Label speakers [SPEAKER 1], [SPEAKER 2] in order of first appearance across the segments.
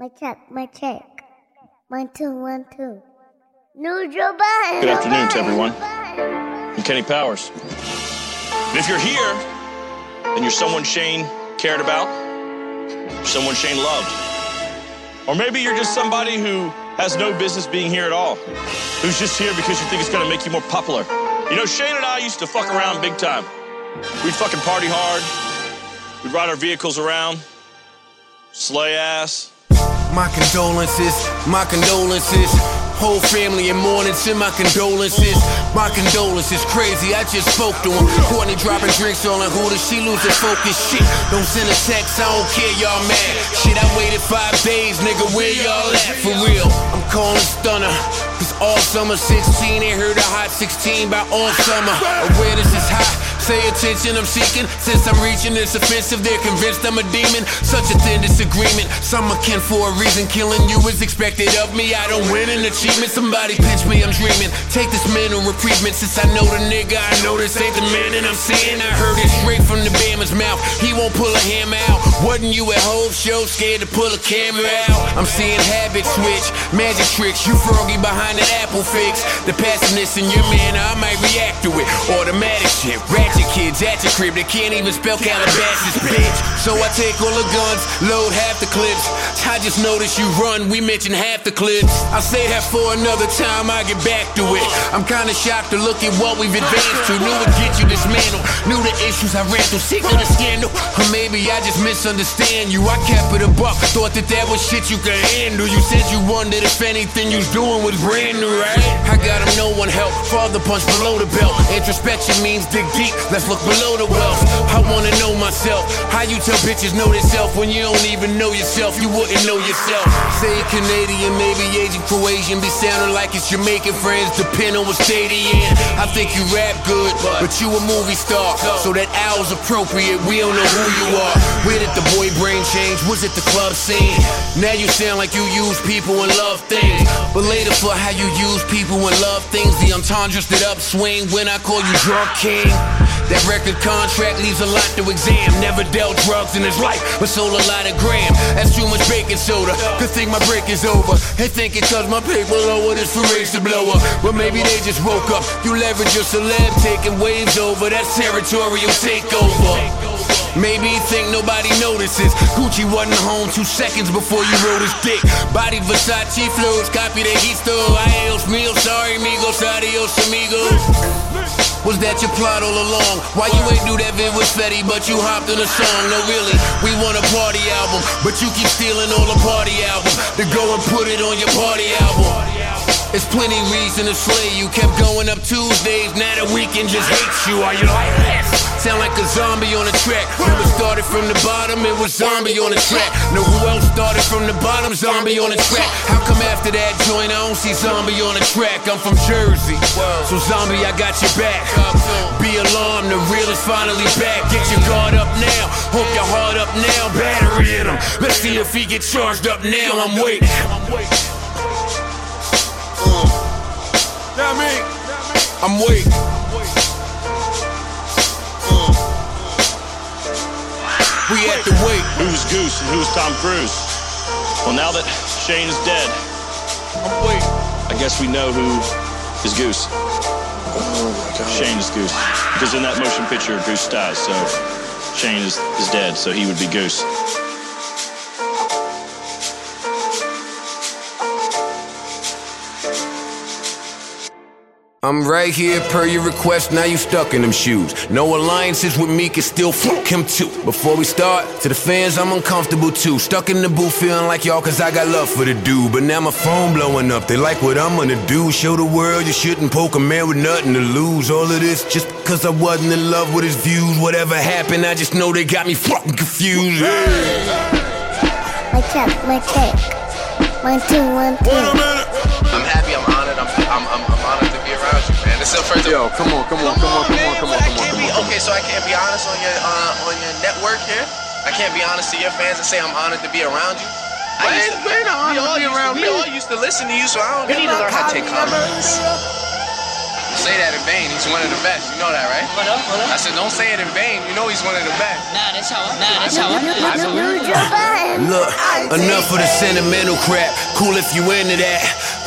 [SPEAKER 1] My check, my check. One, two, one, two. Neutral button.
[SPEAKER 2] Good afternoon to everyone. I'm Kenny Powers. And if you're here, then you're someone Shane cared about, someone Shane loved. Or maybe you're just somebody who has no business being here at all, who's just here because you think it's gonna make you more popular. You know, Shane and I used to fuck around big time. We'd fucking party hard, we'd ride our vehicles around, slay ass.
[SPEAKER 3] My condolences, my condolences. Whole family in mourning, send my condolences. My condolences, crazy, I just spoke to him. Courtney dropping drinks on her, who does she lose her focus? Shit, don't send a text, I don't care, y'all mad. Shit, I waited five days, nigga, where y'all at? For real, I'm calling stunner. Cause all summer 16, they heard a hot 16 by all summer. Awareness is high. Say attention, I'm seeking. Since I'm reaching, it's offensive. They're convinced I'm a demon. Such a thin disagreement. Some akin for a reason. Killing you is expected of me. I don't win an achievement. Somebody pinch me, I'm dreaming. Take this mental reprievement. Since I know the nigga, I know this ain't the man that I'm seeing. I heard it straight from the Bama's mouth. He won't pull a hammer out. Wasn't you at Hove Show scared to pull a camera out? I'm seeing habit switch, magic tricks. You froggy behind an apple fix. The passiveness in your man, I might react to it. Automatic shit, ratchet kids at your crib. They can't even spell Calabasas, bitch. So I take all the guns, load half the clips. I just noticed you run, we mentioned half the clips. I'll say that for another time, I get back to it. I'm kinda shocked to look at what we've advanced to. Knew it'd get you dismantled, knew the issues I ran through, sick of the scandal. Or maybe I just misunderstand you. I kept it a buck, thought that that was shit you could handle. You said you wondered if anything you's doing was brand new, right? I got him, no one help. Father punch below the belt. Introspection means dig deep, let's look below the wealth. I wanna know myself. How you tell bitches know themselves when you don't even know yourself? You wouldn't know yourself. Say you're Canadian, maybe Asian, Croatian, be sounding like it's Jamaican friends, depend on what state he in. I think you rap good, but you a movie star. So that owl's appropriate, we don't know who you are. Where did the boy brain change? Was it the club scene? Now you sound like you use people and love things. But later for how you use people and love things, the entendres that upswing when I call you drunk king. That record contract leaves a lot to exam. Never dealt drugs in his life, but sold a lot of gram. That's too much baking soda. Could think my break is over. And think it cause my paper lower, this for race to blow up. Well, maybe they just woke up. You leverage your celeb, taking waves over. That's territorial takeover. Maybe you think nobody notices. Gucci wasn't home two seconds before you rode his dick. Body Versace flows, copy the heat store. Adios, meal, sorry, amigos, adios, amigos. Was that your plot all along? Why you ain't do that vid with Fetty, but you hopped on a song? No, really, we want a party album, but you keep stealing all the party album. To go and put it on your party album. It's plenty reason to slay you. Kept going up Tuesdays, now the weekend just hates you. Are you like this? Sound like a zombie on a track. Remember started from the bottom, it was zombie on the track. Know who else started from the bottom? Zombie on the track. How come after that joint I don't see zombie on the track? I'm from Jersey, so zombie I got your back. Be alarmed, the real is finally back. Get your guard up now, hook your heart up now. Battery in him. Let's see if he get charged up now. I'm waiting. I'm waiting. I'm weak. We at the wait.
[SPEAKER 2] Who was Goose and who was Tom Cruise? Well, now that Shane is dead,
[SPEAKER 3] I'm weak.
[SPEAKER 2] I guess we know who is Goose. Shane is Goose. Because in that motion picture, Goose dies, so Shane is, is dead, so he would be Goose.
[SPEAKER 3] I'm right here per your request, now you stuck in them shoes. No alliances with me can still fuck him too. Before we start, to the fans, I'm uncomfortable too. Stuck in the booth feeling like y'all cause I got love for the dude. But now my phone blowing up, they like what I'm gonna do. Show the world you shouldn't poke a man with nothing to lose. All of this just cause I wasn't in love with his views. Whatever happened, I just know they got me fucking confused. Yeah.
[SPEAKER 1] My check, my check. One, two, one, two.
[SPEAKER 4] I'm happy. I'm honored. I'm, I'm, I'm, I'm honored to be around you, man. This is the first.
[SPEAKER 5] Yo, come on, come on, come on, come on,
[SPEAKER 4] man,
[SPEAKER 5] come
[SPEAKER 4] but
[SPEAKER 5] on,
[SPEAKER 4] I
[SPEAKER 5] come on,
[SPEAKER 4] can't
[SPEAKER 5] come
[SPEAKER 4] be,
[SPEAKER 5] on, come
[SPEAKER 4] Okay, so I can't be honest on your uh, on your network here. I can't be honest to your fans and say I'm honored to be around you. I
[SPEAKER 5] Man,
[SPEAKER 4] used to,
[SPEAKER 5] man, I'm honored
[SPEAKER 4] we
[SPEAKER 5] to
[SPEAKER 4] all
[SPEAKER 5] be
[SPEAKER 4] used
[SPEAKER 5] around
[SPEAKER 4] we
[SPEAKER 5] me.
[SPEAKER 4] all used to listen to you, so I don't need to learn how to take compliments. say that in vain. He's one of the best. You know that, right?
[SPEAKER 5] What up? What
[SPEAKER 4] I
[SPEAKER 5] up?
[SPEAKER 4] said, don't say it in vain. You know he's one of the best.
[SPEAKER 5] Nah, that's how. I, nah, that's how I feel.
[SPEAKER 1] No, no, no, Jovan.
[SPEAKER 3] Look, enough of the sentimental crap. Cool if you into that.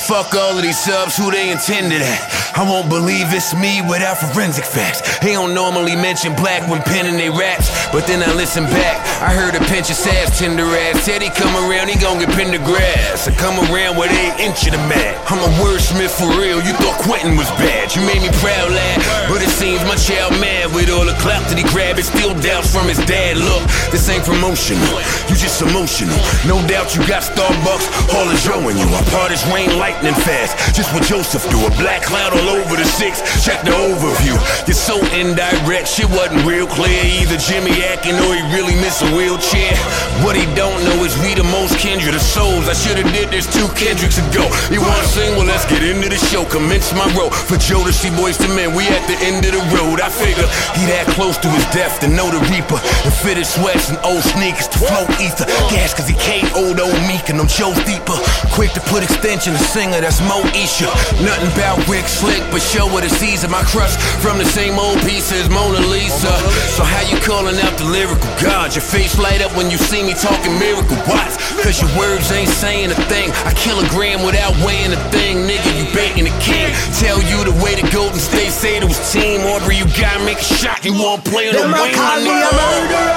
[SPEAKER 3] Fuck all of these subs, who they intended at. I won't believe it's me without forensic facts. They don't normally mention black when penning they raps, but then I listen back. I heard a pinch of sass, tender ass. Teddy come around, he gon' get pinned to grass. I come around where they inch of the mat. I'm a wordsmith for real. You thought Quentin was bad. You made me proud, lad. But it seems my child mad with all the clout that he grabbed. It's still doubts from his dad. Look, this ain't promotional. You just emotional. No doubt you got Starbucks all in Joe in you. I part his rain lightning fast. Just what Joseph do. A black cloud all over the six. Check the overview. You're so indirect. Shit wasn't real clear. Either Jimmy acting or he really miss a wheelchair. What he don't know is we the most kindred of souls. I should've did this two Kendricks ago. You wanna sing? Well, let's get into the show. Commence my role. For Joe to see boys to men, we at the end of the road. I figure he that close to his death to know the reaper. The fitted sweats and old sneakers to float ether. Gas cause he KO'd old Meek and them Joe's deeper. Quick to put extension to singer, that's Mo Isha. Nothing about Rick Slick, but show what it's easy. My crush from the same old piece as Mona Lisa. So how you calling out the lyrical god? Your face light up when you see me talking miracle watts. Cause your words ain't saying a thing. I kill a gram without weighing a thing. Nigga, you baiting the king. Tell you the way to Golden State, say it was team. Aubrey, you gotta make a shot. You won't play on the
[SPEAKER 6] Them a
[SPEAKER 3] wing.
[SPEAKER 6] call me a murderer.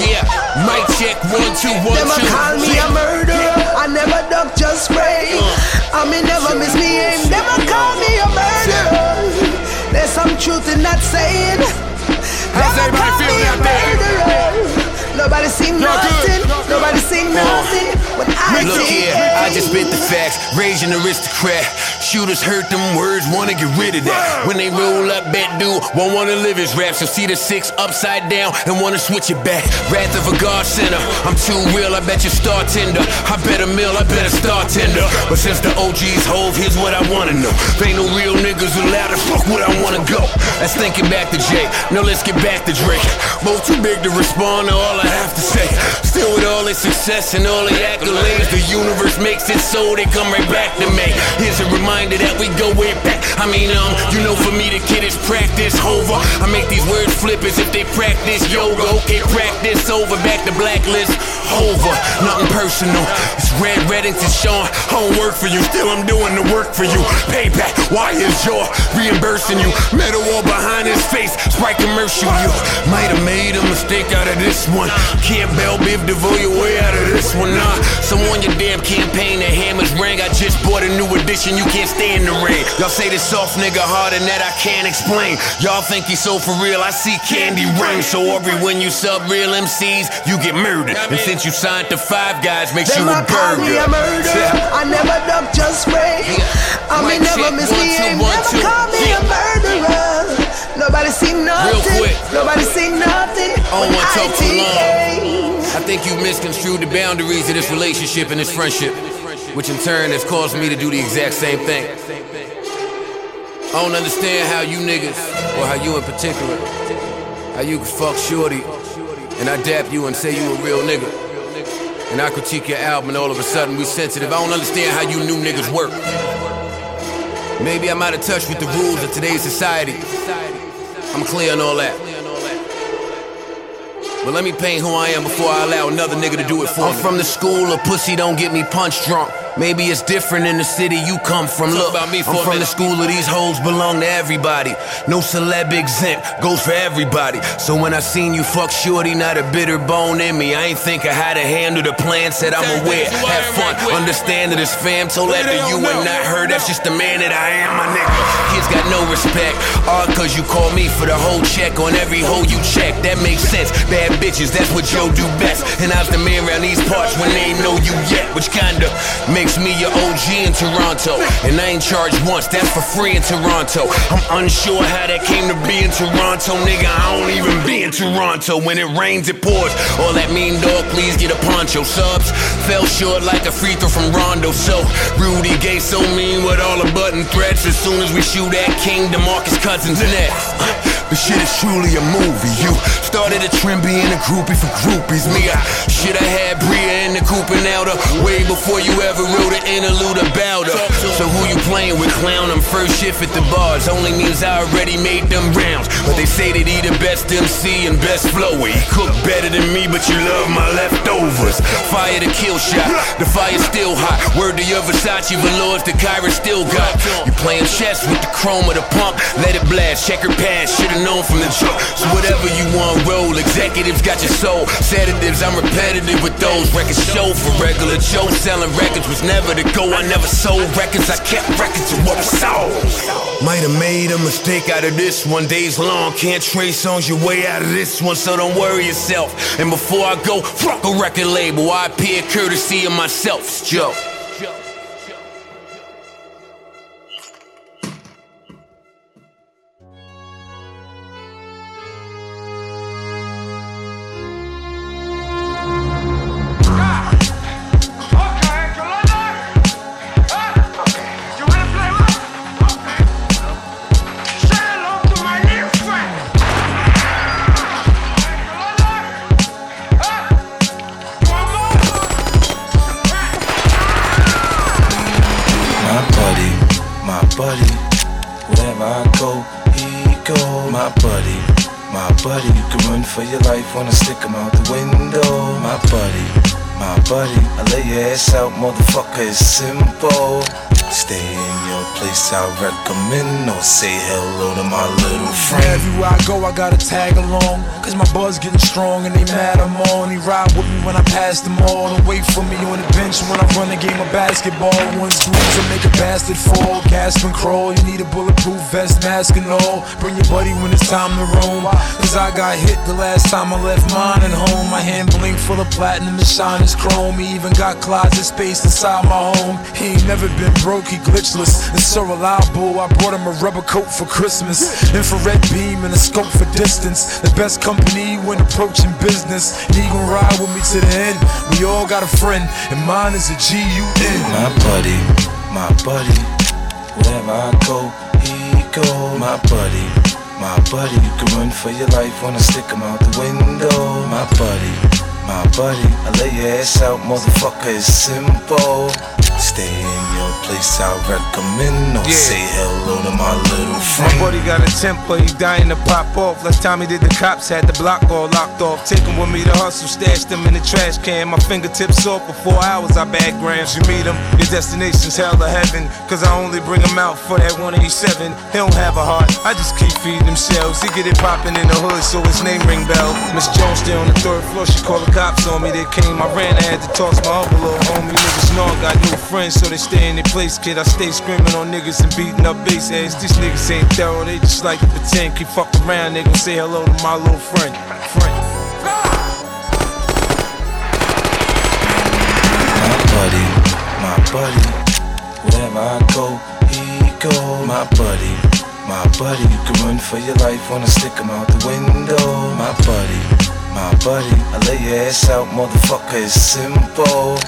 [SPEAKER 3] Yeah, mic check, one, two, one,
[SPEAKER 6] Them a
[SPEAKER 3] two.
[SPEAKER 6] call me a
[SPEAKER 3] Yeah.
[SPEAKER 6] murderer. I never duck, just pray. I me never misbehave. Them a call me a murderer. There's some truth in that saying. Them a
[SPEAKER 3] everybody
[SPEAKER 6] call
[SPEAKER 3] feel
[SPEAKER 6] me a
[SPEAKER 3] that day?
[SPEAKER 6] murderer. Nobody seen nothing. Nobody seen nothing. When I
[SPEAKER 3] Look
[SPEAKER 6] see
[SPEAKER 3] here, I just spit the facts, raising aristocrat. Shooters heard them words, wanna get rid of that. When they roll up, bet dude won't wanna live his rap. So see the six upside down and wanna switch it back. Wrath of a God center, I'm too real, I bet you star tender. I bet a mill, I bet a star tender. But since the OG's hove, here's what I wanna know. There ain't no real niggas allowed to fuck where I wanna go. That's thinking back to Jake, now let's get back to Drake. Both too big to respond to all I have to say. Still with all his success and all the accolades, the universe makes it so they come right back to me. Here's a reminder that we go way back. I mean, um, you know, for me the kid is practice over. I make these words flip as if they practice yoga. Okay, practice over, back to blacklist over. Nothing personal. It's red, red, and Sean. I don't work for you, still I'm doing the work for you. Payback, why is your reimbursing you? Metal wall behind his face, Sprite commercial. You might have made a mistake out of this one. Can't Bell Biv DeVoe your way out of this one, nah. So on your damn campaign, the hammers rang. I just bought a new edition, you can't stay in the rain. Y'all say this soft nigga harder than that, I can't explain. Y'all think he's so for real, I see candy rings. So every when you sub real MCs, you get murdered. And since you signed to Five Guys, makes you
[SPEAKER 6] Them
[SPEAKER 3] a
[SPEAKER 6] a call me
[SPEAKER 3] burger.
[SPEAKER 6] a murderer.
[SPEAKER 3] Yeah.
[SPEAKER 6] I never duck, just pray. I me
[SPEAKER 3] Mic
[SPEAKER 6] never
[SPEAKER 3] check,
[SPEAKER 6] misbehave.
[SPEAKER 3] one,
[SPEAKER 6] Never
[SPEAKER 3] two, one, two.
[SPEAKER 6] call me a
[SPEAKER 3] Yeah.
[SPEAKER 6] murderer. Nobody seen nothing.
[SPEAKER 3] quick.
[SPEAKER 6] Nobody seen nothing.
[SPEAKER 3] I
[SPEAKER 6] When
[SPEAKER 3] don't wanna talk too long.
[SPEAKER 6] ITA.
[SPEAKER 3] I think you misconstrued the boundaries of this relationship and this friendship, which in turn has caused me to do the exact same thing. I don't understand how you niggas, or how you in particular, how you can fuck shorty, and I dap you and say you a real nigga. And I critique your album, and all of a sudden we sensitive. I don't understand how you new niggas work. Maybe I'm out of touch with the rules of today's society. I'm clear on all that. But let me paint who I am before I allow another nigga to do it for me. I'm from the school of pussy don't get me punch drunk. Maybe it's different in the city you come from. Look,
[SPEAKER 2] about me for
[SPEAKER 3] I'm
[SPEAKER 2] a
[SPEAKER 3] from the
[SPEAKER 2] minute.
[SPEAKER 3] school of these hoes belong to everybody. No celeb exempt goes for everybody. So when I seen you fuck shorty, not a bitter bone in me. I ain't thinking how to handle the plan. Said I'm aware, have fun, understand that it's fam. Told that to you and not her. That's just the man that I am, my nigga. Kids got no respect. All cause you call me for the whole check on every hoe you check. That makes sense. Bad bitches, that's what Joe do best. And I was the man around these parts when they ain't know you yet, which kinda makes me your OG in Toronto. And I ain't charged once, that's for free in Toronto. I'm unsure how that came to be in Toronto, nigga. I don't even be in Toronto. When it rains, it pours. All that mean dog, please get a poncho. Subs fell short like a free throw from Rondo. So Rudy Gay so mean with all the button threats. As soon as we shoot at King, DeMarcus Cousins next. The shit is truly a movie. You started a trend being a groupie for groupies. Me, I shit, I had Bria in the coupe and out her way before you ever wrote an interlude about her. So who you playing with, clown? I'm first shift at the bars. Only means I already made them rounds. But they say that he the best MC and best flower. He cook better than me, but you love my leftovers. Fire the kill shot, the fire's still hot. Word to your Versace velours, the Kyra still got. You playing chess with the chrome of the pump. Let it blast, checker pass, should've known from the jump. So whatever you want, roll. Executives got your soul. Sedatives, I'm repetitive with those. Records show for regular Joe. Selling records was never the go. I never sold records, I kept records of what was sold. Might have made a mistake out of this one. Days long, can't trace songs your way out of this one, so don't worry yourself. And before I go, fuck a record label. I appear courtesy of myself, it's Joe.
[SPEAKER 7] My buddy, my buddy, wherever I go, he go. My buddy, my buddy, you can run for your life when I stick him out the window. My buddy, my buddy, I lay your ass out, motherfucker, it's simple. Stay in your place, I recommend, or say hello to my little friend.
[SPEAKER 8] Wherever I go, I gotta tag along. Cause my buzz getting strong and they mad I'm on. They ride with me when I pass them all. And wait for me on the bench when I run the game of basketball. One squeeze and make a bastard fall. Gasp and crawl. You need a bulletproof vest, mask and all. Bring your buddy when it's time to roam. Cause I got hit the last time I left mine at home. My hand blink full of platinum and shine is chrome. He even got closet space inside my home. He ain't never been broke, he glitchless. And so reliable, I bought him a rubber coat for Christmas. Infrared beam and a scope for distance. The best company when approaching business. And he gon' ride with me to the end. We all got a friend, and mine is a G-U-N.
[SPEAKER 7] My buddy, my buddy, wherever I go, he go. My buddy, my buddy, you can run for your life when I stick him out the window. My buddy, my buddy, I lay your ass out, motherfucker, it's simple. Stay in your place, I recommend. Don't
[SPEAKER 9] Yeah.
[SPEAKER 7] say hello to my little friend.
[SPEAKER 9] My buddy got a temper, he dying to pop off. Last time he did, the cops had the block all locked off. Take him with me to hustle, stashed him in the trash can. My fingertips off for four hours, I bag grams. You meet him, your destination's hell or heaven. Cause I only bring him out for that 187. He don't have a heart, I just keep feeding him shells. He get it popping in the hood, so his name ring bell. Miss Jones stay on the third floor, she called the cops on me. They came, I ran, I had to toss my envelope homie. Niggas know I got new friends, so they stay in their place, kid. I stay screaming on niggas and beating up bass heads. These niggas ain't thorough, they just like to pretend. Keep fuck around, they gon' say hello to my little friend. Friend.
[SPEAKER 7] My buddy, my buddy, wherever I go, he go. My buddy, my buddy, you can run for your life when I stick him out the window. My buddy, my buddy, I lay your ass out, motherfucker, it's simple.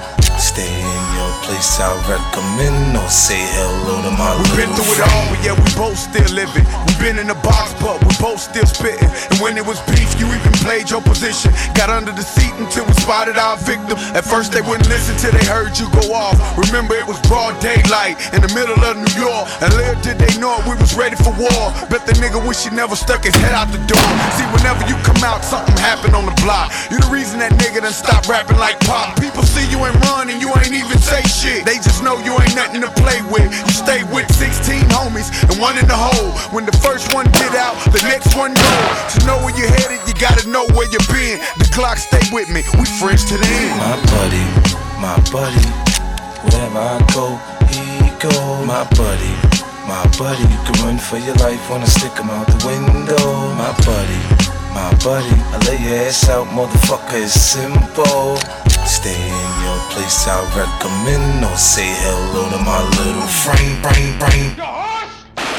[SPEAKER 7] Stay in your place, I recommend, or say hello to my
[SPEAKER 10] We been
[SPEAKER 7] little
[SPEAKER 10] through it
[SPEAKER 7] friend.
[SPEAKER 10] all, but yeah, we both still living. We been in the box, but we both still spitting. And when it was beef, you even played your position. Got under the seat until we spotted our victim. At first, they wouldn't listen till they heard you go off. Remember, it was broad daylight in the middle of New York. And little did they know it, we was ready for war. Bet the nigga wish he never stuck his head out the door. See, whenever you come out, something happen on the block. You the reason that nigga done stopped rapping like pop. People see you and run, and you ain't even say shit. They just know you ain't nothing to play with. You stay with 16 homies and one in the hole. When the first one get out, the next one go. To know where you're headed, you gotta know where you been. The clock stay with me. We friends to the end.
[SPEAKER 7] My buddy, my buddy, wherever I go, he go. My buddy, my buddy, you can run for your life when I stick him out the window. My buddy, my buddy, I lay your ass out, motherfucker, it's simple. Stay in your place, I recommend, or say hello to my little friend, brain, brain.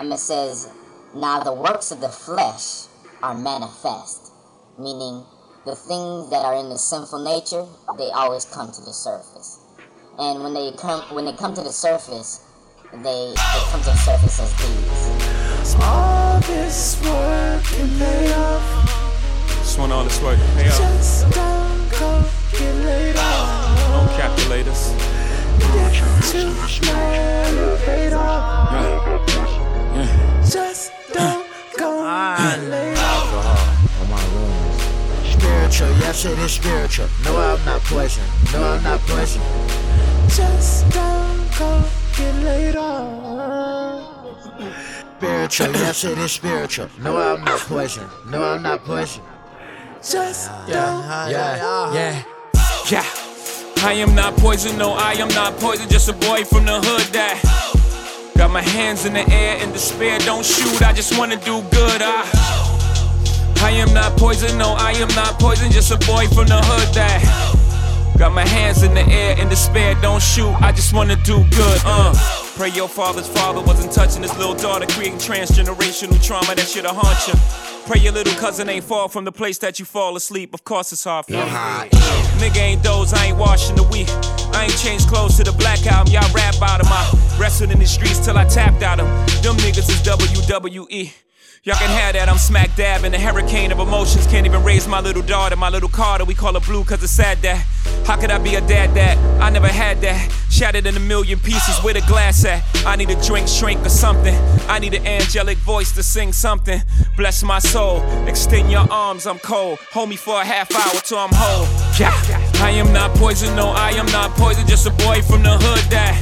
[SPEAKER 11] Um, it says, Now the works of the flesh are manifest, meaning the things that are in the sinful nature, they always come to the surface. And when they come when they come to the surface, they, they come to the surface as these.
[SPEAKER 12] Small
[SPEAKER 13] all this work can pay off.
[SPEAKER 14] Just want all this work to pay off.
[SPEAKER 13] Just don't go get laid off.
[SPEAKER 14] Don't calculate us.
[SPEAKER 13] Get too mad, paid off.
[SPEAKER 14] Right.
[SPEAKER 13] Just don't go get laid off.
[SPEAKER 15] Alcohol on my wounds. Spiritual, yes it is spiritual. No, I'm not pushing. No, I'm not pushing.
[SPEAKER 13] Just don't go get laid off.
[SPEAKER 15] Spiritual, yes it is spiritual. No, I'm not pushing. No, I'm not pushing.
[SPEAKER 13] Just
[SPEAKER 15] Yeah, yeah,
[SPEAKER 14] yeah. Yeah. I am not poison, no, I am not poison. Just a boy from the hood that got my hands in the air in despair. Don't shoot, I just wanna do good. I, I am not poison, no, I am not poison. Just a boy from the hood that got my hands in the air in despair. Don't shoot, I just wanna do good. Uh. Pray your father's father wasn't touching his little daughter, creating transgenerational trauma that should've haunt you. Pray your little cousin ain't fall from the place that you fall asleep. Of course, it's hard for you. Nigga ain't those, I ain't washing the week. I ain't changed clothes to the black album, y'all rap about 'em. I wrestled in the streets till I tapped out 'em. Them niggas is E. WWE. Y'all can have that, I'm smack dab in a hurricane of emotions. Can't even raise my little daughter, my little Carter. We call her blue cause it's sad that. How could I be a dad that? I never had that. Shattered in a million pieces with a glass at. I need a drink, shrink, or something. I need an angelic voice to sing something. Bless my soul, extend your arms, I'm cold. Hold me for a half hour till I'm whole. Yeah, I am not poison, no, I am not poison. Just a boy from the hood that.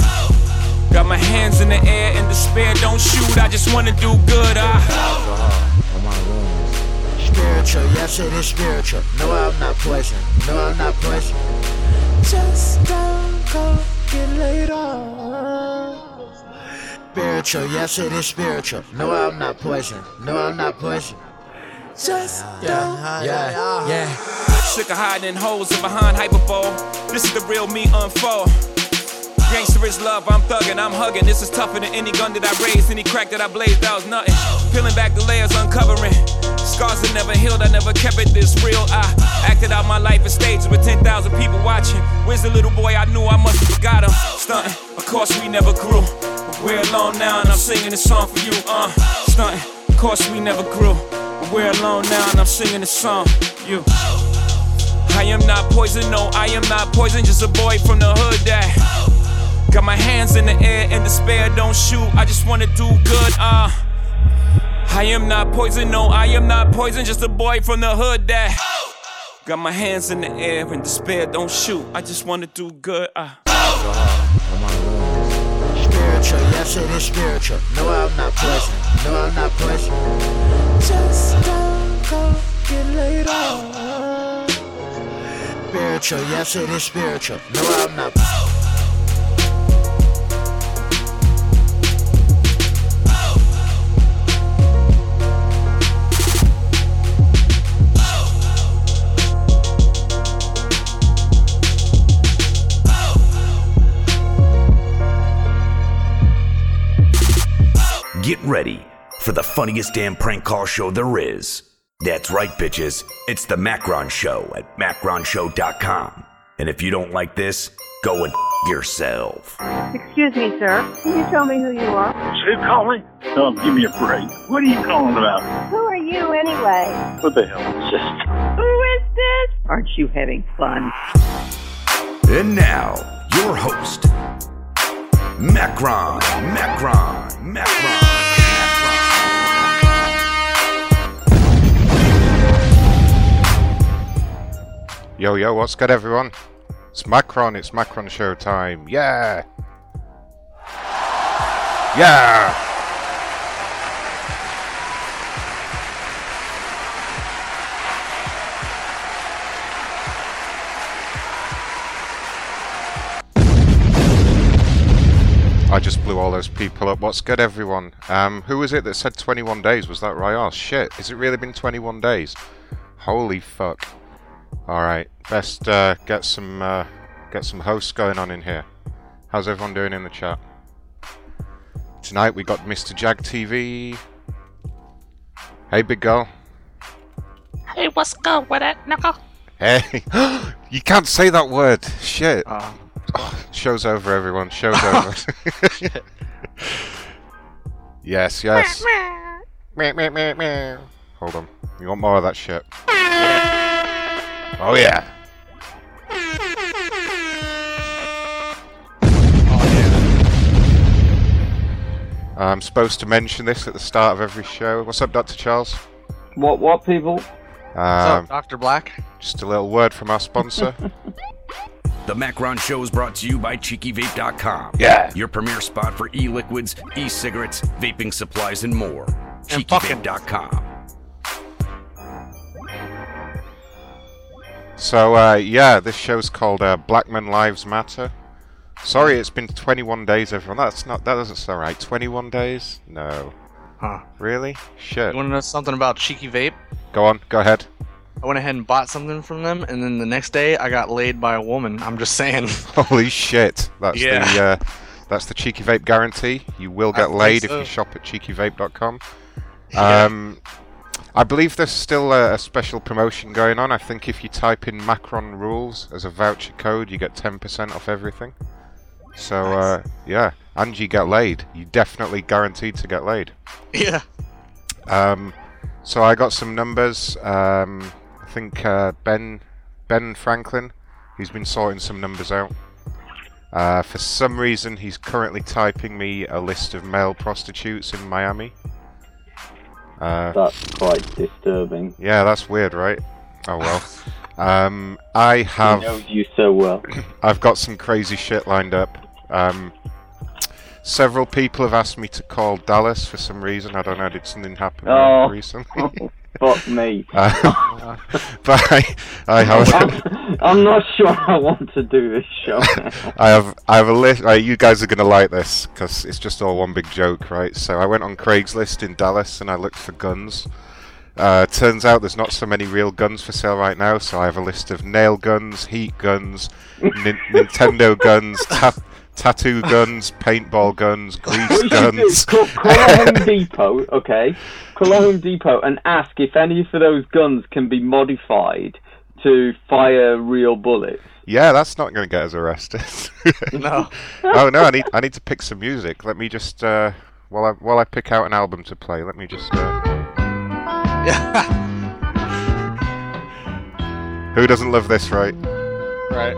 [SPEAKER 14] Got my hands in the air in despair. Don't shoot, I just wanna do good. I,
[SPEAKER 15] Alcohol on my wounds. Spiritual, yes it is spiritual. No, I'm not pushing. No, I'm not pushing.
[SPEAKER 13] Just don't go get laid off.
[SPEAKER 15] Spiritual, yes it is spiritual. No, I'm not pushing. No, I'm not pushing.
[SPEAKER 13] Just
[SPEAKER 15] Yeah, yeah,
[SPEAKER 14] yeah. Sick of hiding in holes and behind hyperbole. This is the real me unfold. Gangster is love, I'm thugging, I'm hugging. This is tougher than any gun that I raised, any crack that I blazed, that was nothing. Peeling back the layers, uncovering. Scars that never healed, I never kept it this real. I acted out my life in stages with 10,000 people watching. Where's the little boy I knew? I must have forgot him. Stunting, of course we never grew. But we're alone now, and I'm singing this song for you. Uh, stunting, of course we never grew. But we're alone now, and I'm singing this song for you. I am not poison, no, I am not poison, just a boy from the hood that. Got my hands in the air in despair, don't shoot, I just wanna do good, uh. I am not poison, no, I am not poison, just a boy from the hood that. Got my hands in the air in despair, don't shoot, I just wanna do good, uh.
[SPEAKER 15] Spiritual, yes it is spiritual. No, I'm not pushing. No, I'm not pushing.
[SPEAKER 13] Just don't go get laid off.
[SPEAKER 15] Spiritual, yes it is spiritual. No, I'm not.
[SPEAKER 16] Get ready for the funniest damn prank call show there is. That's right, bitches. It's the Macron Show at macronshow.com. And if you don't like this, go and yourself.
[SPEAKER 17] Excuse me, sir. Can you tell me who you are?
[SPEAKER 18] Who calling? Oh, give me a break. What are you calling about?
[SPEAKER 17] Who are you anyway?
[SPEAKER 18] What the hell is this?
[SPEAKER 17] Who is this?
[SPEAKER 18] Aren't you having fun?
[SPEAKER 16] And now, your host, Macron, Macron, Macron.
[SPEAKER 19] Yo, yo, what's good, everyone? It's Macron, it's Macron show time. Yeah! Yeah! I just blew all those people up. What's good, everyone? Um, who was it that said 21 days? Was that right? Oh, shit. Has it really been 21 days? Holy fuck. Alright, best uh, get some uh, get some hosts going on in here. How's everyone doing in the chat? Tonight we got Mr. Jag TV. Hey, big girl.
[SPEAKER 20] Hey, what's good with it, Knuckle?
[SPEAKER 19] Hey, you can't say that word. Shit. Oh, show's over, everyone. Show's over. yes, yes. Meh, meh, meh, meh. Hold on. You want more of that shit? Oh, yeah. I'm supposed to mention this at the start of every show. What's up, Dr. Charles?
[SPEAKER 21] What, what, people?
[SPEAKER 19] Um,
[SPEAKER 22] Dr. Black?
[SPEAKER 19] just a little word from our sponsor.
[SPEAKER 16] The Macron Show is brought to you by CheekyVape.com.
[SPEAKER 19] Yeah.
[SPEAKER 16] Your premier spot for e liquids, e cigarettes, vaping supplies, and more. CheekyVape.com.
[SPEAKER 19] So uh, yeah, this show's called uh, Black Men Lives Matter. Sorry, it's been 21 days, everyone. That's not that doesn't sound right. 21 days? No.
[SPEAKER 22] Huh.
[SPEAKER 19] Really? Shit.
[SPEAKER 22] You want to know something about Cheeky Vape?
[SPEAKER 19] Go on. Go ahead.
[SPEAKER 22] I went ahead and bought something from them, and then the next day I got laid by a woman. I'm just saying.
[SPEAKER 19] Holy shit. That's the
[SPEAKER 22] Yeah.
[SPEAKER 19] uh, that's the cheeky vape guarantee. You will get
[SPEAKER 22] think
[SPEAKER 19] laid if
[SPEAKER 22] so.
[SPEAKER 19] you shop at cheekyvape.com. Um, I believe there's still a, a special promotion going on. I think if you type in Macron rules as a voucher code, you get 10% off everything. So uh, yeah, and you get laid. You definitely guaranteed to get laid.
[SPEAKER 22] Yeah.
[SPEAKER 19] Um, so I got some numbers. Um, I think uh, Ben Ben Franklin, he's been sorting some numbers out. Uh, for some reason, he's currently typing me a list of male prostitutes in Miami. Uh,
[SPEAKER 18] That's quite disturbing.
[SPEAKER 19] yeah, that's weird, right? Oh well. Um, I have.
[SPEAKER 18] knows you so well.
[SPEAKER 19] I've got some crazy shit lined up. Um, several people have asked me to call Dallas for some reason. I don't know. Did something happen
[SPEAKER 18] Oh.
[SPEAKER 19] recently?
[SPEAKER 18] Fuck me.
[SPEAKER 19] Uh, but I, I have.
[SPEAKER 18] I'm, I'm not sure I want to do this show.
[SPEAKER 19] I have I have a list. Uh, you guys are gonna like this because it's just all one big joke, right? So I went on Craigslist in Dallas and I looked for guns. Uh, turns out there's not so many real guns for sale right now, so I have a list of nail guns, heat guns, nin- Nintendo guns, ta- tattoo guns, paintball guns, grease guns.
[SPEAKER 18] Call, call Home Depot, okay? Call Home Depot and ask if any of those guns can be modified to fire real bullets.
[SPEAKER 19] Yeah, that's not going to get us arrested.
[SPEAKER 18] No.
[SPEAKER 19] oh no, I need I need to pick some music. Let me just uh, while I while I pick out an album to play. Let me just. Uh... Who doesn't love this, right?
[SPEAKER 18] Right.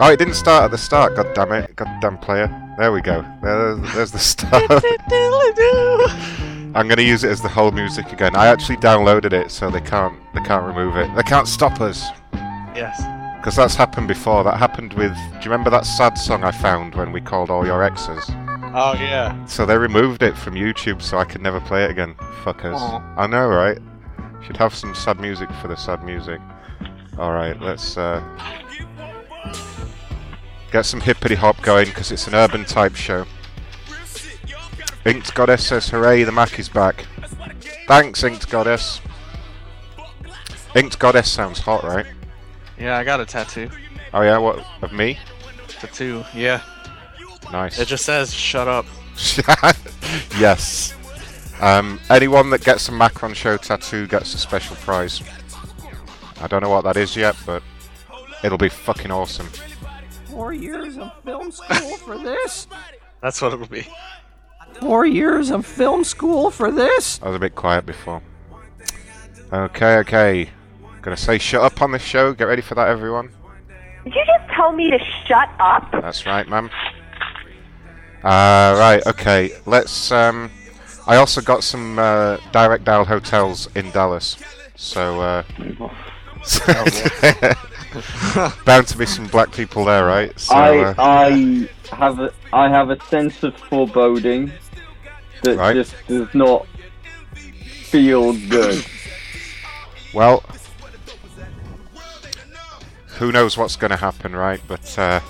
[SPEAKER 19] Oh, it didn't start at the start. God damn it! God damn player. There we go. There, there's the start. I'm gonna use it as the whole music again. I actually downloaded it, so they can't they can't remove it. They can't stop us.
[SPEAKER 18] Yes.
[SPEAKER 19] Because that's happened before. That happened with. Do you remember that sad song I found when we called all your exes?
[SPEAKER 18] Oh, yeah.
[SPEAKER 19] So they removed it from YouTube, so I could never play it again. Fuckers.
[SPEAKER 18] Aw.
[SPEAKER 19] I know, right? Should have some sad music for the sad music. All right, let's uh, get some hippity hop going because it's an urban type show. Inked Goddess says, "Hooray, the Mac is back." Thanks, Inked Goddess. Inked Goddess sounds hot, right?
[SPEAKER 22] Yeah, I got a tattoo.
[SPEAKER 19] Oh yeah, what of me?
[SPEAKER 22] Tattoo, yeah.
[SPEAKER 19] Nice.
[SPEAKER 22] It just says, shut up.
[SPEAKER 19] yes. Um, anyone that gets a Macron show tattoo gets a special prize. I don't know what that is yet, but it'll be fucking awesome.
[SPEAKER 23] Four years of film school for this?
[SPEAKER 22] That's what it'll be.
[SPEAKER 23] Four years of film school for this?
[SPEAKER 19] I was a bit quiet before. Okay, okay. Gonna say shut up on this show. Get ready for that, everyone.
[SPEAKER 24] Did you just tell me to shut up?
[SPEAKER 19] That's right, ma'am. Uh, right, okay. Let's. Um, I also got some uh, direct dial hotels in Dallas, so uh, bound to be some black people there, right? So,
[SPEAKER 18] I
[SPEAKER 19] uh,
[SPEAKER 18] I have a, I have a sense of foreboding that just does not feel good.
[SPEAKER 19] well, who knows what's going to happen, right? But uh,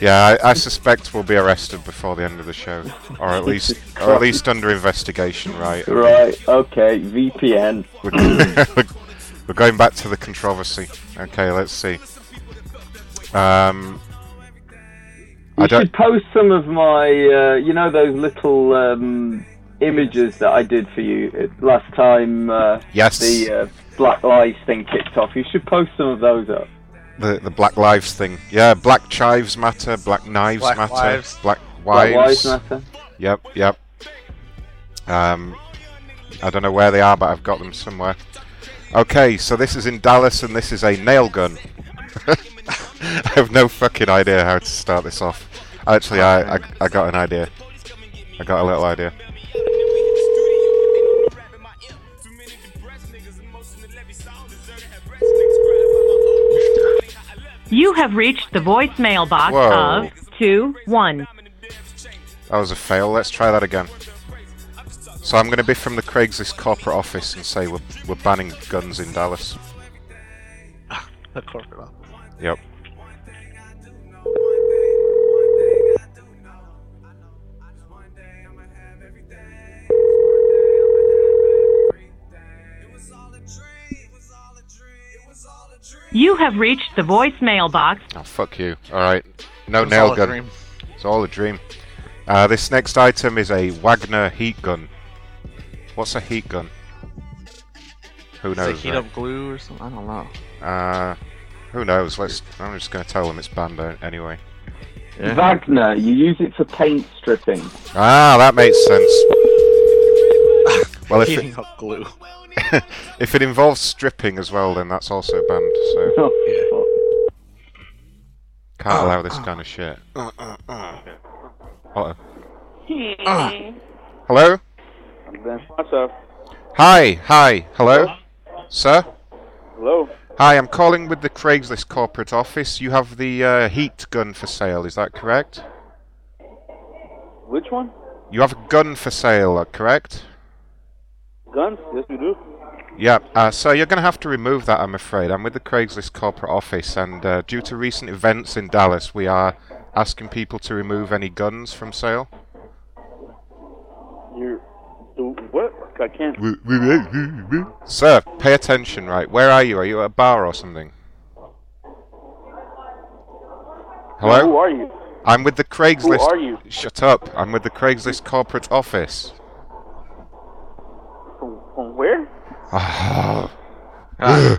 [SPEAKER 19] yeah, I, I suspect we'll be arrested before the end of the show, or at least, or at least under investigation, right? I mean,
[SPEAKER 18] Right. Okay. VPN.
[SPEAKER 19] we're, we're going back to the controversy. Okay, let's see. Um, I
[SPEAKER 18] You
[SPEAKER 19] don't.
[SPEAKER 18] should post some of my, uh, you know, those little um, images that I did for you uh, last time. Uh,
[SPEAKER 19] Yes.
[SPEAKER 18] The uh, Black Lives thing kicked off. You should post some of those up.
[SPEAKER 19] the the black lives thing. Yeah, black chives matter, black knives
[SPEAKER 18] Black
[SPEAKER 19] matter,
[SPEAKER 18] wives.
[SPEAKER 19] black
[SPEAKER 18] Black
[SPEAKER 19] wives.
[SPEAKER 18] wives matter.
[SPEAKER 19] Yep, yep. Um, I don't know where they are, but I've got them somewhere. Okay, so this is in Dallas, and this is a nail gun. I have no fucking idea how to start this off. Actually, I, I, I got an idea. I got a little idea.
[SPEAKER 13] You have reached the voicemail box
[SPEAKER 19] Whoa.
[SPEAKER 13] of 2 1.
[SPEAKER 19] That was a fail. Let's try that again. So I'm going to be from the Craigslist corporate office and say we're, we're banning guns in Dallas.
[SPEAKER 22] The corporate office.
[SPEAKER 19] Yep.
[SPEAKER 13] You have reached the voicemail box.
[SPEAKER 19] Oh, fuck you. Alright. No
[SPEAKER 13] It's
[SPEAKER 19] nail
[SPEAKER 13] all a
[SPEAKER 19] gun.
[SPEAKER 13] dream.
[SPEAKER 19] It's all a dream. Uh, this next item is a Wagner heat gun. What's a heat gun? Who
[SPEAKER 22] Does it
[SPEAKER 19] knows?
[SPEAKER 22] heat
[SPEAKER 19] right?
[SPEAKER 22] up glue or something? I don't know.
[SPEAKER 19] Uh, who knows? Let's. I'm just going to tell them it's banned uh, anyway.
[SPEAKER 18] Wagner, you use it for paint stripping.
[SPEAKER 19] Ah, that makes sense. Well, if
[SPEAKER 22] Heating
[SPEAKER 19] it,
[SPEAKER 22] up glue.
[SPEAKER 19] if it involves stripping as well, then that's also banned. So can't
[SPEAKER 22] Uh,
[SPEAKER 19] allow this kind of shit. uh, Uh-oh. Ah. Hello. Hi. Hi. Hello. Sir.
[SPEAKER 4] Hello.
[SPEAKER 19] Hi. I'm calling with the Craigslist corporate office. You have the uh, heat gun for sale. Is that correct?
[SPEAKER 4] Which one?
[SPEAKER 19] You have a gun for sale. uh, Correct.
[SPEAKER 4] Guns? Yes, we do.
[SPEAKER 19] Yeah, uh, so you're going to have to remove that, I'm afraid. I'm with the Craigslist corporate office, and uh, due to recent events in Dallas, we are asking people to remove any guns from sale.
[SPEAKER 4] You're. Do what? I can't.
[SPEAKER 19] Sir, pay attention, right? Where are you? Are you at a bar or something? Hello?
[SPEAKER 4] Who are you?
[SPEAKER 19] I'm with the Craigslist.
[SPEAKER 4] Who are you?
[SPEAKER 19] Shut up. I'm with the Craigslist corporate office.
[SPEAKER 4] From, from where?
[SPEAKER 19] I,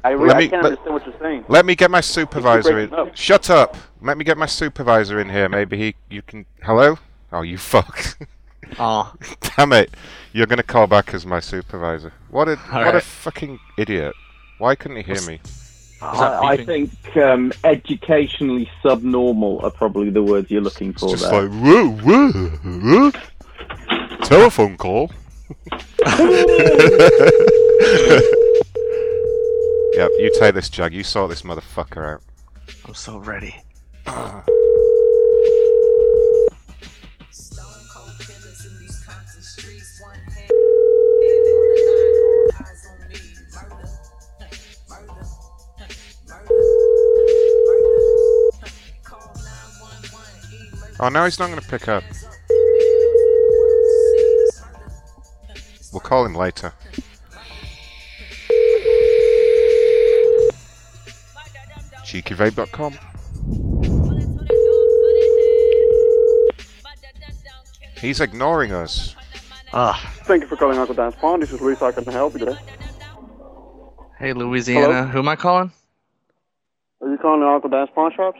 [SPEAKER 4] I really I can't understand what you're saying.
[SPEAKER 19] Let me get my supervisor in.
[SPEAKER 4] breaking up.
[SPEAKER 19] Shut up. Let me get my supervisor in here. Maybe he, you can. Hello? Oh, you fuck.
[SPEAKER 22] Oh.
[SPEAKER 19] Damn it. You're gonna call back as my supervisor. What a
[SPEAKER 18] All
[SPEAKER 19] what a
[SPEAKER 18] right.
[SPEAKER 19] fucking idiot. Why couldn't he hear me?
[SPEAKER 18] I, I think um, educationally subnormal are probably the words you're looking for
[SPEAKER 19] Just
[SPEAKER 18] there.
[SPEAKER 19] like woo woo woo. Telephone call. yep, you take this jag. You sort this motherfucker out.
[SPEAKER 22] I'm so ready.
[SPEAKER 19] Oh, now he's not going to pick up. We'll call him later. CheekyVape.com. He's ignoring us.
[SPEAKER 22] Ah.
[SPEAKER 4] Thank you for calling Uncle Dan's Pond. This is Luis. How can I help you today?
[SPEAKER 22] Hey, Louisiana.
[SPEAKER 4] Hello?
[SPEAKER 22] Who am I calling?
[SPEAKER 4] Are you calling Uncle Dan's Pawn Shops?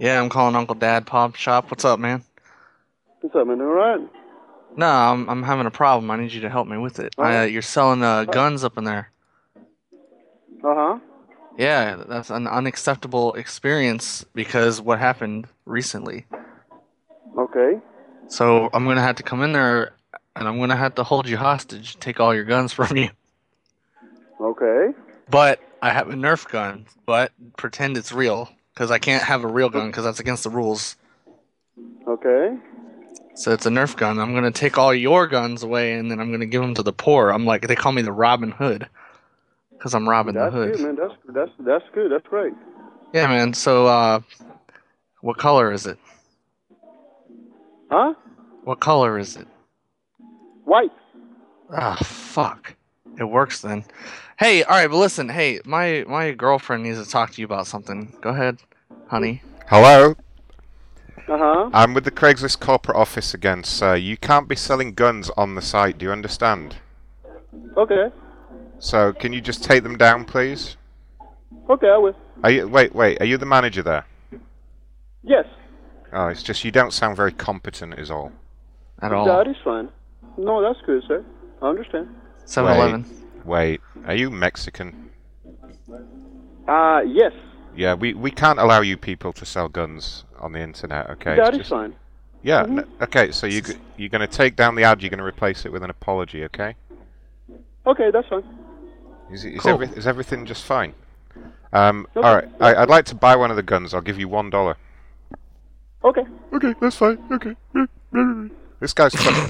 [SPEAKER 22] Yeah, I'm calling Uncle Dad Pop Shop. What's up, man?
[SPEAKER 4] What's up, man? All right.
[SPEAKER 22] No, I'm, I'm having a problem. I need you to help me with it. I, uh, you're selling uh, guns up in there.
[SPEAKER 4] Uh huh.
[SPEAKER 22] Yeah, that's an unacceptable experience because what happened recently.
[SPEAKER 4] Okay.
[SPEAKER 22] So I'm gonna have to come in there and I'm gonna have to hold you hostage, take all your guns from you.
[SPEAKER 4] Okay.
[SPEAKER 22] But I have a Nerf gun, but pretend it's real because I can't have a real gun because that's against the rules.
[SPEAKER 4] Okay.
[SPEAKER 22] So it's a Nerf gun. I'm gonna take all your guns away and then I'm gonna give them to the poor. I'm like they call me the Robin Hood because I'm robbing the
[SPEAKER 4] That's
[SPEAKER 22] hood.
[SPEAKER 4] good, man. That's that's that's good. That's great.
[SPEAKER 22] Yeah, man. So uh, what color is it?
[SPEAKER 4] Huh?
[SPEAKER 22] What color is it?
[SPEAKER 4] White.
[SPEAKER 22] Ah, fuck. It works then. Hey, all right, but listen. Hey, my my girlfriend needs to talk to you about something. Go ahead, honey.
[SPEAKER 19] Hello?
[SPEAKER 4] Uh huh.
[SPEAKER 19] I'm with the Craigslist corporate office again, sir. You can't be selling guns on the site, do you understand?
[SPEAKER 4] Okay.
[SPEAKER 19] So, can you just take them down, please?
[SPEAKER 4] Okay, I will.
[SPEAKER 19] Are you, wait, wait, are you the manager there?
[SPEAKER 4] Yes.
[SPEAKER 19] Oh, it's just you don't sound very competent, is all.
[SPEAKER 22] At
[SPEAKER 4] That is fine. No, that's good, sir. I understand.
[SPEAKER 21] 7-Eleven.
[SPEAKER 19] Wait, are you Mexican?
[SPEAKER 4] Uh, yes.
[SPEAKER 19] Yeah, we, we can't allow you people to sell guns on the internet, okay?
[SPEAKER 4] that
[SPEAKER 19] It's
[SPEAKER 4] is
[SPEAKER 19] just-
[SPEAKER 4] fine.
[SPEAKER 19] Yeah,
[SPEAKER 4] Mhm.
[SPEAKER 19] n- okay, so you, g- you're going to take down the ad, you're going to replace it with an apology, okay?
[SPEAKER 4] Okay, that's fine.
[SPEAKER 19] Is, is,
[SPEAKER 4] Cool.
[SPEAKER 19] every- is everything just fine? Um,
[SPEAKER 4] Okay,
[SPEAKER 19] Alright, I- I'd like to buy one of the guns. I'll give you one dollar.
[SPEAKER 4] Okay.
[SPEAKER 19] Okay, that's fine. Okay. This guy's funny.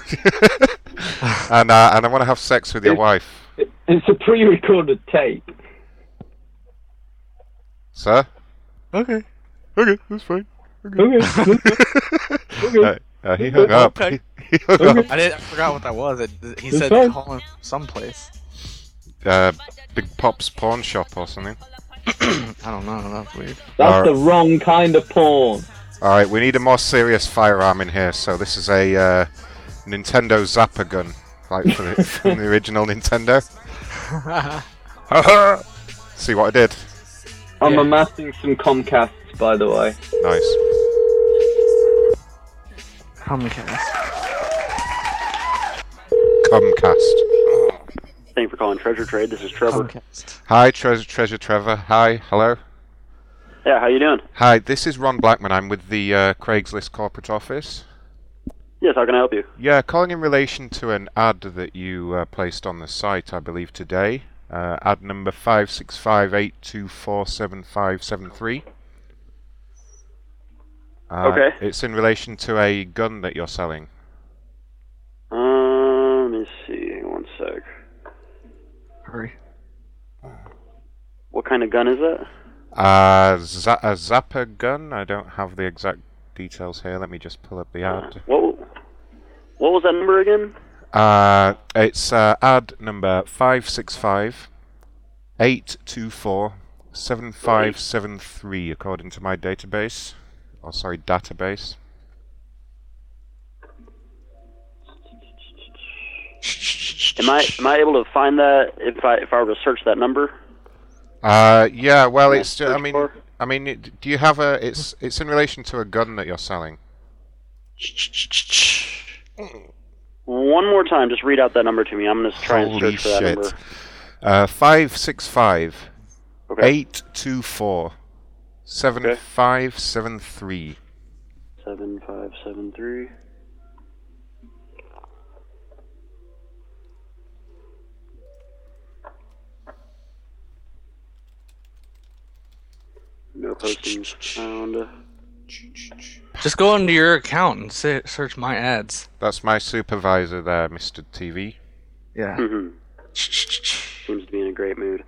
[SPEAKER 19] and, uh, and I want to have sex with your wife.
[SPEAKER 18] It's a pre-recorded tape.
[SPEAKER 19] Sir?
[SPEAKER 21] Okay.
[SPEAKER 19] Okay, that's fine.
[SPEAKER 18] Okay.
[SPEAKER 19] Uh, uh, he hung up.
[SPEAKER 21] Okay.
[SPEAKER 19] He hung up.
[SPEAKER 21] I, did, I forgot what that was. It, he
[SPEAKER 19] It's
[SPEAKER 21] said
[SPEAKER 19] fine.
[SPEAKER 21] call him someplace.
[SPEAKER 19] Uh, Big Pop's pawn shop or something.
[SPEAKER 21] I don't know. That's weird.
[SPEAKER 18] That's
[SPEAKER 19] Alright.
[SPEAKER 18] the wrong kind of porn.
[SPEAKER 19] Alright, we need a more serious firearm in here, so this is a uh, Nintendo Zapper gun. Like for the, from the original Nintendo. See what I did?
[SPEAKER 18] I'm amassing some Comcasts, by the way.
[SPEAKER 19] Nice.
[SPEAKER 21] Comcast.
[SPEAKER 19] Comcast.
[SPEAKER 2] Thank you for calling Treasure Trade. This is Trevor.
[SPEAKER 19] Hi, Treasure, Treasure Trevor. Hi, hello.
[SPEAKER 2] Yeah, how you doing?
[SPEAKER 19] Hi, this is Ron Blackman. I'm with the uh, Craigslist corporate office.
[SPEAKER 2] Yes, how can I help you?
[SPEAKER 19] Yeah, calling in relation to an ad that you uh, placed on the site, I believe, today. Uh, ad number five six five eight two four seven five seven three. Uh,
[SPEAKER 2] Okay.
[SPEAKER 19] It's in relation to a gun that you're selling.
[SPEAKER 2] Um, let me see. One sec.
[SPEAKER 21] Hurry.
[SPEAKER 2] What kind of gun is that?
[SPEAKER 19] Uh, za- a Zappa gun. I don't have the exact details here. Let me just pull up the ad.
[SPEAKER 2] What? What was that number again?
[SPEAKER 19] Uh, it's uh, ad number 565 824 7573, according to my database. Oh, sorry, database.
[SPEAKER 2] Am I am I able to find that if I if I were to search that number?
[SPEAKER 19] Uh, yeah, well, it's. ju- I mean, I mean, it- do you have a? It's it's in relation to a gun that you're selling.
[SPEAKER 2] One more time, just read out that number to me. I'm gonna try and
[SPEAKER 19] Holy
[SPEAKER 2] search for that
[SPEAKER 19] shit!
[SPEAKER 2] number.
[SPEAKER 19] Uh, five six five eight two four seven five seven three.
[SPEAKER 2] Seven five seven three. No postings found.
[SPEAKER 21] Just go into your account and se- search my ads.
[SPEAKER 19] That's my supervisor there, Mr. TV.
[SPEAKER 21] Yeah.
[SPEAKER 2] hmm Seems to be in a great mood.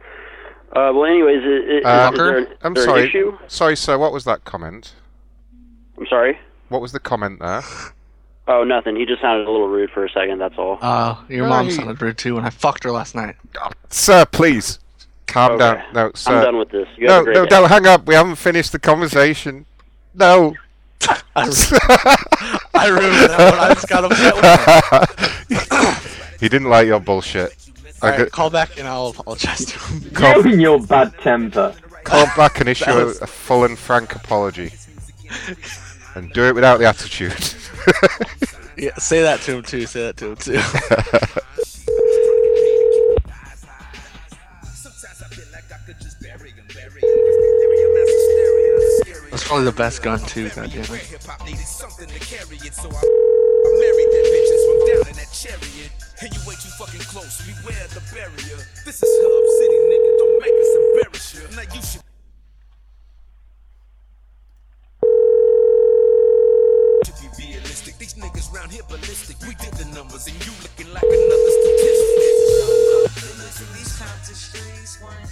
[SPEAKER 2] Uh, well, anyways, i i- is,
[SPEAKER 19] Uh,
[SPEAKER 2] is there, an,
[SPEAKER 19] I'm
[SPEAKER 2] there an
[SPEAKER 19] sorry.
[SPEAKER 2] issue?
[SPEAKER 19] Sorry, sir. What was that comment?
[SPEAKER 2] I'm sorry.
[SPEAKER 19] What was the comment there?
[SPEAKER 2] Oh, nothing. He just sounded a little rude for a second. That's all.
[SPEAKER 19] Oh,
[SPEAKER 21] Uh, your
[SPEAKER 2] No,
[SPEAKER 21] mom
[SPEAKER 2] he-
[SPEAKER 21] sounded rude too when I fucked her last night.
[SPEAKER 19] Sir, please calm down. No, sir.
[SPEAKER 2] done with this. You
[SPEAKER 19] no,
[SPEAKER 2] have a great
[SPEAKER 19] no,
[SPEAKER 2] day.
[SPEAKER 19] don't hang up. We haven't finished the conversation. No. I
[SPEAKER 21] ruined that one. I just got upset with
[SPEAKER 19] he didn't like your bullshit. I
[SPEAKER 21] Alright,
[SPEAKER 19] got-
[SPEAKER 21] call back and I'll apologize to him.
[SPEAKER 19] Call-
[SPEAKER 18] You're in your bad temper.
[SPEAKER 19] call back and issue
[SPEAKER 21] was-
[SPEAKER 19] a, a full and frank apology, and do it without the attitude.
[SPEAKER 21] Yeah, say that to him too. Say that to him too. That's probably the best gun too. God damn it.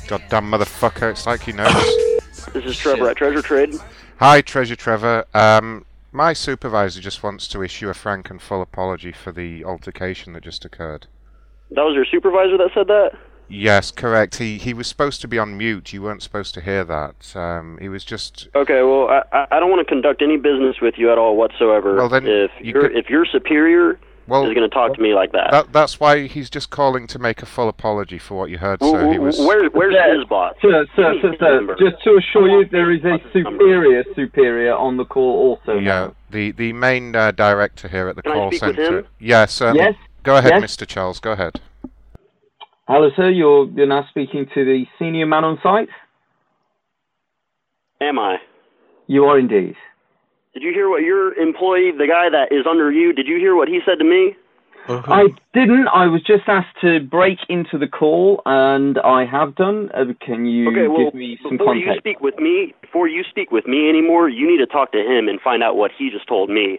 [SPEAKER 19] Goddamn motherfucker! It's like he knows.
[SPEAKER 2] This is Trevor at Treasure Trade.
[SPEAKER 19] Hi, Treasure Trevor. Um, my supervisor just wants to issue a frank and full apology for the altercation that just occurred.
[SPEAKER 2] That was your supervisor that said that.
[SPEAKER 19] Yes, correct. He he was supposed to be on mute. You weren't supposed to hear that. Um, he was just
[SPEAKER 2] Okay. Well, I I- I don't want to conduct any business with you at all whatsoever.
[SPEAKER 19] Well, then
[SPEAKER 2] if
[SPEAKER 19] you
[SPEAKER 2] your
[SPEAKER 19] could-
[SPEAKER 2] if your superior
[SPEAKER 19] Well-
[SPEAKER 2] is going to talk to me like that,
[SPEAKER 19] that. That's why he's just calling to make a full apology for what you heard. So he was.
[SPEAKER 2] where where's his boss?
[SPEAKER 18] Sir, sir, sir, sir, just to assure you, there is a superior superior on the call also.
[SPEAKER 19] Yeah, the the main uh, director here at the
[SPEAKER 18] Can I
[SPEAKER 19] call
[SPEAKER 18] speak with
[SPEAKER 19] center.
[SPEAKER 18] him?
[SPEAKER 19] Yeah, certainly.
[SPEAKER 18] Yes,
[SPEAKER 19] Go ahead,
[SPEAKER 18] yes.
[SPEAKER 19] Mr. Charles. Go ahead.
[SPEAKER 18] Hello, sir. You're you're now speaking to the senior man on site.
[SPEAKER 2] Am I?
[SPEAKER 18] You are indeed.
[SPEAKER 2] Did you hear what your employee, the guy that is under you, did you hear what he said to me?
[SPEAKER 18] I didn't. I was just asked to break into the call, and I have done. Uh, can you
[SPEAKER 2] Okay, well,
[SPEAKER 18] give me some
[SPEAKER 2] before you
[SPEAKER 18] context?
[SPEAKER 2] speak with me, before you speak with me anymore, you need to talk to him and find out what he just told me.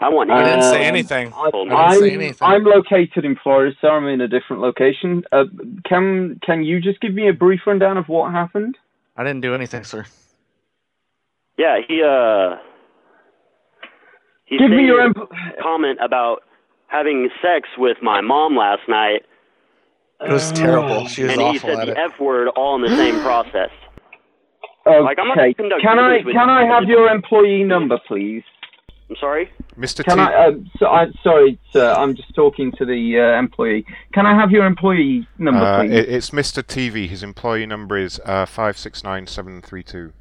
[SPEAKER 2] I want.
[SPEAKER 18] I
[SPEAKER 2] him
[SPEAKER 18] didn't
[SPEAKER 2] to
[SPEAKER 18] say
[SPEAKER 2] tell me
[SPEAKER 18] anything.
[SPEAKER 2] what he told me.
[SPEAKER 18] I'm, I'm located in Florida, so I'm in a different location. Uh, can can you just give me a brief rundown of what happened?
[SPEAKER 22] I didn't do anything, sir.
[SPEAKER 2] Yeah, he uh. He
[SPEAKER 18] Give me
[SPEAKER 2] made
[SPEAKER 18] your
[SPEAKER 2] a
[SPEAKER 18] imp-
[SPEAKER 2] comment about having sex with my mom last night.
[SPEAKER 22] It was terrible. She was
[SPEAKER 2] Oh. and he
[SPEAKER 22] awful
[SPEAKER 2] said
[SPEAKER 22] at
[SPEAKER 2] the
[SPEAKER 22] it.
[SPEAKER 2] F word all in the same process.
[SPEAKER 18] Okay.
[SPEAKER 2] Like, I'm not conducting
[SPEAKER 18] can I
[SPEAKER 2] this with
[SPEAKER 18] can I
[SPEAKER 2] you.
[SPEAKER 18] have your employee number, please?
[SPEAKER 2] I'm sorry?
[SPEAKER 19] Mr.
[SPEAKER 18] Can
[SPEAKER 19] T.
[SPEAKER 18] I? Uh, so, I sorry, sir. I'm just talking to the uh, employee. Can I have your employee number,
[SPEAKER 19] Uh,
[SPEAKER 18] please?
[SPEAKER 19] it- it's Mr. TV. His employee number is uh, five six nine seven three two.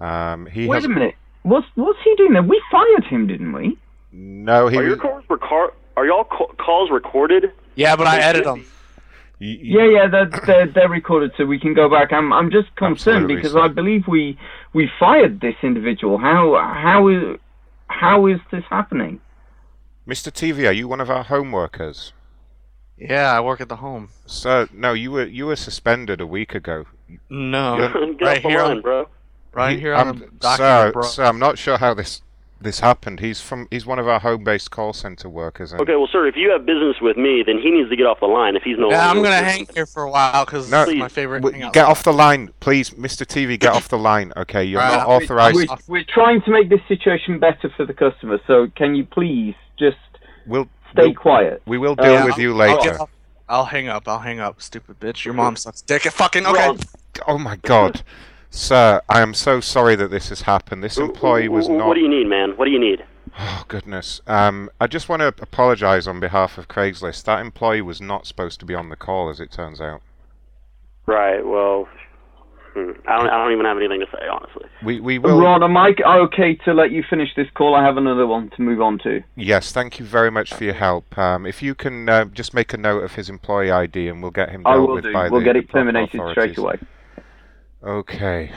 [SPEAKER 19] Um, he
[SPEAKER 18] Wait
[SPEAKER 19] has-
[SPEAKER 18] a minute. What's what's he doing there? We fired him, didn't we?
[SPEAKER 19] No, he
[SPEAKER 2] Are your
[SPEAKER 19] was.
[SPEAKER 2] calls recar- Are y'all ca- calls recorded?
[SPEAKER 22] Yeah, but I
[SPEAKER 18] edited
[SPEAKER 22] them.
[SPEAKER 18] Yeah, yeah, they're, they're, they're recorded, so we can go back. I'm I'm just concerned
[SPEAKER 19] Absolutely,
[SPEAKER 18] because
[SPEAKER 19] sir.
[SPEAKER 18] I believe we we fired this individual. How how is how is this happening?
[SPEAKER 19] Mr. TV, are you one of our home workers?
[SPEAKER 22] Yeah, I work at the home.
[SPEAKER 19] Sir, no, you were you were suspended a week ago.
[SPEAKER 22] No,
[SPEAKER 19] Get
[SPEAKER 22] right
[SPEAKER 19] off the
[SPEAKER 22] here,
[SPEAKER 19] line,
[SPEAKER 22] on,
[SPEAKER 2] bro.
[SPEAKER 22] Right
[SPEAKER 19] You-
[SPEAKER 22] here on
[SPEAKER 19] I'm,
[SPEAKER 22] the document,
[SPEAKER 19] sir,
[SPEAKER 22] bro.
[SPEAKER 19] sir, I'm not sure how this this happened. He's from he's one of our home-based call center workers. And
[SPEAKER 2] Okay, well, sir, if you have business with me, then he needs to get off the line if he's no
[SPEAKER 22] Yeah, I'm
[SPEAKER 2] longer.
[SPEAKER 22] gonna hang here for a while because
[SPEAKER 19] No,
[SPEAKER 22] it's my favorite.
[SPEAKER 19] w-
[SPEAKER 22] hangout.
[SPEAKER 19] get off the line, please, Mr. TV. Get off the line. Okay, you're
[SPEAKER 22] Right,
[SPEAKER 19] not
[SPEAKER 22] I'm-
[SPEAKER 19] authorized.
[SPEAKER 18] We're, we're trying to make this situation better for the customer, so can you please just
[SPEAKER 19] we'll
[SPEAKER 18] stay
[SPEAKER 22] we'll-
[SPEAKER 18] quiet?
[SPEAKER 19] We will
[SPEAKER 22] Uh,
[SPEAKER 19] deal
[SPEAKER 22] yeah,
[SPEAKER 19] with
[SPEAKER 22] I'll-
[SPEAKER 19] you
[SPEAKER 22] I'll
[SPEAKER 19] later.
[SPEAKER 22] get off- I'll hang up. I'll hang up. Stupid bitch. Your mom sucks dick. Fucking okay.
[SPEAKER 19] Rob. Oh my god. Sir, I am so sorry that this has happened. This employee was
[SPEAKER 2] W-
[SPEAKER 19] not.
[SPEAKER 2] What do you need, man? What do you need?
[SPEAKER 19] Oh goodness. Um, I just want to apologise on behalf of Craigslist. That employee was not supposed to be on the call, as it turns out.
[SPEAKER 2] Right. Well, hmm, I don't. I don't even have anything to say, honestly.
[SPEAKER 19] We we will.
[SPEAKER 18] Ron, uh am I okay to let you finish this call? I have another one to move on to.
[SPEAKER 19] Yes, thank you very much for your help. Um, if you can uh, just make a note of his employee ID, and we'll get him
[SPEAKER 18] I
[SPEAKER 19] dealt
[SPEAKER 18] will
[SPEAKER 19] with
[SPEAKER 18] do.
[SPEAKER 19] by
[SPEAKER 18] We'll
[SPEAKER 19] the
[SPEAKER 18] get
[SPEAKER 19] the
[SPEAKER 18] it
[SPEAKER 19] proper
[SPEAKER 18] terminated straight
[SPEAKER 19] authorities.
[SPEAKER 18] away.
[SPEAKER 19] Okay,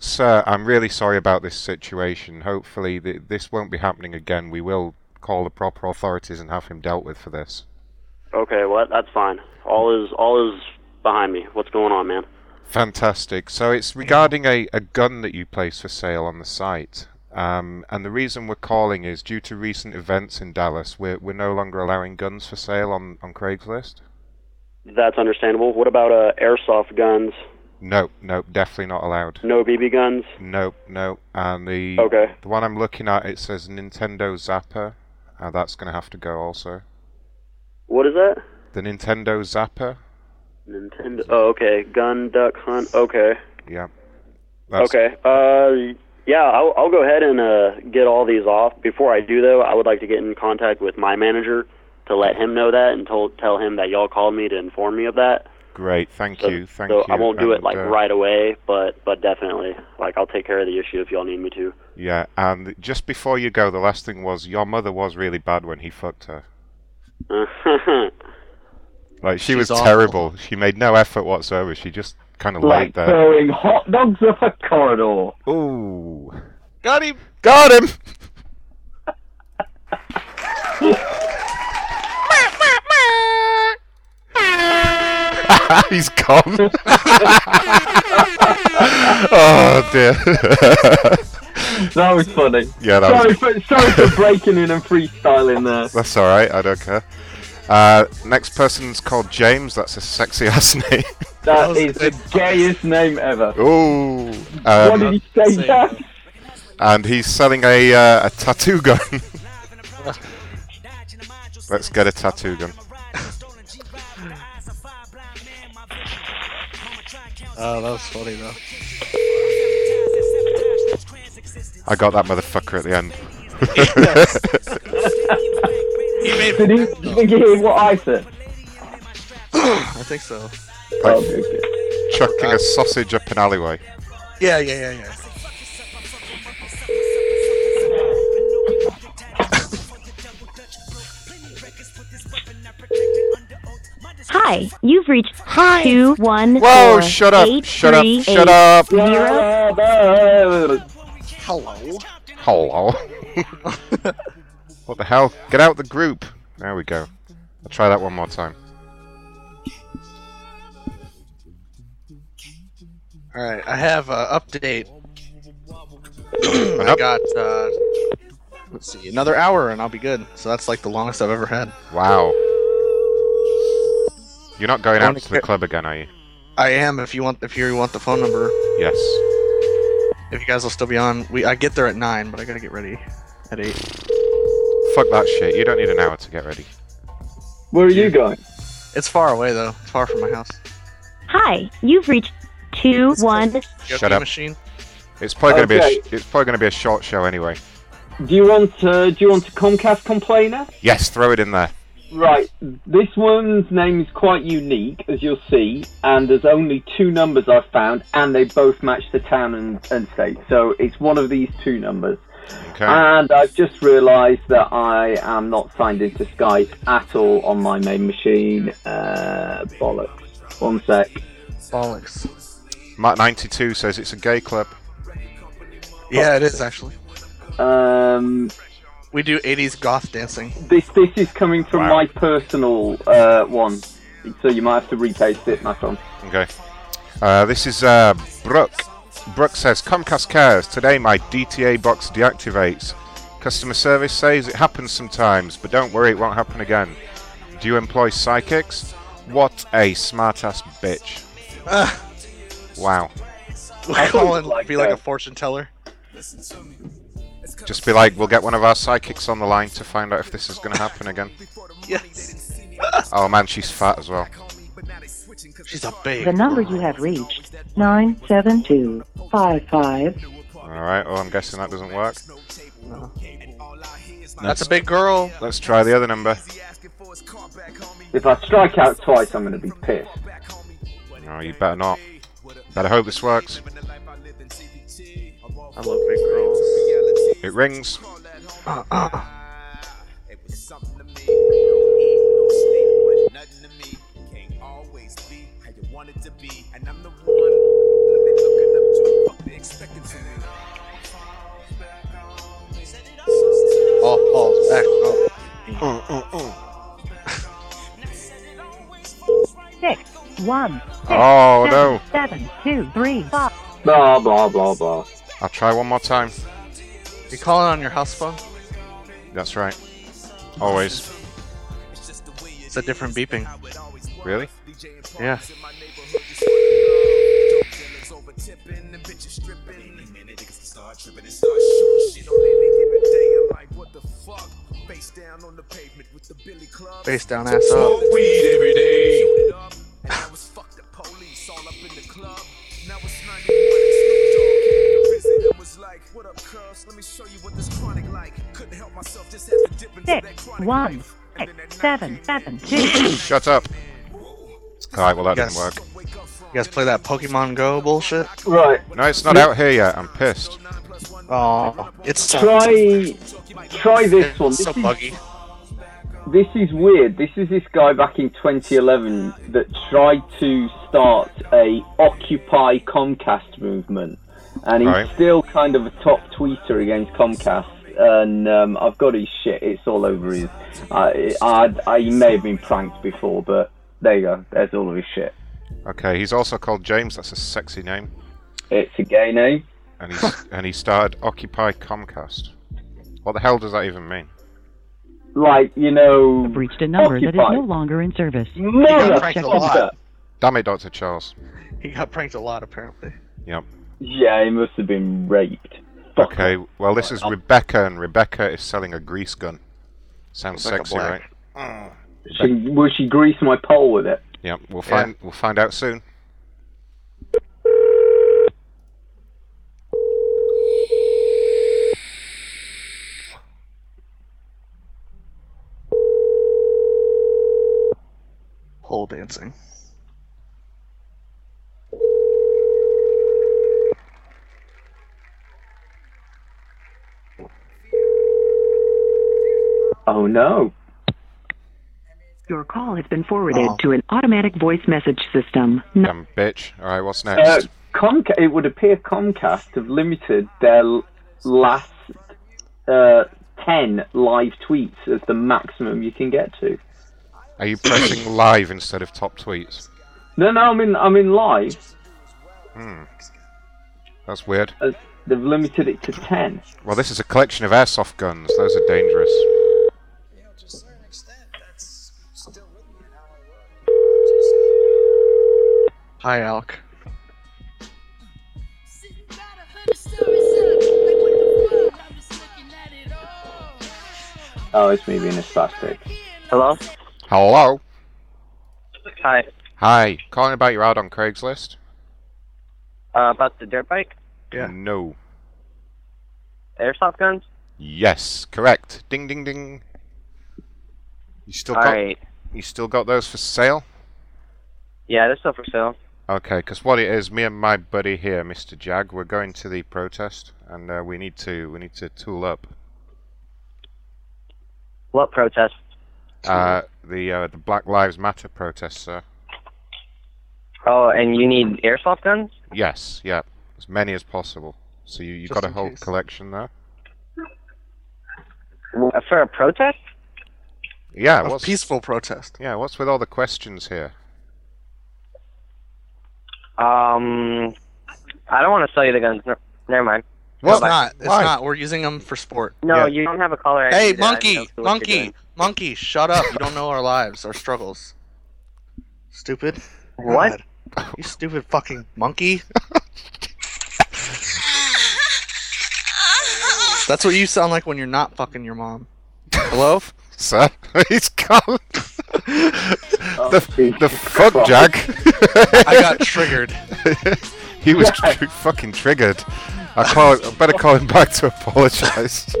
[SPEAKER 19] sir, I'm really sorry about this situation. Hopefully, th- this won't be happening again. We will call the proper authorities and have him dealt with for this.
[SPEAKER 2] Okay. Well, that- that's fine. All is all is behind me. What's going on, man?
[SPEAKER 19] Fantastic. So it's regarding a, a gun that you place for sale on the site. Um, and the reason we're calling is due to recent events in Dallas, we're, we're no longer allowing guns for sale on, on Craigslist.
[SPEAKER 2] That's understandable. What about uh, airsoft guns?
[SPEAKER 19] Nope, nope, definitely not allowed.
[SPEAKER 2] No BB guns?
[SPEAKER 19] Nope, nope. And the
[SPEAKER 2] Okay.
[SPEAKER 19] the one I'm looking at, it says Nintendo Zapper. Uh, that's going to have to go also.
[SPEAKER 2] What is that?
[SPEAKER 19] The Nintendo Zapper?
[SPEAKER 2] Nintendo. Oh, okay. Gun duck hunt. Okay.
[SPEAKER 19] Yeah. That's-
[SPEAKER 2] okay. Uh, yeah, I'll, I'll go ahead and uh, get all these off. Before I do, though, I would like to get in contact with my manager to let him know that and told, tell him that y'all called me to inform me of that.
[SPEAKER 19] Great, thank
[SPEAKER 2] So,
[SPEAKER 19] you, thank
[SPEAKER 2] so
[SPEAKER 19] you.
[SPEAKER 2] I won't do it
[SPEAKER 19] and,
[SPEAKER 2] like
[SPEAKER 19] uh,
[SPEAKER 2] right away, but but definitely, like I'll take care of the issue if y'all need me to.
[SPEAKER 19] Yeah, and just before you go, the last thing was your mother was really bad when he fucked her. Like she was
[SPEAKER 18] She's awful.
[SPEAKER 19] terrible. She made no effort whatsoever. She just kind of laid
[SPEAKER 18] Like
[SPEAKER 19] there.
[SPEAKER 18] throwing hot dogs up a corridor.
[SPEAKER 19] Ooh.
[SPEAKER 22] Got him.
[SPEAKER 19] Got him. He's gone. oh dear.
[SPEAKER 18] that was funny.
[SPEAKER 19] Yeah, that
[SPEAKER 18] sorry
[SPEAKER 19] was.
[SPEAKER 18] for sorry for breaking in and freestyling there.
[SPEAKER 19] That's all right. I don't care. Uh, next person's called James. That's a sexy ass name.
[SPEAKER 18] That is the gayest name ever.
[SPEAKER 19] Ooh.
[SPEAKER 18] what did
[SPEAKER 19] Um,
[SPEAKER 18] he say? That?
[SPEAKER 19] and he's selling a uh, a tattoo gun. Let's get a tattoo gun.
[SPEAKER 22] Oh, that was funny though.
[SPEAKER 19] I got that motherfucker at the end.
[SPEAKER 18] Did he even hear what I said?
[SPEAKER 22] I think so.
[SPEAKER 18] Oh,
[SPEAKER 19] Like, chucking a sausage up an alleyway.
[SPEAKER 22] Yeah, yeah, yeah, yeah.
[SPEAKER 1] Hi,
[SPEAKER 3] Hi, you've reached Hi. two one
[SPEAKER 19] Whoa,
[SPEAKER 3] four,
[SPEAKER 19] shut up,
[SPEAKER 3] eight,
[SPEAKER 19] shut up,
[SPEAKER 3] three,
[SPEAKER 19] shut
[SPEAKER 3] eight,
[SPEAKER 19] up.
[SPEAKER 3] zero.
[SPEAKER 25] Hello.
[SPEAKER 19] Hello. what the hell? Get out the group. There we go. I'll try that one more time.
[SPEAKER 22] All right, I have an update. I got uh, let's see, another hour and I'll be good. So that's like the longest I've ever had.
[SPEAKER 19] Wow. You're not going
[SPEAKER 22] I
[SPEAKER 19] out
[SPEAKER 22] wanna
[SPEAKER 19] to the
[SPEAKER 22] get-
[SPEAKER 19] club again, are you?
[SPEAKER 22] I am if you want if you want the phone number.
[SPEAKER 19] Yes.
[SPEAKER 22] If you guys will still be on, we I get there at nine, but I gotta get ready at eight.
[SPEAKER 19] Fuck that shit. You don't need an hour to get ready.
[SPEAKER 18] Where are you going?
[SPEAKER 22] It's far away though. It's far from my house.
[SPEAKER 3] Hi, you've reached two one.
[SPEAKER 19] Shut up.
[SPEAKER 22] Machine.
[SPEAKER 19] It's probably gonna be a sh-
[SPEAKER 18] Okay.
[SPEAKER 19] it's probably gonna be a short show anyway.
[SPEAKER 18] Do you want uh, do you want a Comcast complainer?
[SPEAKER 19] Yes, throw it in there.
[SPEAKER 18] Right. This one's name is quite unique, as you'll see, and there's only two numbers I've found, and they both match the town and, and state. So it's one of these two numbers.
[SPEAKER 19] Okay.
[SPEAKER 18] And I've just realised that I am not signed into Skype at all on my main machine. Uh, bollocks. One sec.
[SPEAKER 22] Bollocks.
[SPEAKER 19] Matt ninety two says it's a gay club.
[SPEAKER 22] Yeah, it is actually.
[SPEAKER 18] Um,
[SPEAKER 22] We do 80s goth dancing.
[SPEAKER 18] This this is coming from my personal uh, one, so you might have to repaste it, my son.
[SPEAKER 19] Okay. Uh, this is uh, Brooke. Brooke says Comcast cares. Today my DTA box deactivates. Customer service says it happens sometimes, but don't worry, it won't happen again. Do you employ psychics? What a smartass bitch. Wow.
[SPEAKER 22] We call and be like a fortune teller.
[SPEAKER 19] Just be like, we'll get one of our psychics on the line to find out if this is going to happen again.
[SPEAKER 22] Yes.
[SPEAKER 19] Oh man, she's fat as well.
[SPEAKER 22] She's a babe.
[SPEAKER 5] The number you have reached, 97255.
[SPEAKER 19] Alright, well, I'm guessing that doesn't work.
[SPEAKER 22] That's a big girl.
[SPEAKER 19] Let's try the other number.
[SPEAKER 18] If I strike out twice, I'm going to be pissed.
[SPEAKER 19] No, you better not. Better hope this works.
[SPEAKER 22] I love big girls.
[SPEAKER 19] It rings.
[SPEAKER 22] Oh, oh, back. Oh.
[SPEAKER 5] Six, one, six,
[SPEAKER 19] Oh, no.
[SPEAKER 5] seven, two, three, five.
[SPEAKER 18] Blah blah blah blah.
[SPEAKER 19] I'll try one more time.
[SPEAKER 22] You calling on your house phone?
[SPEAKER 19] That's right. Always.
[SPEAKER 22] It's a different beeping.
[SPEAKER 19] Really?
[SPEAKER 22] Yeah. Face down, ass up.
[SPEAKER 5] Six, one, six, seven, seven, two.
[SPEAKER 19] Shut up. Alright, well, that
[SPEAKER 22] Yes.
[SPEAKER 19] didn't work.
[SPEAKER 22] You guys play that Pokemon Go bullshit?
[SPEAKER 18] Right.
[SPEAKER 19] No, it's not out here yet. I'm pissed.
[SPEAKER 22] Oh, it's
[SPEAKER 18] Try try this one.
[SPEAKER 22] so
[SPEAKER 18] This is-
[SPEAKER 22] buggy.
[SPEAKER 18] This is weird. This is this guy back in 2011 that tried to start a Occupy Comcast movement, and he's
[SPEAKER 19] Right.
[SPEAKER 18] still kind of a top tweeter against Comcast. And um, I've got his shit. It's all over his. I, I, I he may have been pranked before, but there you go. There's all of his shit.
[SPEAKER 19] Okay, he's also called James. That's a sexy name.
[SPEAKER 18] It's a gay name.
[SPEAKER 19] And he's and he started Occupy Comcast. What the hell does that even mean?
[SPEAKER 18] Like you know,
[SPEAKER 5] Reached a number that is
[SPEAKER 19] Occupied.
[SPEAKER 5] no longer in service.
[SPEAKER 22] got pranked a
[SPEAKER 18] Motherfucker.
[SPEAKER 22] lot.
[SPEAKER 19] Damn it, Dr. Charles.
[SPEAKER 22] He got pranked a lot, apparently.
[SPEAKER 19] Yep.
[SPEAKER 18] Yeah, he must have been raped.
[SPEAKER 19] Okay, well, this is Rebecca, and Rebecca is selling a grease gun. Sounds
[SPEAKER 18] Rebecca
[SPEAKER 19] sexy,
[SPEAKER 18] Black.
[SPEAKER 19] right?
[SPEAKER 18] She, will she grease my pole with it?
[SPEAKER 19] Yep, we'll
[SPEAKER 18] Yeah.
[SPEAKER 19] find we'll find out soon.
[SPEAKER 22] Pole dancing.
[SPEAKER 18] Oh no.
[SPEAKER 1] Your call has been forwarded to an automatic voice message system.
[SPEAKER 19] Damn bitch. Alright, what's next?
[SPEAKER 18] Uh, Comca- it would appear Comcast have limited their l- last uh, 10 live tweets as the maximum you can get to.
[SPEAKER 19] Are you pressing live instead of top tweets?
[SPEAKER 18] No, no, I'm in, I'm in live.
[SPEAKER 19] Hmm. That's weird.
[SPEAKER 18] Uh, they've limited it to 10.
[SPEAKER 19] Well, this is a collection of airsoft guns. Those are dangerous.
[SPEAKER 22] Hi, Alk.
[SPEAKER 18] Oh, it's me being a spastic.
[SPEAKER 6] Hello?
[SPEAKER 19] Hello.
[SPEAKER 6] Hi.
[SPEAKER 19] Hi. Calling about your ad on Craigslist?
[SPEAKER 6] Uh, about the dirt bike?
[SPEAKER 19] Yeah. No.
[SPEAKER 6] Airsoft guns?
[SPEAKER 19] Yes. Correct. Ding, ding, ding. You still got?
[SPEAKER 6] Alright.
[SPEAKER 19] You still got those for sale?
[SPEAKER 6] Yeah, they're still for sale.
[SPEAKER 19] Okay, because what it is, me and my buddy here, Mr. Jag, we're going to the protest, and uh, we need to we need to tool up.
[SPEAKER 6] What protest?
[SPEAKER 19] Uh, the uh, the Black Lives Matter protest, sir.
[SPEAKER 6] Oh, and you need airsoft guns?
[SPEAKER 19] Yes, yeah, as many as possible. So you you got a whole collection there.
[SPEAKER 6] Uh, For a protest?
[SPEAKER 19] Yeah,
[SPEAKER 22] A
[SPEAKER 19] what's,
[SPEAKER 22] peaceful protest.
[SPEAKER 19] yeah. What's with all the questions here?
[SPEAKER 6] Um, I don't want to sell you the guns. No, never mind.
[SPEAKER 22] Well, it's
[SPEAKER 6] Bye-bye.
[SPEAKER 22] not. It's not. We're using them for sport.
[SPEAKER 6] No, Yeah. you don't have a caller ID
[SPEAKER 22] Hey,
[SPEAKER 6] that I
[SPEAKER 22] monkey,
[SPEAKER 6] know what you're
[SPEAKER 22] monkey,
[SPEAKER 6] doing.
[SPEAKER 22] monkey! Shut up! You don't know our lives, our struggles. Stupid.
[SPEAKER 6] What?
[SPEAKER 22] God. You stupid fucking monkey. That's what you sound like when you're not fucking your mom. Hello?
[SPEAKER 19] Sir, he's gone.
[SPEAKER 6] Oh,
[SPEAKER 19] the the fuck, Jag.
[SPEAKER 22] I got triggered.
[SPEAKER 19] he was tr- fucking triggered. I call. I better call him back to apologise.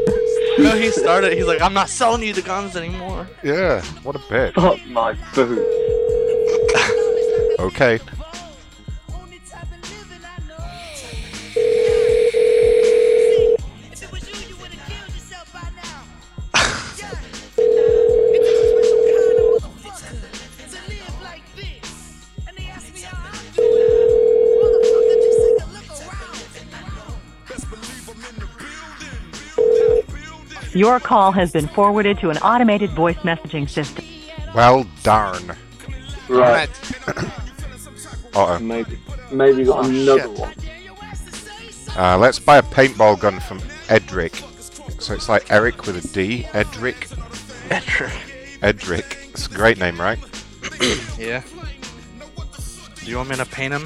[SPEAKER 22] No, he started. He's like, I'm not selling you the guns anymore.
[SPEAKER 19] yeah, what a bitch.
[SPEAKER 6] Oh.
[SPEAKER 18] Fuck my boot.
[SPEAKER 19] Okay.
[SPEAKER 1] Your call has been forwarded to an automated voice messaging system.
[SPEAKER 19] Well, darn.
[SPEAKER 18] Right.
[SPEAKER 19] Uh-oh.
[SPEAKER 18] Maybe, maybe
[SPEAKER 19] Oh,
[SPEAKER 18] got another one.
[SPEAKER 19] Uh, let's buy a paintball gun from Edric. So it's like Eric with a D. Edric. Edric. It's a great name, right?
[SPEAKER 22] Yeah. Do you want me to paint him?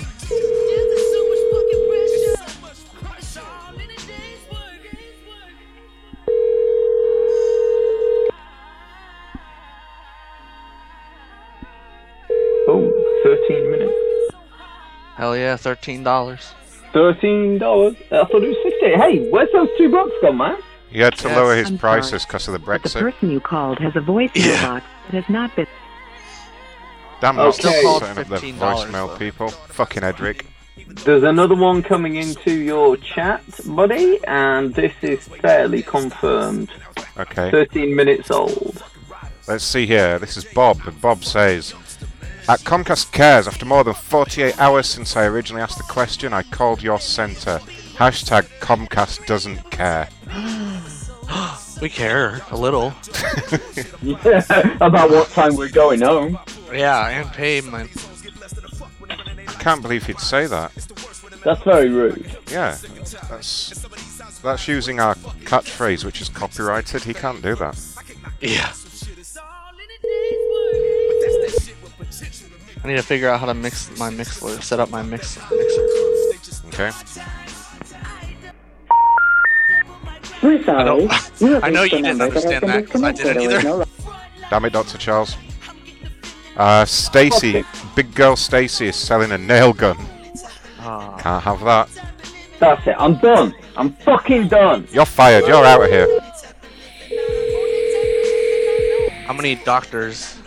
[SPEAKER 18] Oh, 13 minutes.
[SPEAKER 22] Hell yeah, thirteen dollars.
[SPEAKER 18] Thirteen dollars. I thought it was fifteen. Hey, where's those two bucks gone, man?
[SPEAKER 19] He had to
[SPEAKER 1] Yes.
[SPEAKER 19] lower his
[SPEAKER 1] I'm
[SPEAKER 19] prices because of the
[SPEAKER 1] The
[SPEAKER 19] Brexit.
[SPEAKER 1] person you called has a voicemail box that has not been.
[SPEAKER 19] Damn,
[SPEAKER 18] Okay.
[SPEAKER 19] I'm still
[SPEAKER 18] Still called
[SPEAKER 19] setting up the
[SPEAKER 18] $15
[SPEAKER 19] voicemail people. Fucking Edric.
[SPEAKER 18] There's another one coming into your chat, buddy, and this is fairly confirmed.
[SPEAKER 19] Okay.
[SPEAKER 18] Thirteen minutes old.
[SPEAKER 19] Let's see here. This is Bob, and Bob says, At Comcast Cares, after more than 48 hours since I originally asked the question, I called your centre. Hashtag Comcast doesn't care.
[SPEAKER 22] We care a little.
[SPEAKER 18] About what time we're going home?
[SPEAKER 22] Yeah, and payment.
[SPEAKER 19] I can't believe he'd say that.
[SPEAKER 18] That's very rude.
[SPEAKER 19] Yeah, that's that's using our catchphrase, which is copyrighted. He can't do that.
[SPEAKER 22] Yeah. I need to figure out how to mix my mixer, set up my mix, mixer.
[SPEAKER 19] Okay.
[SPEAKER 8] We're sorry.
[SPEAKER 22] I don't.
[SPEAKER 8] You have
[SPEAKER 22] I know
[SPEAKER 8] reached
[SPEAKER 22] you
[SPEAKER 8] the
[SPEAKER 22] didn't
[SPEAKER 8] number that has
[SPEAKER 22] understand
[SPEAKER 8] been
[SPEAKER 22] that because I didn't
[SPEAKER 8] disconnected or is
[SPEAKER 22] either.
[SPEAKER 8] no
[SPEAKER 19] Damn it, Doctor Charles. Uh, Stacy, big girl Stacy is selling a nail gun. Can't have that.
[SPEAKER 18] Ah. That's it. I'm done. I'm fucking done.
[SPEAKER 19] You're fired. You're out of here.
[SPEAKER 22] How many doctors?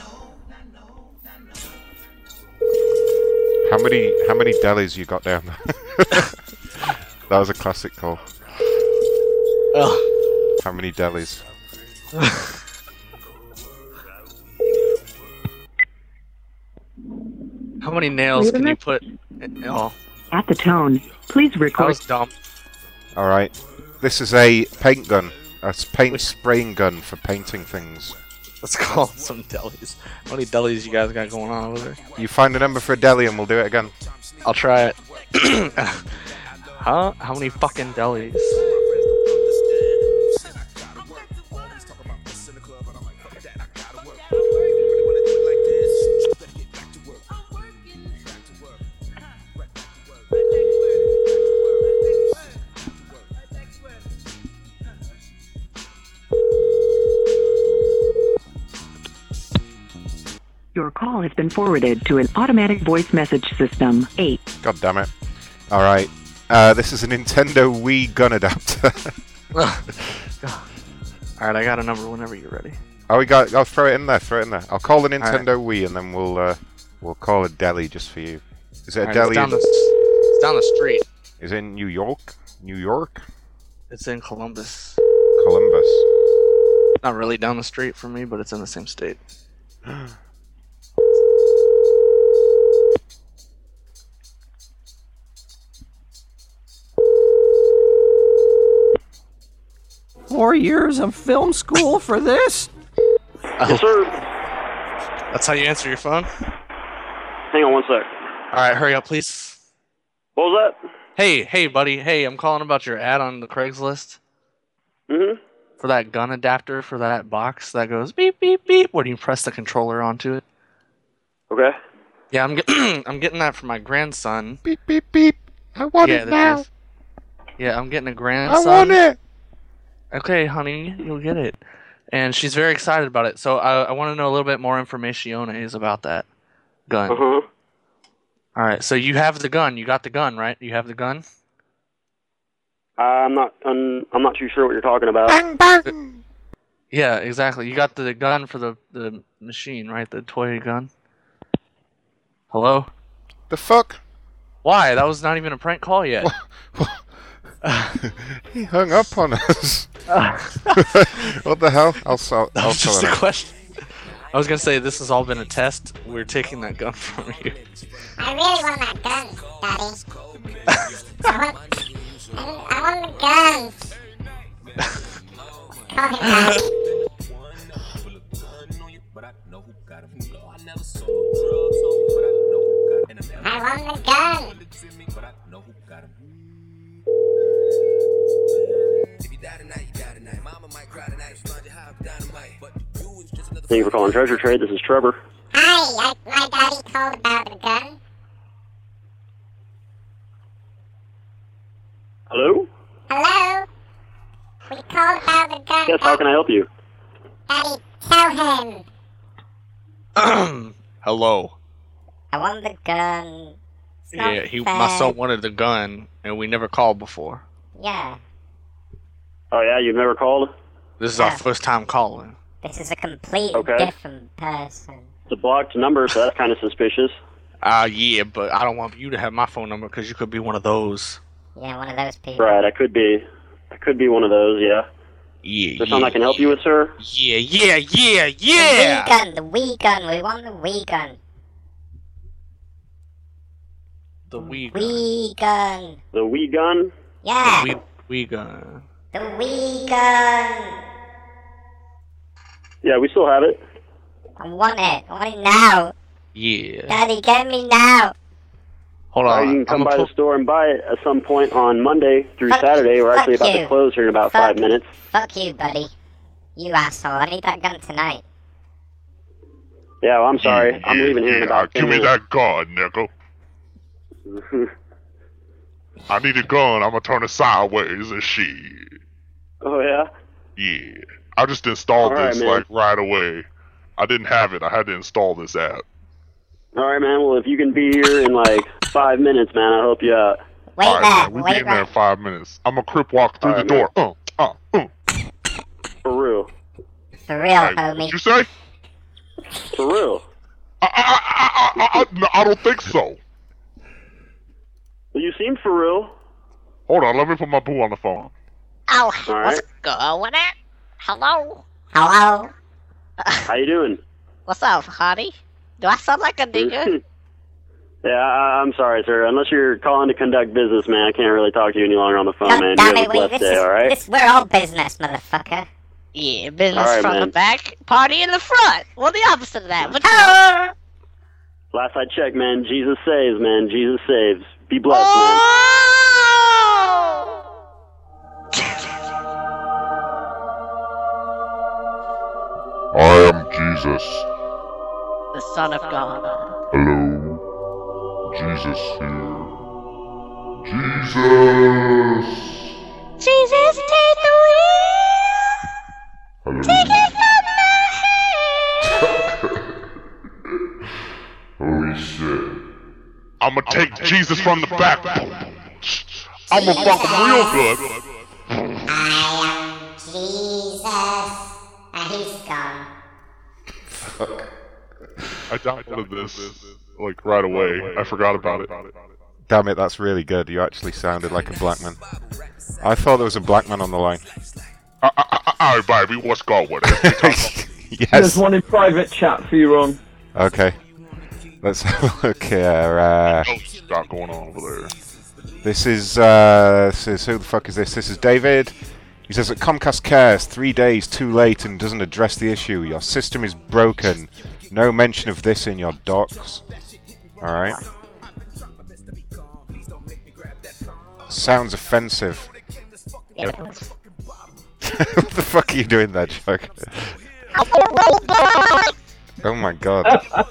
[SPEAKER 19] How many how many delis you got down there? that was a classic call. How many delis?
[SPEAKER 22] How many nails
[SPEAKER 1] Wait a
[SPEAKER 22] can you
[SPEAKER 1] minute.
[SPEAKER 22] put? Oh,
[SPEAKER 1] At the tone, please
[SPEAKER 22] that
[SPEAKER 1] record.
[SPEAKER 22] was dumb.
[SPEAKER 19] All right. This is a paint gun. A s- paint spraying gun for painting things.
[SPEAKER 22] Let's call some delis. How many delis you guys got going on over there?
[SPEAKER 19] You find a number for a deli and we'll do it again.
[SPEAKER 22] I'll try it. huh? How many fucking delis?
[SPEAKER 1] Your call has been forwarded to an automatic voice message system. 8.
[SPEAKER 19] God damn it. All right. Uh, this is a Nintendo Wii gun adapter.
[SPEAKER 22] All right, I got a number whenever you're ready.
[SPEAKER 19] oh, we got. I'll throw it in there. Throw it in there. I'll call the
[SPEAKER 22] right.
[SPEAKER 19] Nintendo Wii and then we'll uh, we'll call a deli just for you. Is it a
[SPEAKER 22] All right,
[SPEAKER 19] deli?
[SPEAKER 22] it's down
[SPEAKER 19] in-
[SPEAKER 22] the, it's down the street.
[SPEAKER 19] Is it in New York? New York?
[SPEAKER 22] It's in Columbus.
[SPEAKER 19] Columbus.
[SPEAKER 22] Not really down the street from me, but it's in the same state.
[SPEAKER 23] Four years of film school for this?
[SPEAKER 22] Yes,
[SPEAKER 2] sir.
[SPEAKER 22] That's how you answer your phone.
[SPEAKER 2] Hang on one sec.
[SPEAKER 22] All right, hurry up, please.
[SPEAKER 2] What was that?
[SPEAKER 22] Hey, hey, buddy. Hey, I'm calling about your ad on the Craigslist.
[SPEAKER 2] Mhm.
[SPEAKER 22] For that gun adapter for that box that goes beep beep beep when you press the controller onto it.
[SPEAKER 2] Okay.
[SPEAKER 22] Yeah, I'm get- I'm getting that for my grandson.
[SPEAKER 19] Beep beep beep. I want
[SPEAKER 22] yeah,
[SPEAKER 19] it
[SPEAKER 22] this
[SPEAKER 19] now.
[SPEAKER 22] is- yeah, I'm getting a
[SPEAKER 19] I
[SPEAKER 22] grandson.
[SPEAKER 19] want it.
[SPEAKER 22] Okay, honey, you'll get it. And she's very excited about it. So I, I want to know a little bit more information is about that gun.
[SPEAKER 2] Uh-huh.
[SPEAKER 22] All right, so you have the gun. You got the gun, right? You have the gun.
[SPEAKER 2] I'm not. I'm, I'm not too sure what you're talking about.
[SPEAKER 22] Yeah, exactly. You got the gun for the the machine, right? The toy gun. Hello.
[SPEAKER 19] The fuck?
[SPEAKER 22] Why? That was not even a prank call yet.
[SPEAKER 19] He hung up on us. what the hell? I'll sell.
[SPEAKER 22] That
[SPEAKER 19] I'll
[SPEAKER 22] was
[SPEAKER 19] sell
[SPEAKER 22] just
[SPEAKER 19] it.
[SPEAKER 22] a question. I was gonna say this has all been a test. We're taking that gun from you.
[SPEAKER 7] I really want that gun, Daddy. I want, I, I want the gun. Call him Daddy. I want the gun.
[SPEAKER 2] Thank you for calling Treasure Trade. This is Trevor.
[SPEAKER 7] Hi, I, my daddy called about the gun.
[SPEAKER 2] Hello.
[SPEAKER 7] Hello? We called about the gun.
[SPEAKER 2] Yes. How can I help you?
[SPEAKER 7] Daddy, tell him.
[SPEAKER 22] Hello.
[SPEAKER 7] I want the gun. It's not
[SPEAKER 22] Yeah, he my
[SPEAKER 7] fair.
[SPEAKER 22] son wanted the gun, and we never called before.
[SPEAKER 7] Yeah,
[SPEAKER 2] Oh yeah, you've never called.
[SPEAKER 22] This is our
[SPEAKER 7] Yeah.
[SPEAKER 22] first time calling.
[SPEAKER 7] this is a complete
[SPEAKER 2] Okay.
[SPEAKER 7] different person.
[SPEAKER 2] It's a blocked number, so that's kind of suspicious.
[SPEAKER 22] Ah, yeah, but I don't want you to have my phone number because you could be one of those.
[SPEAKER 7] Yeah, one of those people.
[SPEAKER 2] Right. I could be. I could be one of those. Yeah.
[SPEAKER 22] Yeah.
[SPEAKER 2] Is there something I can help you with, sir?
[SPEAKER 22] Yeah, yeah, yeah,
[SPEAKER 7] The Wii gun, the Wii gun. We want the Wii gun.
[SPEAKER 22] The Wii gun.
[SPEAKER 7] Wii gun.
[SPEAKER 2] The Wii gun.
[SPEAKER 7] Yeah,
[SPEAKER 22] Wii, Wii gun.
[SPEAKER 7] the Wii gun.
[SPEAKER 2] Yeah, we still have it.
[SPEAKER 7] I want it. I want it now.
[SPEAKER 22] Yeah.
[SPEAKER 7] Daddy, get me now.
[SPEAKER 22] Hold
[SPEAKER 2] Or you can
[SPEAKER 22] on.
[SPEAKER 2] come
[SPEAKER 22] I'm
[SPEAKER 2] by
[SPEAKER 22] a
[SPEAKER 2] the store and buy it at some point on Monday through
[SPEAKER 7] Fuck-
[SPEAKER 2] Saturday. We're actually
[SPEAKER 7] fuck
[SPEAKER 2] about
[SPEAKER 7] you.
[SPEAKER 2] to close here in about five
[SPEAKER 7] Fuck.
[SPEAKER 2] minutes.
[SPEAKER 7] Fuck you, buddy. You asshole. I need that gun tonight.
[SPEAKER 2] Yeah, well, I'm sorry. I'm leaving here in about ten
[SPEAKER 26] Give me
[SPEAKER 2] minutes.
[SPEAKER 26] that gun, nigga. I need a gun. I'm gonna turn it sideways and shit.
[SPEAKER 2] oh yeah.
[SPEAKER 26] Yeah. I just installed
[SPEAKER 2] All right,
[SPEAKER 26] this
[SPEAKER 2] man.
[SPEAKER 26] like right away. I didn't have it. I had to install this app.
[SPEAKER 2] All right, man. Well, if you can be here in like five minutes, man, I'll help you out.
[SPEAKER 7] Wait
[SPEAKER 26] All
[SPEAKER 7] there,
[SPEAKER 26] man, we
[SPEAKER 7] wait
[SPEAKER 26] be in there
[SPEAKER 7] there.
[SPEAKER 26] in five minutes. I'm gonna crip walk through the door. Uh, uh, uh.
[SPEAKER 2] For real.
[SPEAKER 7] For real, homie.
[SPEAKER 26] You say?
[SPEAKER 2] For real.
[SPEAKER 26] Uh. I, I, I, no, I don't think so.
[SPEAKER 2] Well, you seem for real.
[SPEAKER 26] Hold on. Let me put my boo on the phone.
[SPEAKER 11] Oh,
[SPEAKER 2] All
[SPEAKER 11] what's
[SPEAKER 2] right.
[SPEAKER 11] going on? Hello?
[SPEAKER 7] Hello?
[SPEAKER 2] How you doing?
[SPEAKER 11] What's up, honey? Do I sound like a nigga?
[SPEAKER 2] Yeah, I, I'm sorry, sir. Unless you're calling to conduct business, man, I can't really talk to you any longer on the phone, man. You have a
[SPEAKER 11] Dominic, we,
[SPEAKER 2] blessed
[SPEAKER 11] this
[SPEAKER 2] day,
[SPEAKER 11] is,
[SPEAKER 2] all right?
[SPEAKER 11] this, we're all business, motherfucker.
[SPEAKER 15] Yeah, business
[SPEAKER 2] All right,
[SPEAKER 15] from
[SPEAKER 2] man.
[SPEAKER 15] the back, party in the front. Well, the opposite of that. But
[SPEAKER 2] Last I checked, man, Jesus saves, man. Jesus saves. Be blessed,
[SPEAKER 26] I am Jesus.
[SPEAKER 15] the Son of God.
[SPEAKER 26] Hello. Jesus here. Jesus!
[SPEAKER 11] Jesus, take the
[SPEAKER 26] Hello. Holy shit. I'ma take Jesus from the back. I'ma fuck him real good.
[SPEAKER 11] I am Jesus. And he's gone.
[SPEAKER 26] I downloaded this like right away. I forgot about it.
[SPEAKER 19] Damn it, that's really good. You actually sounded like a black man. I thought there was a black man on the line.
[SPEAKER 26] Uh, Alright, oh, baby, what's going with it?
[SPEAKER 19] Yes.
[SPEAKER 18] one in private chat for you, Ron.
[SPEAKER 19] Okay. Let's have a look here. Uh,
[SPEAKER 26] got going on over there?
[SPEAKER 19] This is uh, this is who the fuck is this? This is David. He says that Comcast cares three days too late and doesn't address the issue. Your system is broken. No mention of this in your docs. All right. Sounds offensive.
[SPEAKER 15] Yeah.
[SPEAKER 19] what the fuck are you doing there, Chuck? Oh my god.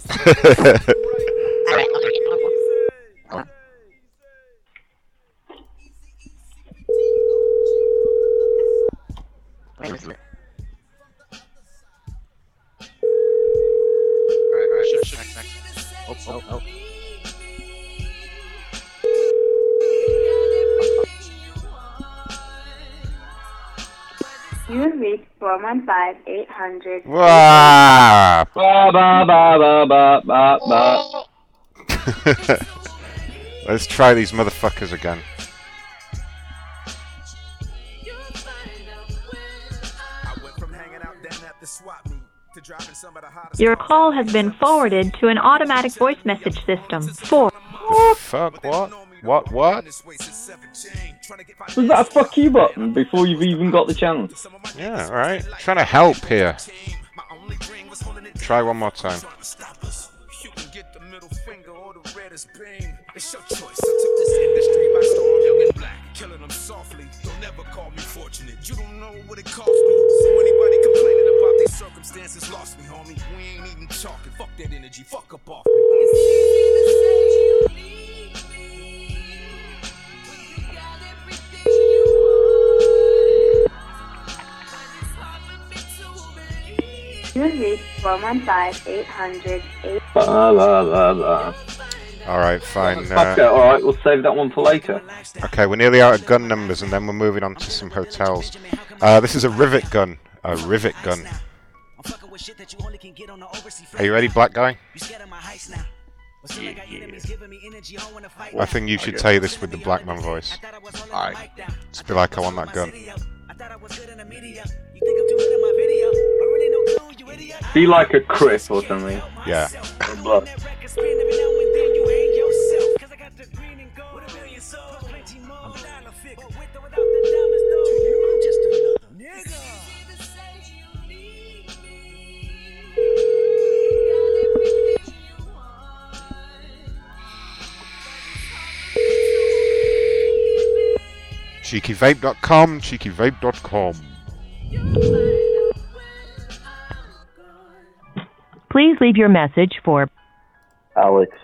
[SPEAKER 22] Oh, oh, oh.
[SPEAKER 6] You reached 415 800.
[SPEAKER 19] Wah!
[SPEAKER 18] Ba ba ba ba ba ba ba.
[SPEAKER 19] Let's try these motherfuckers again.
[SPEAKER 5] Your call has been forwarded to an automatic voice message system. 4.
[SPEAKER 19] The fuck what? What what?
[SPEAKER 18] Was that a fuck you button before you've even got the chance?
[SPEAKER 19] Yeah, alright. Trying to help here. Try one more time.
[SPEAKER 6] You reached 415 800.
[SPEAKER 18] Ba ba ba ba.
[SPEAKER 19] Alright, fine.
[SPEAKER 18] Fuck it,
[SPEAKER 19] Uh,
[SPEAKER 18] alright, we'll save that one for later.
[SPEAKER 19] okay, we're nearly out of gun numbers and then we're moving on to some hotels. Uh, this is a rivet gun. A rivet gun. Are you ready, black guy? I think you should say this with the black man voice. Alright. Just be like, I want that gun.
[SPEAKER 18] Be like a crip or something.
[SPEAKER 19] Yeah.
[SPEAKER 18] Or blood.
[SPEAKER 19] Cheekyvape.com, cheekyvape.com.
[SPEAKER 4] Please leave your message for
[SPEAKER 19] Alex.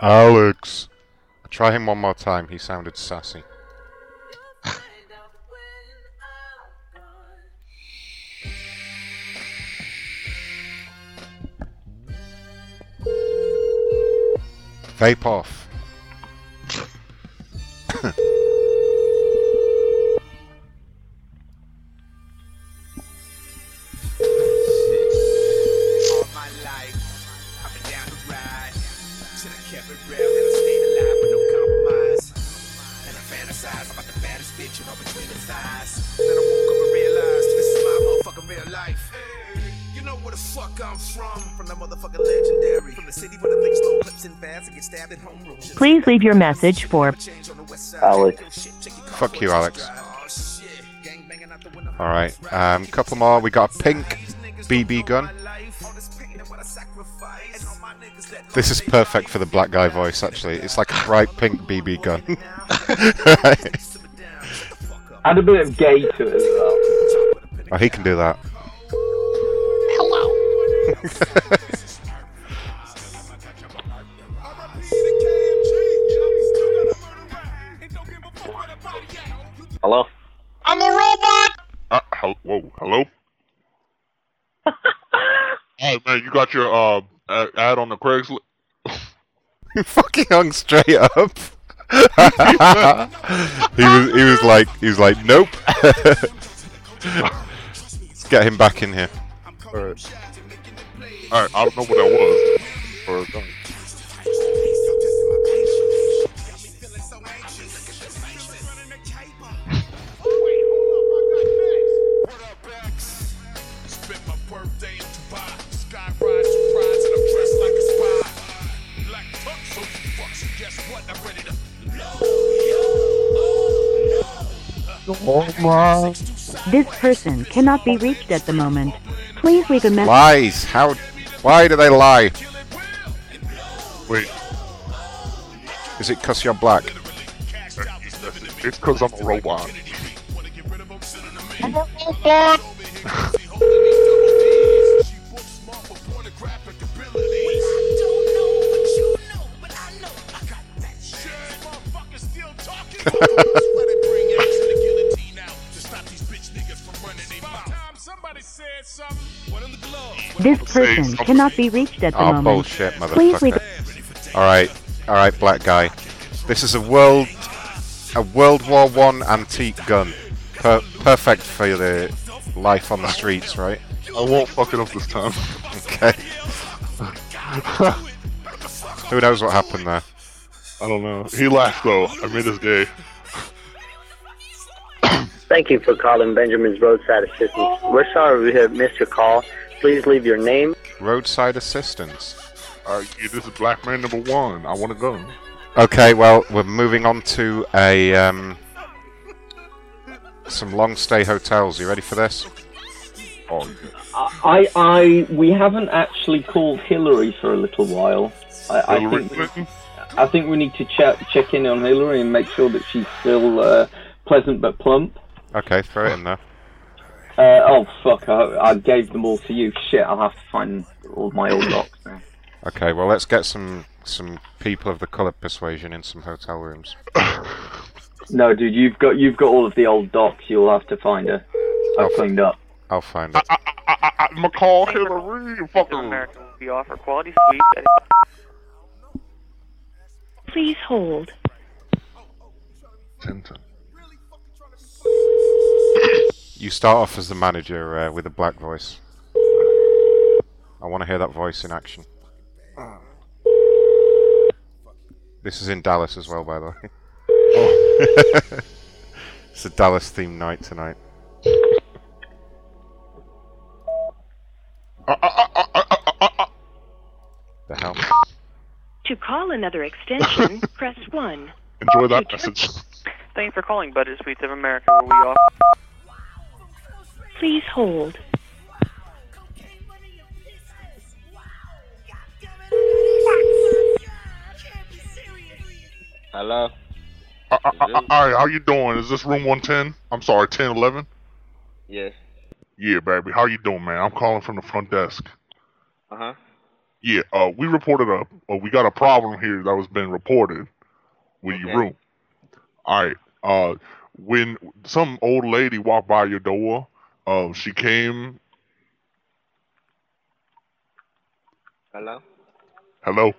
[SPEAKER 19] Alex. Try him one more time. He sounded sassy. Vape off.
[SPEAKER 27] You know where the fuck I'm from. From the motherfucking legendary. From the city where the niggas don't play.
[SPEAKER 1] Please leave your message for
[SPEAKER 19] Alex. Fuck you, Alex. All right, um, couple more. We got a pink BB gun. This is perfect for the black guy voice. Actually, it's like a bright pink BB gun.
[SPEAKER 18] Add a bit of gay to it as well.
[SPEAKER 19] Oh, he can do that. Hello.
[SPEAKER 28] Hello?
[SPEAKER 26] I'm a robot. Uh, hel- whoa, hello. hey man, you got your uh a- ad on the Craigslist?
[SPEAKER 19] He fucking hung straight up. he was he was like he was like nope. Let's get him back in here.
[SPEAKER 26] All right. All right, I don't know what that was. Or, uh,
[SPEAKER 5] This person cannot be reached at the moment. Please leave a message.
[SPEAKER 19] Lies. How? Why do they lie?
[SPEAKER 26] Wait.
[SPEAKER 19] Is it because you're black?
[SPEAKER 26] It's because I'm a robot.
[SPEAKER 5] This person cannot be reached at the
[SPEAKER 19] Oh,
[SPEAKER 5] moment.
[SPEAKER 19] bullshit,
[SPEAKER 5] Please leave.
[SPEAKER 19] motherfucker. All right, all right, black guy. This is a world, a World War One antique gun, per- perfect for the life on the streets, right?
[SPEAKER 26] I won't fuck it up this time.
[SPEAKER 19] Okay. Who knows what happened there?
[SPEAKER 26] I don't know. He laughed though. I made his day.
[SPEAKER 28] Thank you for calling Benjamin's Roadside Assistance. We're sorry we have missed your call. Please leave your name.
[SPEAKER 19] Roadside assistance.
[SPEAKER 26] Uh, yeah, this is black man number one. I want to go.
[SPEAKER 19] Okay, well, we're moving on to a um, some long stay hotels. You ready for this?
[SPEAKER 26] Oh,
[SPEAKER 18] I, I, we haven't actually called Hillary for a little while. I, I think, we- I think we need to check check in on Hillary and make sure that she's still uh, pleasant but plump.
[SPEAKER 19] Okay, throw it in there.
[SPEAKER 18] Uh, oh fuck! I, I gave them all to you. Shit! I'll have to find all my old locks now.
[SPEAKER 19] Okay, well, let's get some some people of the colour persuasion in some hotel rooms.
[SPEAKER 18] No, dude, you've got you've got all of the old docs. You'll have to find her. I've cleaned up.
[SPEAKER 19] I'll find it.
[SPEAKER 26] I, I'm gonna call Hillary. you Fucker.
[SPEAKER 29] We offer quality suites at
[SPEAKER 5] Please hold.
[SPEAKER 19] You start off as the manager uh, with a black voice. I want to hear that voice in action. This is in Dallas as well, by the way. it's a Dallas themed night tonight. The hell?
[SPEAKER 5] To call another extension, press 1.
[SPEAKER 26] Enjoy that message.
[SPEAKER 29] Thank you for calling Budget Suites of America, where we offer.
[SPEAKER 5] Please hold.
[SPEAKER 26] Hello. Uh, uh, uh, all right, how you doing? Is this room 110? I'm sorry, 1011.
[SPEAKER 14] Yes.
[SPEAKER 26] Yeah, baby. How you doing, man? I'm calling from the front desk.
[SPEAKER 14] Uh
[SPEAKER 26] Uh-huh.
[SPEAKER 14] huh.
[SPEAKER 26] Yeah, uh, we reported a uh, we got a problem here that was been reported with your room. All right. Uh, when some old lady walked by your door, uh, she came.
[SPEAKER 14] Hello.
[SPEAKER 26] Hello.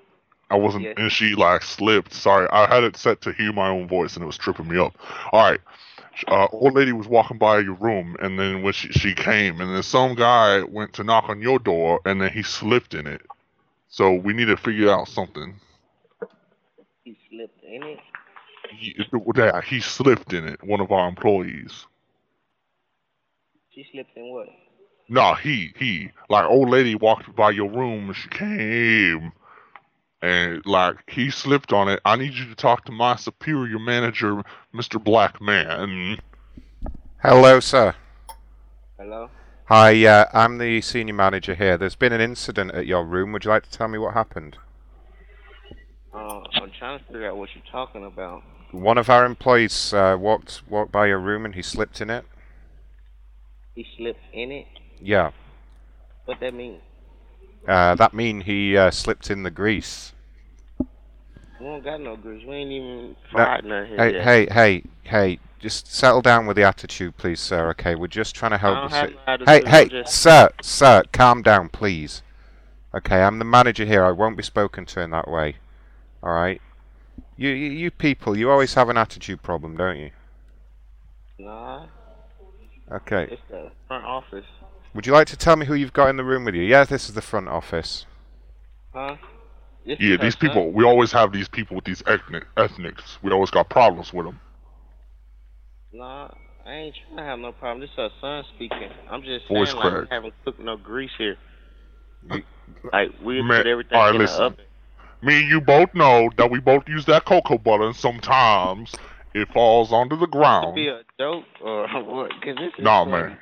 [SPEAKER 26] I wasn't,
[SPEAKER 14] Yes.
[SPEAKER 26] and she like slipped. Sorry, I had it set to hear my own voice, and it was tripping me up. All right, uh, old lady was walking by your room, and then when she, she came, and then some guy went to knock on your door, and then he slipped in it. So we need to figure out something.
[SPEAKER 14] He slipped in it.
[SPEAKER 26] He, yeah, he slipped in it. One of our employees.
[SPEAKER 14] She slipped in what?
[SPEAKER 26] No, he he like old lady walked by your room and she came and like he slipped on it. I need you to talk to my superior manager, Mr. Black Man.
[SPEAKER 19] Hello, sir.
[SPEAKER 4] Hello?
[SPEAKER 19] Hi, uh, I'm the senior manager here. There's been an incident at your room. Would you like to tell me what happened?
[SPEAKER 4] Uh, I'm trying to figure out what you're talking about.
[SPEAKER 19] One of our employees uh, walked walked by your room and he slipped in it.
[SPEAKER 4] He slipped in it?
[SPEAKER 19] Yeah.
[SPEAKER 4] What that mean?
[SPEAKER 19] Uh, that mean he uh, slipped in the grease.
[SPEAKER 4] We don't got no grease. We ain't even fried
[SPEAKER 19] No-
[SPEAKER 4] nothing
[SPEAKER 19] hey,
[SPEAKER 4] yet.
[SPEAKER 19] hey, hey, hey! Just settle down with the attitude, please, sir. Okay, we're just trying to help
[SPEAKER 4] don't
[SPEAKER 19] the
[SPEAKER 4] have
[SPEAKER 19] si-
[SPEAKER 4] no attitude,
[SPEAKER 19] hey, hey,
[SPEAKER 4] I'm just-
[SPEAKER 19] sir, sir, calm down, please. Okay, I'm the manager here. I won't be spoken to in that way. All right. You, you, you people, you always have an attitude problem, don't you?
[SPEAKER 4] Nah,
[SPEAKER 19] Okay.
[SPEAKER 4] it's the front office.
[SPEAKER 19] Would you like to tell me who you've got in the room with you? Yeah, this is the front office.
[SPEAKER 4] Huh? This
[SPEAKER 26] Yeah,
[SPEAKER 4] is her
[SPEAKER 26] these
[SPEAKER 4] son.
[SPEAKER 26] people. We always have these people with these ethnic ethnics. We always got problems with them.
[SPEAKER 4] Nah, I ain't trying to have no problem. This her son speaking. I'm just
[SPEAKER 26] Voice
[SPEAKER 4] saying, like,
[SPEAKER 26] crack.
[SPEAKER 4] we haven't cooked no grease here. Like, we
[SPEAKER 26] Man,
[SPEAKER 4] put everything
[SPEAKER 26] alright,
[SPEAKER 4] in
[SPEAKER 26] listen.
[SPEAKER 4] the oven.
[SPEAKER 26] Me and you both know that we both use that cocoa butter, and sometimes it falls onto the
[SPEAKER 4] To be
[SPEAKER 26] ground.
[SPEAKER 4] a joke or what? Cause this is
[SPEAKER 26] Nah,
[SPEAKER 4] crazy.
[SPEAKER 26] man.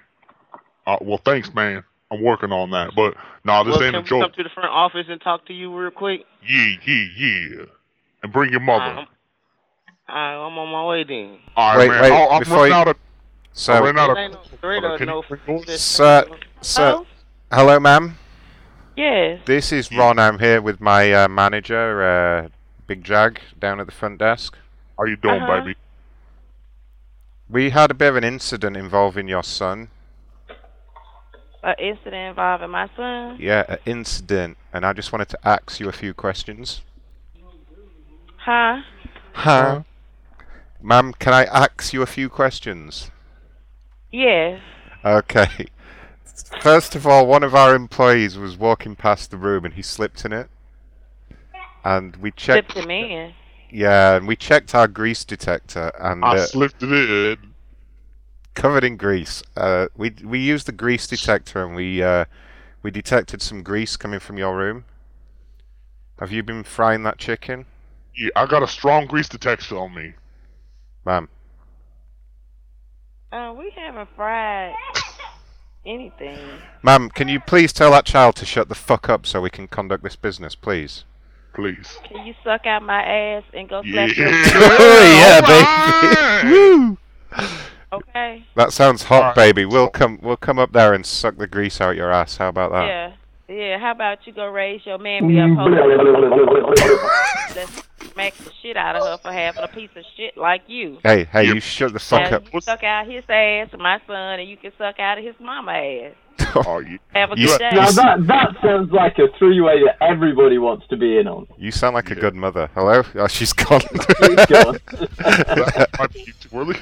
[SPEAKER 26] Uh, well, thanks, man. I'm working on that, but nah, this
[SPEAKER 4] well,
[SPEAKER 26] ain't
[SPEAKER 4] can
[SPEAKER 26] a
[SPEAKER 4] we come
[SPEAKER 26] joke.
[SPEAKER 4] to the front office and talk to you real quick?
[SPEAKER 26] Yeah, yeah, yeah. And bring your mother.
[SPEAKER 4] I'm, I, I'm on my way then.
[SPEAKER 26] All
[SPEAKER 19] Wait,
[SPEAKER 26] right, man.
[SPEAKER 19] wait,
[SPEAKER 26] I'll, I'm
[SPEAKER 19] before
[SPEAKER 26] running
[SPEAKER 19] you-
[SPEAKER 26] out of.
[SPEAKER 19] So-
[SPEAKER 26] I ran out of.
[SPEAKER 4] Ain't no threat or
[SPEAKER 26] Can you
[SPEAKER 4] no
[SPEAKER 19] Sir, sir, hello, ma'am.
[SPEAKER 6] Yes.
[SPEAKER 19] This is Ron. I'm here with my uh, manager, uh, Big Jag, down at the front desk.
[SPEAKER 26] How you doing,
[SPEAKER 6] Uh-huh.
[SPEAKER 26] baby?
[SPEAKER 19] We had a bit of an incident involving your son.
[SPEAKER 6] An incident involving my son.
[SPEAKER 19] Yeah, an incident, and I just wanted to ask you a few questions.
[SPEAKER 6] Huh?
[SPEAKER 19] Huh? Ma'am, can I ask you a few questions?
[SPEAKER 6] Yes.
[SPEAKER 19] Okay. First of all, one of our employees was walking past the room and he slipped in it. And we checked.
[SPEAKER 6] Slipped him in.
[SPEAKER 19] Yeah, and we checked our grease detector, and
[SPEAKER 26] I
[SPEAKER 19] uh,
[SPEAKER 26] slipped it in.
[SPEAKER 19] covered in grease. Uh, we we used the grease detector, and we uh, we detected some grease coming from your room. Have you been frying that chicken,
[SPEAKER 26] Yeah, I got a strong grease detection on me.
[SPEAKER 19] ma'am?
[SPEAKER 6] Uh, we haven't fried anything.
[SPEAKER 19] Ma'am, can you please tell that child to shut the fuck up so we can conduct this business, please?
[SPEAKER 26] Please.
[SPEAKER 6] Can you suck out my ass and go
[SPEAKER 19] Yeah,
[SPEAKER 6] slap
[SPEAKER 19] Oh,
[SPEAKER 6] your Oh
[SPEAKER 19] baby. Woo!
[SPEAKER 6] Okay.
[SPEAKER 19] That sounds hot, baby. We'll come. We'll come up there and suck the grease out your ass. How about that?
[SPEAKER 6] Yeah. Yeah. How about you go raise your man be up ho- Let's smack the shit out of her for having a piece of shit like you.
[SPEAKER 19] Hey, hey, you shut the fuck
[SPEAKER 6] Now,
[SPEAKER 19] up.
[SPEAKER 6] You suck out his ass, my son, and you can suck out his mama ass.
[SPEAKER 26] Oh, you,
[SPEAKER 6] Have a
[SPEAKER 19] You-
[SPEAKER 6] good day.
[SPEAKER 19] you
[SPEAKER 18] Now that that sounds like a three-way that everybody wants to be in on.
[SPEAKER 19] You sound like a good mother. Hello? Oh, she's gone.
[SPEAKER 18] gone.
[SPEAKER 26] might be too early.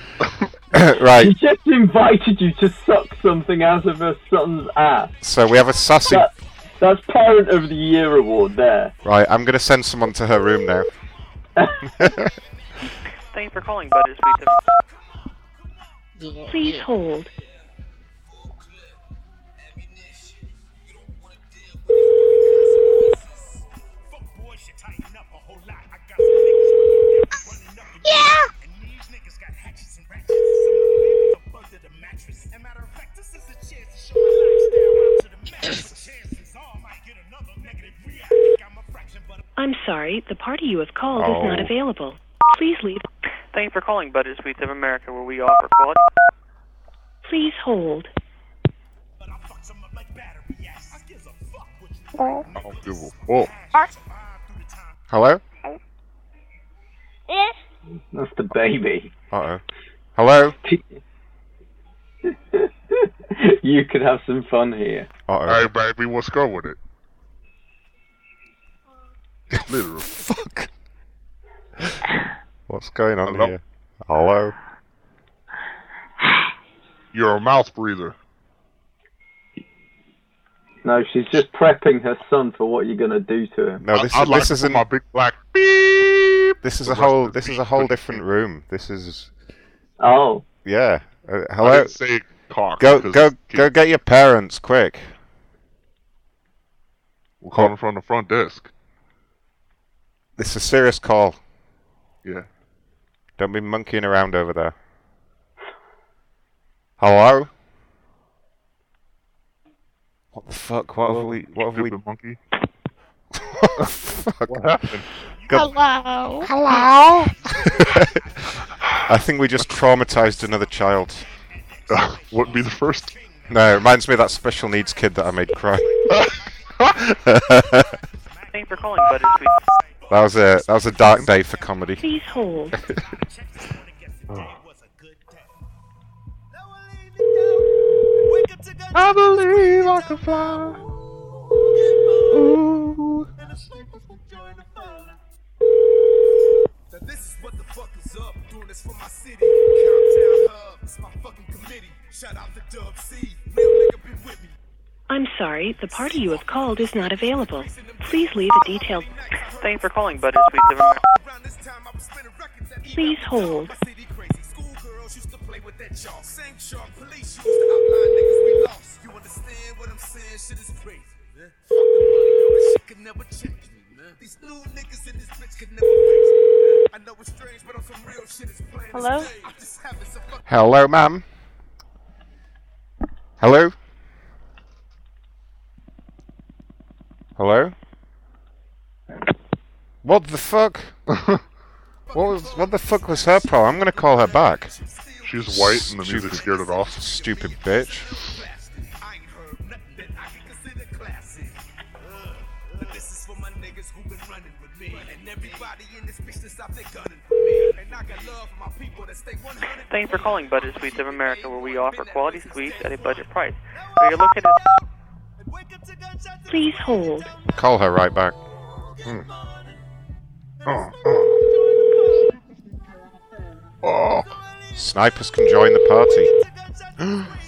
[SPEAKER 19] right.
[SPEAKER 18] She just invited you to suck something out of her son's ass.
[SPEAKER 19] So we have a sassy.
[SPEAKER 18] That, that's Parent of the Year award there.
[SPEAKER 19] Right. I'm gonna send someone to her room now.
[SPEAKER 29] Thank you for calling, but it's we to
[SPEAKER 6] Please hold.
[SPEAKER 13] I'm sorry, the party you have called
[SPEAKER 29] Oh.
[SPEAKER 13] is not available. Please leave.
[SPEAKER 29] Thank you for calling, but it's we of America, where we offer quality.
[SPEAKER 13] Please hold.
[SPEAKER 26] I don't give a fuck.
[SPEAKER 19] Hello?
[SPEAKER 13] Yes.
[SPEAKER 18] That's the baby.
[SPEAKER 19] Uh oh. Hello?
[SPEAKER 18] You could have some fun here.
[SPEAKER 26] Hey, baby, what's going with it? Literally.
[SPEAKER 19] Fuck. What's going on here? Hello?
[SPEAKER 26] You're a mouth breather.
[SPEAKER 18] No, she's just prepping her son for what you're going to do to him.
[SPEAKER 19] No, this
[SPEAKER 18] I,
[SPEAKER 19] is this isn't my
[SPEAKER 26] big black.
[SPEAKER 19] This is a whole. This is a whole different room. This is.
[SPEAKER 18] Oh.
[SPEAKER 19] Yeah. Uh, hello.
[SPEAKER 26] didn't say cock
[SPEAKER 19] Go
[SPEAKER 26] because
[SPEAKER 19] go go get your parents quick. Oh.
[SPEAKER 26] We're calling from the front desk.
[SPEAKER 19] This is a serious call.
[SPEAKER 26] Yeah.
[SPEAKER 19] Don't be monkeying around over there. Hello? What the fuck? What have we. What have we.
[SPEAKER 26] monkey?
[SPEAKER 19] fuck? What
[SPEAKER 26] happened?
[SPEAKER 16] Hello.
[SPEAKER 11] Hello.
[SPEAKER 19] I think we just traumatized another child.
[SPEAKER 26] Wouldn't be the first.
[SPEAKER 19] No, it reminds me of that special needs kid that I made cry.
[SPEAKER 29] Thank you for calling Buddy Sweet.
[SPEAKER 19] That was a that was a dark day for comedy.
[SPEAKER 13] Please hold.
[SPEAKER 23] I believe I can fly. Ooh.
[SPEAKER 13] I'm sorry, the party you have called is not available. Please leave a detailed.
[SPEAKER 29] Thank you for calling Buddy Sweet. of America.
[SPEAKER 13] Please hold.
[SPEAKER 16] Hello?
[SPEAKER 19] Hello, ma'am. Hello. Hello. What the fuck? what was what the fuck was her problem? I'm gonna call her back.
[SPEAKER 26] She's white and the music scared it off.
[SPEAKER 19] Stupid bitch.
[SPEAKER 29] Thank you for calling Budget Suites of America, where we offer quality suites at a budget price. Are you looking at
[SPEAKER 13] Please hold.
[SPEAKER 19] Call her right back. Hmm.
[SPEAKER 26] Oh, oh.
[SPEAKER 19] Oh. Snipers can join the party.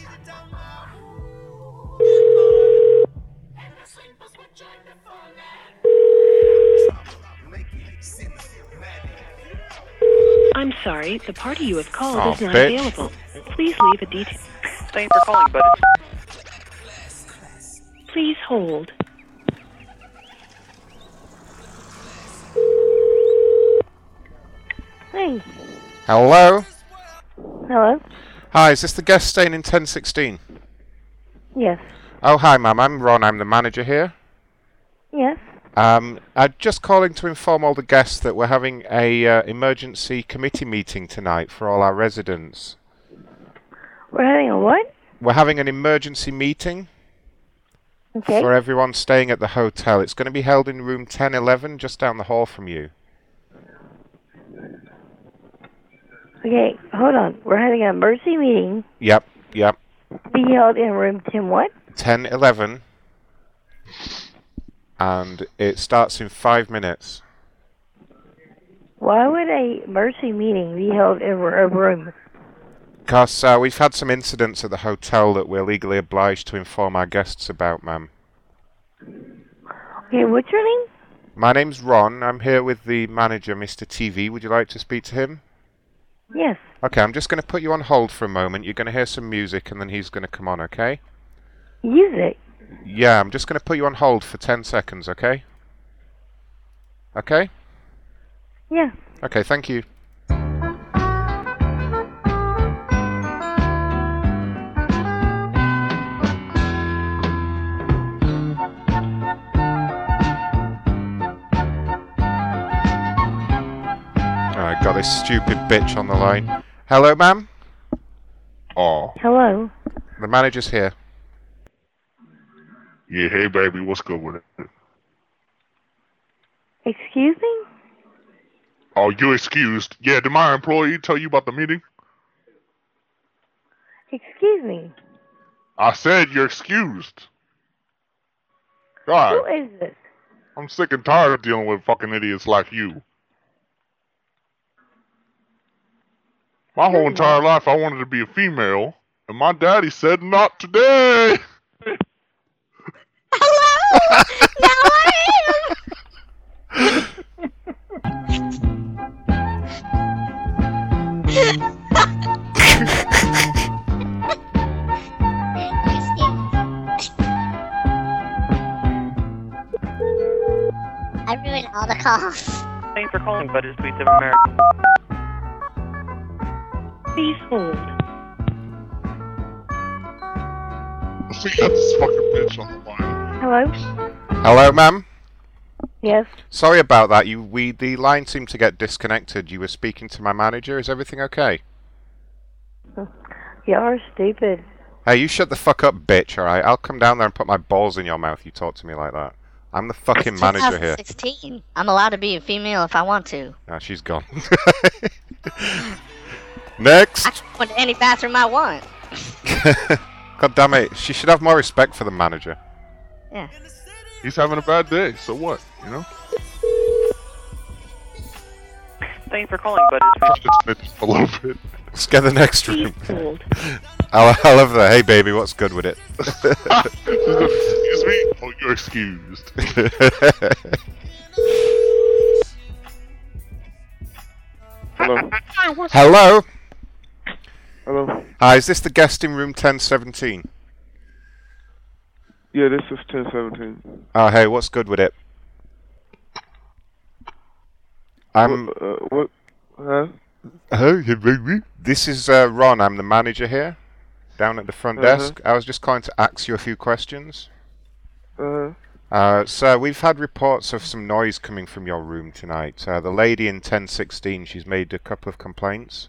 [SPEAKER 13] I'm sorry, the party you have called
[SPEAKER 19] Oh,
[SPEAKER 13] is not
[SPEAKER 19] bitch.
[SPEAKER 13] available. Please leave a detail.
[SPEAKER 29] Thank you for calling Buddy
[SPEAKER 13] Please hold.
[SPEAKER 4] Hey.
[SPEAKER 19] Hello.
[SPEAKER 4] Hello?
[SPEAKER 19] Hi, is this the guest staying in 1016?
[SPEAKER 4] Yes.
[SPEAKER 19] Oh, hi, ma'am. I'm Ron. I'm the manager here.
[SPEAKER 4] Yes.
[SPEAKER 19] Um, I'm just calling to inform all the guests that we're having a uh, emergency committee meeting tonight for all our residents.
[SPEAKER 4] We're having a what?
[SPEAKER 19] We're having an emergency meeting
[SPEAKER 4] Okay.
[SPEAKER 19] for everyone staying at the hotel. It's going to be held in room 1011, just down the hall from you.
[SPEAKER 4] Okay, hold on. We're having an emergency meeting
[SPEAKER 19] Yep, yep.
[SPEAKER 4] be held in room 10 what?
[SPEAKER 19] 1011. And it starts in five minutes.
[SPEAKER 4] Why would a emergency meeting be held in a room?
[SPEAKER 19] Because uh, we've had some incidents at the hotel that we're legally obliged to inform our guests about, ma'am.
[SPEAKER 4] Okay, what's your name?
[SPEAKER 19] My name's Ron. I'm here with the manager, Mr. TV. Would you like to speak to him?
[SPEAKER 4] Yes.
[SPEAKER 19] Okay, I'm just going to put you on hold for a moment. You're going to hear some music and then he's going to come on, okay?
[SPEAKER 4] Music.
[SPEAKER 19] Yeah, I'm just going to put you on hold for 10 seconds, okay? Okay?
[SPEAKER 4] Yeah.
[SPEAKER 19] Okay, thank you. I got this stupid bitch on the line. Hello, ma'am?
[SPEAKER 26] Oh.
[SPEAKER 4] Hello.
[SPEAKER 19] The manager's here.
[SPEAKER 26] Yeah, hey, baby, what's good with it?
[SPEAKER 4] Excuse me?
[SPEAKER 26] Oh, you excused. Yeah, did my employee tell you about the meeting?
[SPEAKER 4] Excuse me.
[SPEAKER 26] I said you're excused. God.
[SPEAKER 4] Who is this?
[SPEAKER 26] I'm sick and tired of dealing with fucking idiots like you. My whole entire life, I wanted to be a female, and my daddy said, "Not today."
[SPEAKER 7] I ruined all the calls.
[SPEAKER 29] Thanks for calling Budget Suites of America.
[SPEAKER 13] Please hold.
[SPEAKER 26] We got this fucking bitch on the line.
[SPEAKER 4] Hello?
[SPEAKER 19] Hello, ma'am.
[SPEAKER 4] Yes.
[SPEAKER 19] Sorry about that. You, we, the line seemed to get disconnected. You were speaking to my manager. Is everything okay?
[SPEAKER 4] You are stupid.
[SPEAKER 19] Hey, you shut the fuck up, bitch. All right, I'll come down there and put my balls in your mouth. You talk to me like that. I'm the fucking manager here.
[SPEAKER 11] 2016. I'm allowed to be a female if I want to.
[SPEAKER 19] Ah, she's gone. Next.
[SPEAKER 11] I can go into any bathroom I want.
[SPEAKER 19] God damn it. She should have more respect for the manager.
[SPEAKER 11] Yeah.
[SPEAKER 26] He's having a bad day. So what? You know.
[SPEAKER 29] Thanks for calling Budget Suites.
[SPEAKER 26] It's a little bit.
[SPEAKER 19] Let's get the next room. I, I love that. Hey, baby, what's good with it?
[SPEAKER 26] Excuse me. Oh, you're excused.
[SPEAKER 19] Hello. Hello.
[SPEAKER 25] Hello.
[SPEAKER 19] Hi, is this the guest in room 1017?
[SPEAKER 25] Yeah, this is 1017.
[SPEAKER 19] Oh, hey, what's good with it? I'm.
[SPEAKER 25] What, uh, what? Huh?
[SPEAKER 19] Hey, baby. This is uh, Ron. I'm the manager here, down at the front
[SPEAKER 25] Uh-huh.
[SPEAKER 19] desk. I was just calling to ask you a few questions.
[SPEAKER 25] Uh,
[SPEAKER 19] Uh, sir, we've had reports of some noise coming from your room tonight. Uh, the lady in 1016, she's made a couple of complaints.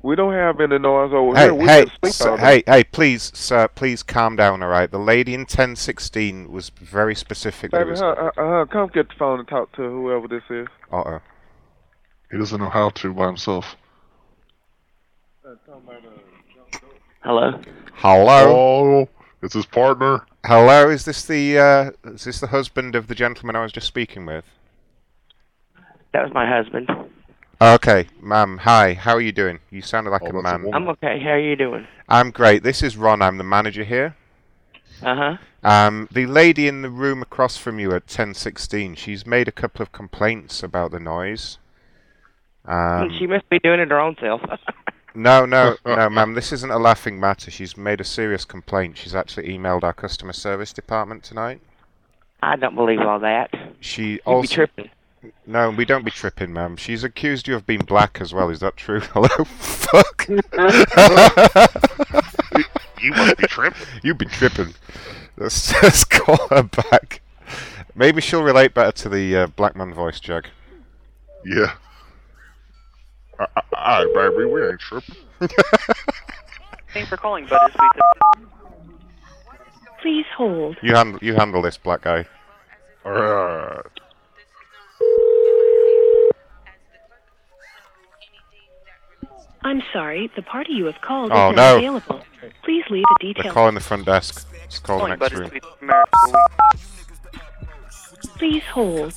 [SPEAKER 25] we don't have any noise over
[SPEAKER 19] hey,
[SPEAKER 25] here. We
[SPEAKER 19] hey,
[SPEAKER 25] can sleep
[SPEAKER 19] sir,
[SPEAKER 25] all day.
[SPEAKER 19] hey, hey, please, sir, please calm down, all right? The lady in 1016 was very specific. that it
[SPEAKER 25] Baby,
[SPEAKER 19] was-
[SPEAKER 25] huh, uh, uh, come get the phone and talk to whoever this is.
[SPEAKER 19] Uh-oh.
[SPEAKER 26] He doesn't know how to by himself.
[SPEAKER 19] Hello? Hello?
[SPEAKER 26] Oh, it's his partner.
[SPEAKER 19] Hello, is this the, uh, is this the husband of the gentleman I was just speaking with?
[SPEAKER 30] That was my husband.
[SPEAKER 19] Okay, ma'am, hi, how are you doing? You sounded
[SPEAKER 30] Oh,
[SPEAKER 19] like a man.
[SPEAKER 30] I'm okay. How are you doing?
[SPEAKER 19] I'm great. This is Ron. I'm the manager here.
[SPEAKER 30] Uh huh.
[SPEAKER 19] Um, the lady in the room across from you at 1016, she's made a couple of complaints about the noise. Um,
[SPEAKER 30] she must be doing it her own self.
[SPEAKER 19] no, no, no, ma'am, this isn't a laughing matter. She's made a serious complaint. She's actually emailed our customer service department tonight.
[SPEAKER 30] I don't believe all that.
[SPEAKER 19] She
[SPEAKER 30] You
[SPEAKER 19] also.
[SPEAKER 30] be tripping.
[SPEAKER 19] No, we don't be tripping, ma'am. She's accused you of being black as well. Is that true? Hello? Fuck.
[SPEAKER 26] you must be tripping.
[SPEAKER 19] You be tripping. Let's, let's call her back. Maybe she'll relate better to the uh, black man voice, Jug.
[SPEAKER 26] Yeah. All right, baby, we ain't tripping.
[SPEAKER 29] Thanks for calling Budget Suites. of-
[SPEAKER 13] Please hold.
[SPEAKER 19] You handle you handle this, black guy.
[SPEAKER 26] All right, all right.
[SPEAKER 13] I'm sorry, the party you have called
[SPEAKER 19] Oh,
[SPEAKER 13] is not
[SPEAKER 19] no.
[SPEAKER 13] available. Please leave a
[SPEAKER 19] They're
[SPEAKER 13] detailed.
[SPEAKER 19] calling the front desk. Let's call the
[SPEAKER 29] Calling
[SPEAKER 19] next
[SPEAKER 29] Budget
[SPEAKER 19] room.
[SPEAKER 29] Suites of America. where we-
[SPEAKER 13] Please hold.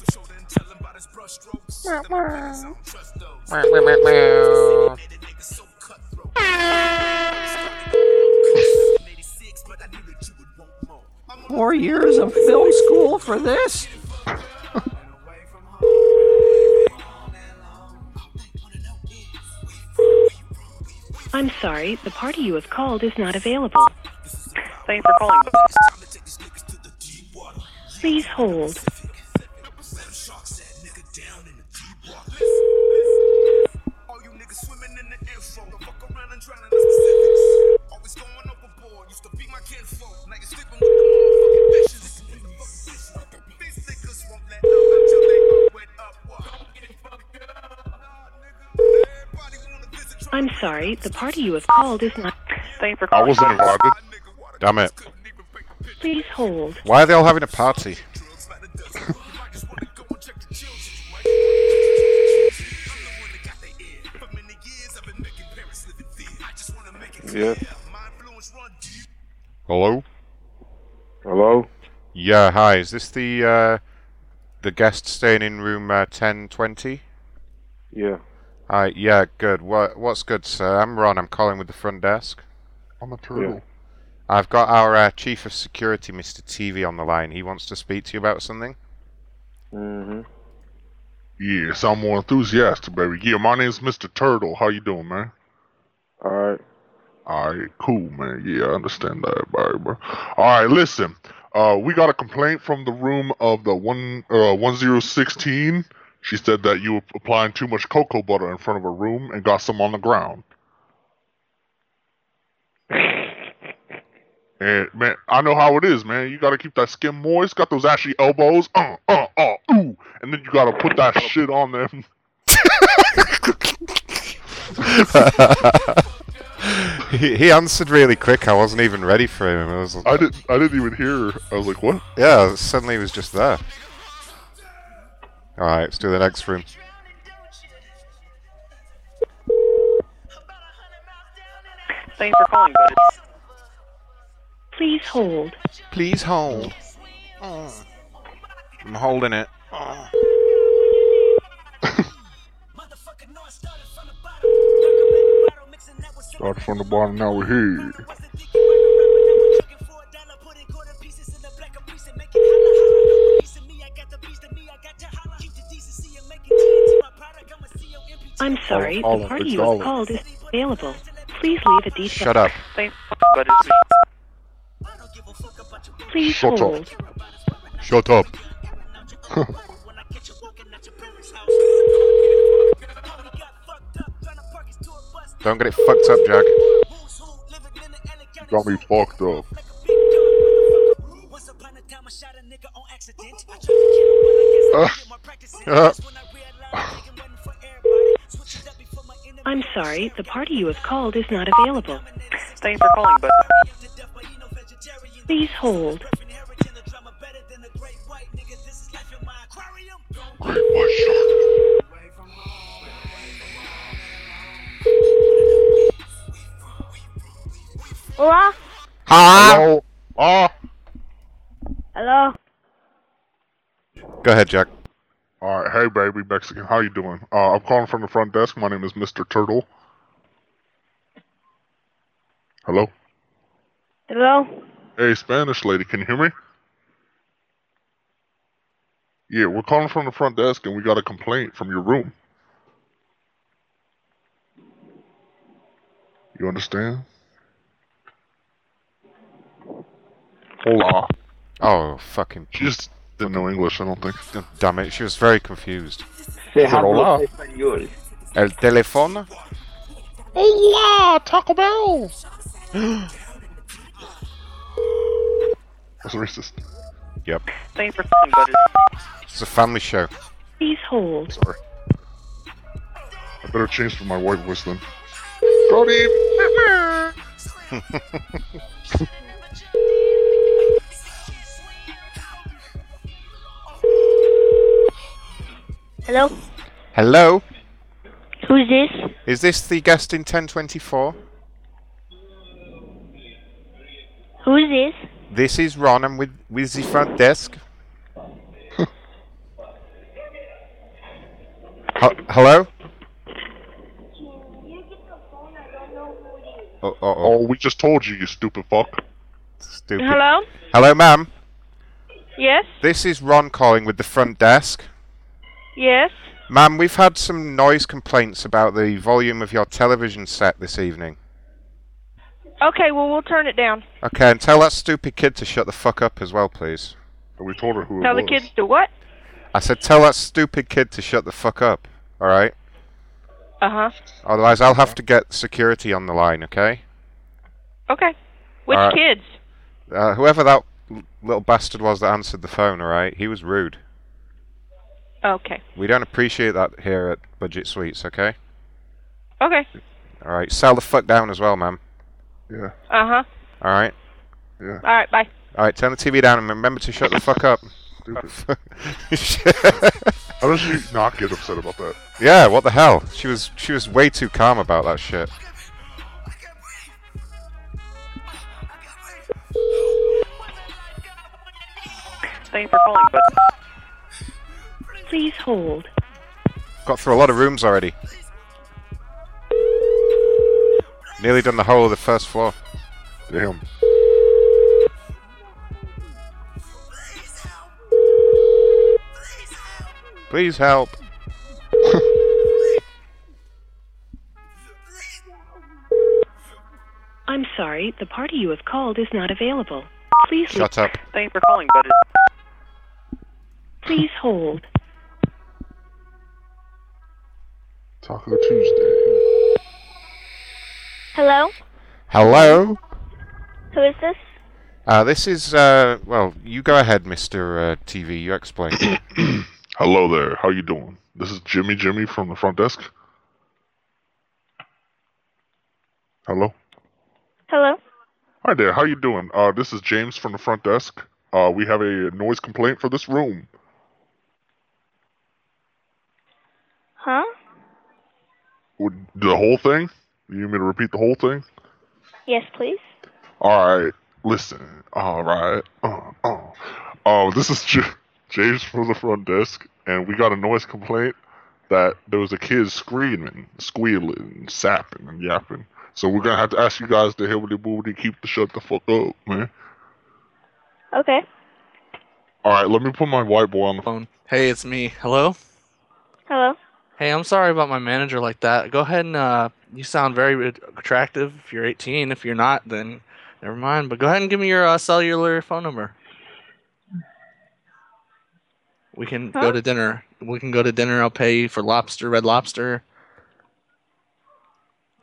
[SPEAKER 23] Four years of film school for this?
[SPEAKER 13] I'm sorry, the party you have called is not available.
[SPEAKER 29] Thanks for calling.
[SPEAKER 13] Please hold. I'm sorry, the party you have called is not.
[SPEAKER 29] Thanks for
[SPEAKER 19] I wasn't invited. Damn it.
[SPEAKER 13] Please hold.
[SPEAKER 19] Why are they all having a party?
[SPEAKER 25] Yeah.
[SPEAKER 19] Hello?
[SPEAKER 25] Hello?
[SPEAKER 19] Yeah, hi. Is this the uh, the guest staying in room uh, 1020?
[SPEAKER 25] Yeah.
[SPEAKER 19] Hi, yeah, good. What what's good, sir? I'm Ron. I'm calling with the front desk.
[SPEAKER 26] I'm a turtle.
[SPEAKER 25] turtle.
[SPEAKER 19] I've got our uh, chief of security, Mr. TV, on the line. He wants to speak to you about something.
[SPEAKER 25] Mm-hmm.
[SPEAKER 26] Yeah, sound more enthusiastic, baby. Yeah, my name's Mr. Turtle. How you doing, man?
[SPEAKER 25] All right.
[SPEAKER 26] All right, cool, man. Yeah, I understand that, baby. All right, listen. Uh, we got a complaint from the room of the one uh 1016 She said that you were applying too much cocoa butter in front of her room and got some on the ground. And man, I know how it is, man. You gotta keep that skin moist. Got those ashy elbows. Uh, uh, uh, ooh. And then you gotta put that shit on them.
[SPEAKER 19] he, he answered really quick. I wasn't even ready for him. I was.
[SPEAKER 26] I didn't. I didn't even hear. her. I was like, what?
[SPEAKER 19] Yeah, suddenly he was just there. All right, let's do the next room.
[SPEAKER 29] Thanks for calling, but it's
[SPEAKER 13] Please hold.
[SPEAKER 19] Please hold. I'm holding it.
[SPEAKER 26] Start from the bottom. Now we're here.
[SPEAKER 13] I'm sorry,
[SPEAKER 19] Olive,
[SPEAKER 13] the party
[SPEAKER 19] it's
[SPEAKER 13] you have
[SPEAKER 19] Olive.
[SPEAKER 13] called is available. Please leave a detail.
[SPEAKER 19] Shut up.
[SPEAKER 29] Thanks for calling, but it's
[SPEAKER 13] Please
[SPEAKER 19] Shut up.
[SPEAKER 13] hold.
[SPEAKER 26] Shut up.
[SPEAKER 19] Don't get it fucked up, Jack.
[SPEAKER 26] Got me fucked up.
[SPEAKER 13] I'm sorry, the party you have called is not available.
[SPEAKER 29] Thanks for calling, but
[SPEAKER 13] Please hold.
[SPEAKER 6] Hello?
[SPEAKER 26] Hello. Ah.
[SPEAKER 6] Hello?
[SPEAKER 19] Go ahead, Jack.
[SPEAKER 26] All right. Hey, baby Mexican. How you doing? Uh, I'm calling from the front desk. My name is Mr. Turtle. Hello.
[SPEAKER 6] Hello?
[SPEAKER 26] Hey, Spanish lady, can you hear me? Yeah, we're calling from the front desk and we got a complaint from your room. You understand? Hola.
[SPEAKER 19] Oh, fucking.
[SPEAKER 26] She just didn't know English, I don't think.
[SPEAKER 19] Damn it, she was very confused.
[SPEAKER 26] Se habló Hola.
[SPEAKER 19] El teléfono?
[SPEAKER 26] Hola, Taco Bell! That's racist.
[SPEAKER 19] Yep.
[SPEAKER 29] thanks for calling, but it's
[SPEAKER 19] It's a family show.
[SPEAKER 13] Please hold.
[SPEAKER 26] Sorry. I better change to my white voice then. Brody!
[SPEAKER 6] Hello?
[SPEAKER 19] Hello?
[SPEAKER 6] Who's this?
[SPEAKER 19] Is this the guest in 1024?
[SPEAKER 6] Who's this?
[SPEAKER 19] This is Ron. I'm with, with the front desk. H- Hello?
[SPEAKER 26] Oh, we just told you, you stupid fuck.
[SPEAKER 19] Stupid.
[SPEAKER 16] Hello?
[SPEAKER 19] Hello, ma'am.
[SPEAKER 16] Yes?
[SPEAKER 19] This is Ron calling with the front desk.
[SPEAKER 16] Yes?
[SPEAKER 19] Ma'am, we've had some noise complaints about the volume of your television set this evening.
[SPEAKER 16] Okay, well, we'll turn it down.
[SPEAKER 19] Okay, and tell that stupid kid to shut the fuck up as well, please.
[SPEAKER 26] We told her who
[SPEAKER 16] Tell the kids to what?
[SPEAKER 19] I said, tell that stupid kid to shut the fuck up, alright?
[SPEAKER 16] Uh huh.
[SPEAKER 19] Otherwise, I'll have to get security on the line, okay?
[SPEAKER 16] Okay. Which
[SPEAKER 19] Alright.
[SPEAKER 16] kids?
[SPEAKER 19] Uh, whoever that l- little bastard was that answered the phone, alright? He was rude.
[SPEAKER 16] Okay.
[SPEAKER 19] We don't appreciate that here at Budget Suites, okay?
[SPEAKER 16] Okay.
[SPEAKER 19] Alright, sell the fuck down as well, ma'am.
[SPEAKER 26] Yeah.
[SPEAKER 16] Uh huh.
[SPEAKER 19] Alright?
[SPEAKER 26] Yeah.
[SPEAKER 16] All right, bye.
[SPEAKER 19] Alright, turn the TV down and remember to shut the fuck up.
[SPEAKER 26] Stupid. How does she not get upset about that?
[SPEAKER 19] Yeah, what the hell? She was she was way too calm about that shit.
[SPEAKER 29] thanks for calling, but
[SPEAKER 13] Please hold.
[SPEAKER 19] Got through a lot of rooms already. Nearly done the whole of the first floor.
[SPEAKER 26] Damn.
[SPEAKER 19] Please help.
[SPEAKER 13] I'm sorry, the party you have called is not available. Please
[SPEAKER 19] Shut up.
[SPEAKER 29] thanks for calling, but it's
[SPEAKER 13] Please hold.
[SPEAKER 26] Taco Tuesday.
[SPEAKER 6] Hello?
[SPEAKER 19] Hello.
[SPEAKER 6] Who is this?
[SPEAKER 19] Uh, this is uh, well. You go ahead, Mister uh, TV. You explain.
[SPEAKER 26] Hello there. How you doing? This is Jimmy Jimmy from the front desk. Hello.
[SPEAKER 6] Hello?
[SPEAKER 26] Hi there. How you doing? Uh, this is James from the front desk. Uh, we have a noise complaint for this room.
[SPEAKER 6] Huh?
[SPEAKER 26] Would- The whole thing? You need me to repeat the whole thing?
[SPEAKER 6] Yes, please.
[SPEAKER 26] All right. Listen. All right. Uh, uh. Uh, this is J- James from the front desk, and we got a noise complaint that there was a kid screaming, squealing, sapping, and yapping. So we're gonna have to ask you guys to hibbledy boobity keep the shut the fuck up, man.
[SPEAKER 6] Okay.
[SPEAKER 26] All right, let me put my white boy on the
[SPEAKER 22] phone. Hey, it's me. Hello?
[SPEAKER 6] Hello?
[SPEAKER 22] Hey, I'm sorry about my manager like that. Go ahead and uh, you sound very attractive if you're 18. If you're not, then never mind. But go ahead and give me your uh, cellular phone number. We can go
[SPEAKER 6] Huh?
[SPEAKER 22] to dinner. We can go to dinner. I'll pay you for lobster, red lobster.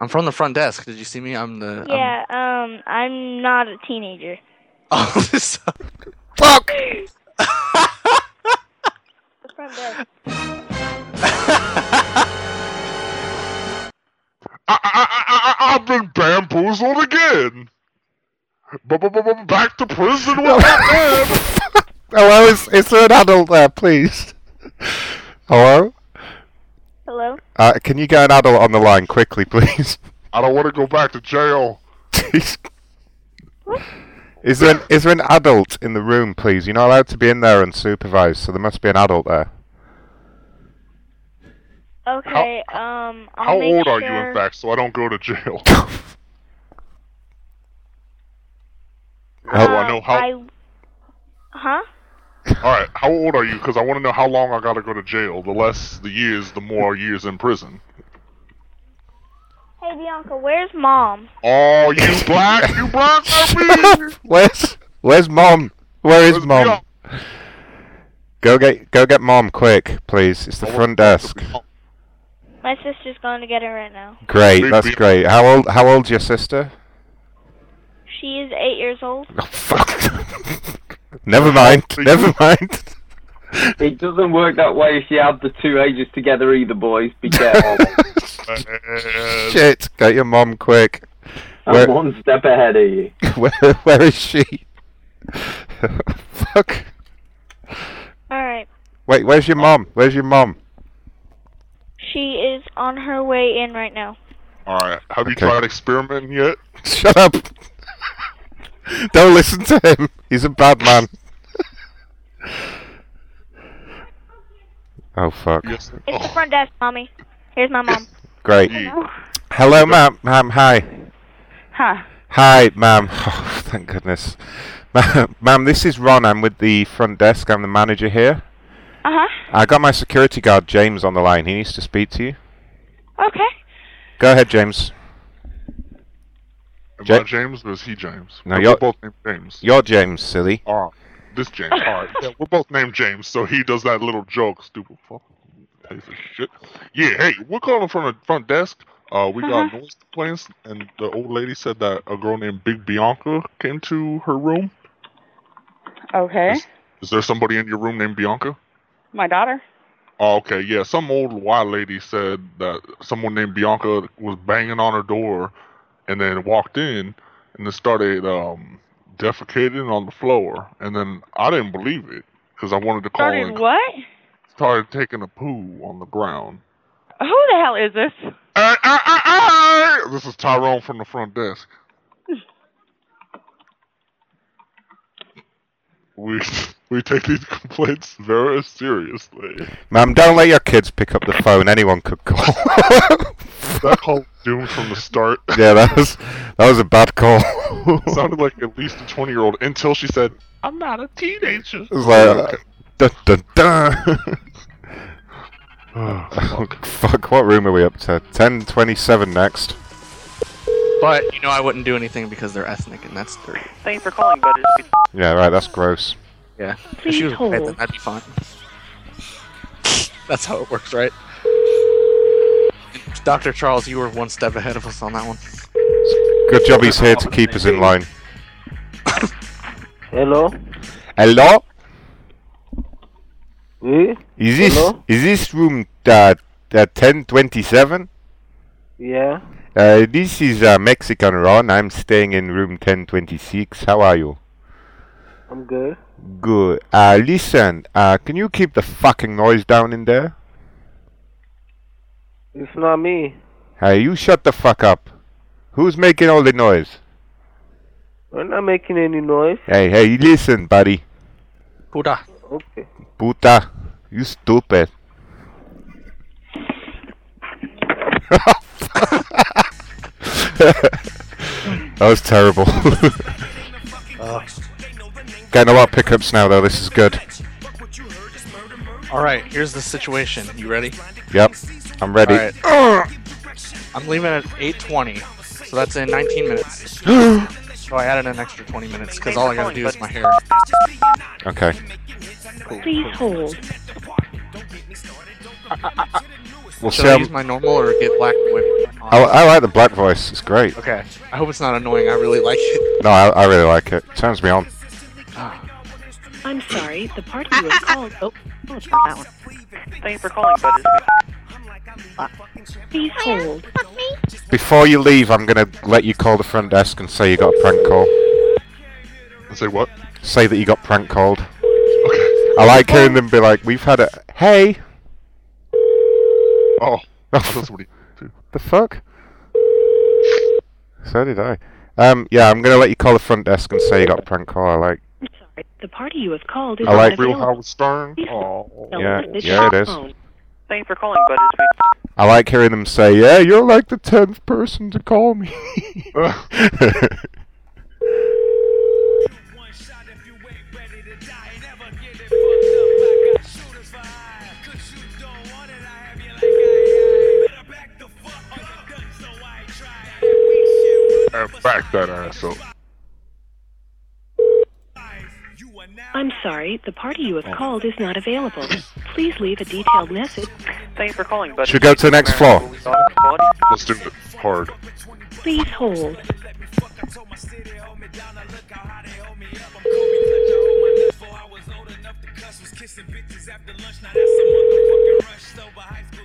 [SPEAKER 22] I'm from the front desk. Did you see me? I'm the. I'm-
[SPEAKER 6] Yeah, um, I'm not a teenager.
[SPEAKER 22] Oh, this.
[SPEAKER 6] Fuck!
[SPEAKER 26] I, I, I've been bamboozled again. B-b-b-b- Back to prison with my man.
[SPEAKER 19] Hello. Is is there an adult there, please? Hello.
[SPEAKER 6] Hello?
[SPEAKER 19] Uh, can you get an adult on the line quickly, please?
[SPEAKER 26] I don't want to go back to jail.
[SPEAKER 19] Is there an, is there an adult in the room, please? You're not allowed to be in there unsupervised, so there must be an adult there.
[SPEAKER 6] Okay, um, I'll
[SPEAKER 26] How
[SPEAKER 6] make
[SPEAKER 26] old
[SPEAKER 6] sure...
[SPEAKER 26] are you, in fact, so I don't go to jail? Oh, I know how.
[SPEAKER 6] Uh, I... Huh?
[SPEAKER 26] All right, how old are you? Because I want to know how long I gotta go to jail. The less the years, the more years in prison.
[SPEAKER 6] Hey, Bianca, where's mom?
[SPEAKER 26] Oh, you black, you black, baby!
[SPEAKER 19] Where's where's mom? Where is mom? Go get go get mom quick, please. It's the front desk.
[SPEAKER 6] My sister's going to get her right now.
[SPEAKER 19] Great, that's great. How old how old's your sister?
[SPEAKER 6] She is eight years old.
[SPEAKER 19] Oh fuck. Never mind. Never mind.
[SPEAKER 18] It doesn't work that way if you add the two ages together either, boys. Be careful.
[SPEAKER 19] Shit. Get your mom quick.
[SPEAKER 18] I'm
[SPEAKER 19] Where-
[SPEAKER 18] one step ahead of you.
[SPEAKER 19] where where is she? Fuck.
[SPEAKER 6] All right.
[SPEAKER 19] Wait, where's your mom? Where's your mom?
[SPEAKER 6] She is on her way in right now.
[SPEAKER 26] All right, have you tried experimenting yet?
[SPEAKER 19] Shut up. Don't listen to him. He's a bad man. oh fuck.
[SPEAKER 6] It's the front desk, mommy. Here's my mom.
[SPEAKER 19] Great. Hello, ma'am. Ma'am, hi.
[SPEAKER 6] Huh.
[SPEAKER 19] Hi, ma'am. Oh, thank goodness. Ma'am, ma'am, this is Ron. I'm with the front desk. I'm the manager here.
[SPEAKER 6] Uh
[SPEAKER 19] I got my security guard, James, on the line. He needs to speak to you.
[SPEAKER 6] huh. Okay.
[SPEAKER 19] Go ahead, James.
[SPEAKER 26] Am
[SPEAKER 19] Ja-
[SPEAKER 26] I James or is he James?
[SPEAKER 19] No,
[SPEAKER 26] We're
[SPEAKER 19] you're-
[SPEAKER 26] both named James.
[SPEAKER 19] You're James, silly.
[SPEAKER 26] Ah, this James. All right, yeah, we're both named James, so he does that little joke, stupid fuck. Piece of shit. Yeah, hey, we're calling from the front desk. Uh, we got
[SPEAKER 6] Uh-huh.
[SPEAKER 26] noise complaints, and the old lady said that a girl named Big Bianca came to her room.
[SPEAKER 2] Okay.
[SPEAKER 26] Is there somebody in your room named Bianca?
[SPEAKER 2] My daughter?
[SPEAKER 26] Oh, okay, yeah. Some old white lady said that someone named Bianca was banging on her door, and then walked in and then started um, defecating on the floor. And then I didn't believe it because I wanted to call
[SPEAKER 2] Started
[SPEAKER 26] in.
[SPEAKER 2] what?
[SPEAKER 26] Started taking a poo on the ground.
[SPEAKER 8] Oh.
[SPEAKER 2] Who the hell is this?
[SPEAKER 4] uh.
[SPEAKER 26] Ah, This is Tyrone from the front desk. We we take these complaints very seriously.
[SPEAKER 19] Ma'am, don't let your kids pick up the phone. Anyone could call.
[SPEAKER 26] That call was doomed from the start.
[SPEAKER 19] yeah, that was that was a bad call.
[SPEAKER 26] sounded like at least a 20 year old until she said, I'm not a teenager.
[SPEAKER 19] It was like, dun, dun, dun. fuck. what room are we up to? 1027 next.
[SPEAKER 22] But you know, I wouldn't do anything because they're ethnic, and that's dirty.
[SPEAKER 29] Thanks for calling, but it's
[SPEAKER 19] Yeah, right, that's gross.
[SPEAKER 22] Yeah.
[SPEAKER 2] Please
[SPEAKER 22] if she was a kid,
[SPEAKER 2] hold.
[SPEAKER 22] then that'd be fine. that's how it works, right? Dr. Charles, you were one step ahead of us on that one.
[SPEAKER 19] Good job he's here to keep us in line.
[SPEAKER 3] Hello?
[SPEAKER 19] Hello?
[SPEAKER 3] Oui?
[SPEAKER 19] Is this
[SPEAKER 3] Hello?
[SPEAKER 19] is this room uh, uh, 1027?
[SPEAKER 3] Yeah.
[SPEAKER 19] Uh, this is uh, Mexican Ron. I'm staying in room 1026. How are you?
[SPEAKER 3] I'm good.
[SPEAKER 19] Good. Uh, listen, uh, can you keep the fucking noise down in there?
[SPEAKER 3] It's not me.
[SPEAKER 19] Hey, Uh, you shut the fuck up. Who's making all the noise?
[SPEAKER 3] We're not making any noise.
[SPEAKER 19] Hey, hey, listen, buddy.
[SPEAKER 22] Puta.
[SPEAKER 3] Okay.
[SPEAKER 19] Puta. You stupid. that was terrible.
[SPEAKER 22] Uh,
[SPEAKER 19] Getting a lot of pickups now, though. This is good.
[SPEAKER 22] All right, here's the situation. You ready?
[SPEAKER 19] Yep. I'm ready.
[SPEAKER 22] All right. I'm leaving at 8:20, so that's in 19 minutes. so I added an extra 20 minutes because all I gotta do is my hair.
[SPEAKER 19] Okay.
[SPEAKER 13] Please hold.
[SPEAKER 19] We'll
[SPEAKER 22] Should
[SPEAKER 19] see.
[SPEAKER 22] I
[SPEAKER 19] how-
[SPEAKER 22] use my normal or get black whip? on?
[SPEAKER 19] I, I like the black voice. It's great.
[SPEAKER 22] Okay. I hope it's not annoying. I really like it.
[SPEAKER 19] No, I, I really like it. Turns me on.
[SPEAKER 13] I'm sorry, the party you have called. Oh,
[SPEAKER 29] Thanks for calling, buddy.
[SPEAKER 13] Please hold.
[SPEAKER 19] Before you leave, I'm gonna let you call the front desk and say you got a prank call.
[SPEAKER 26] Say what?
[SPEAKER 19] Say that you got prank called. Okay. I like hearing them be like, "We've had a hey."
[SPEAKER 26] Oh,
[SPEAKER 19] the fuck? So did I. Um, yeah, I'm gonna let you call the front desk and say you got a prank call. I like.
[SPEAKER 13] The party you have called is
[SPEAKER 19] I like
[SPEAKER 13] not available.
[SPEAKER 19] Stern.
[SPEAKER 13] Please hold. No,
[SPEAKER 19] Yeah,
[SPEAKER 13] this
[SPEAKER 19] yeah, it
[SPEAKER 13] shop
[SPEAKER 19] is.
[SPEAKER 13] phone.
[SPEAKER 29] Thanks for calling, buddy.
[SPEAKER 19] I like hearing them say, "Yeah, you're like the tenth person to call me."
[SPEAKER 26] And back that ass up.
[SPEAKER 13] I'm sorry, the party you have called is not available. Please leave a detailed message.
[SPEAKER 29] Thanks for calling, buddy.
[SPEAKER 19] Should go to the next floor.
[SPEAKER 26] Let's do it hard.
[SPEAKER 13] Please hold.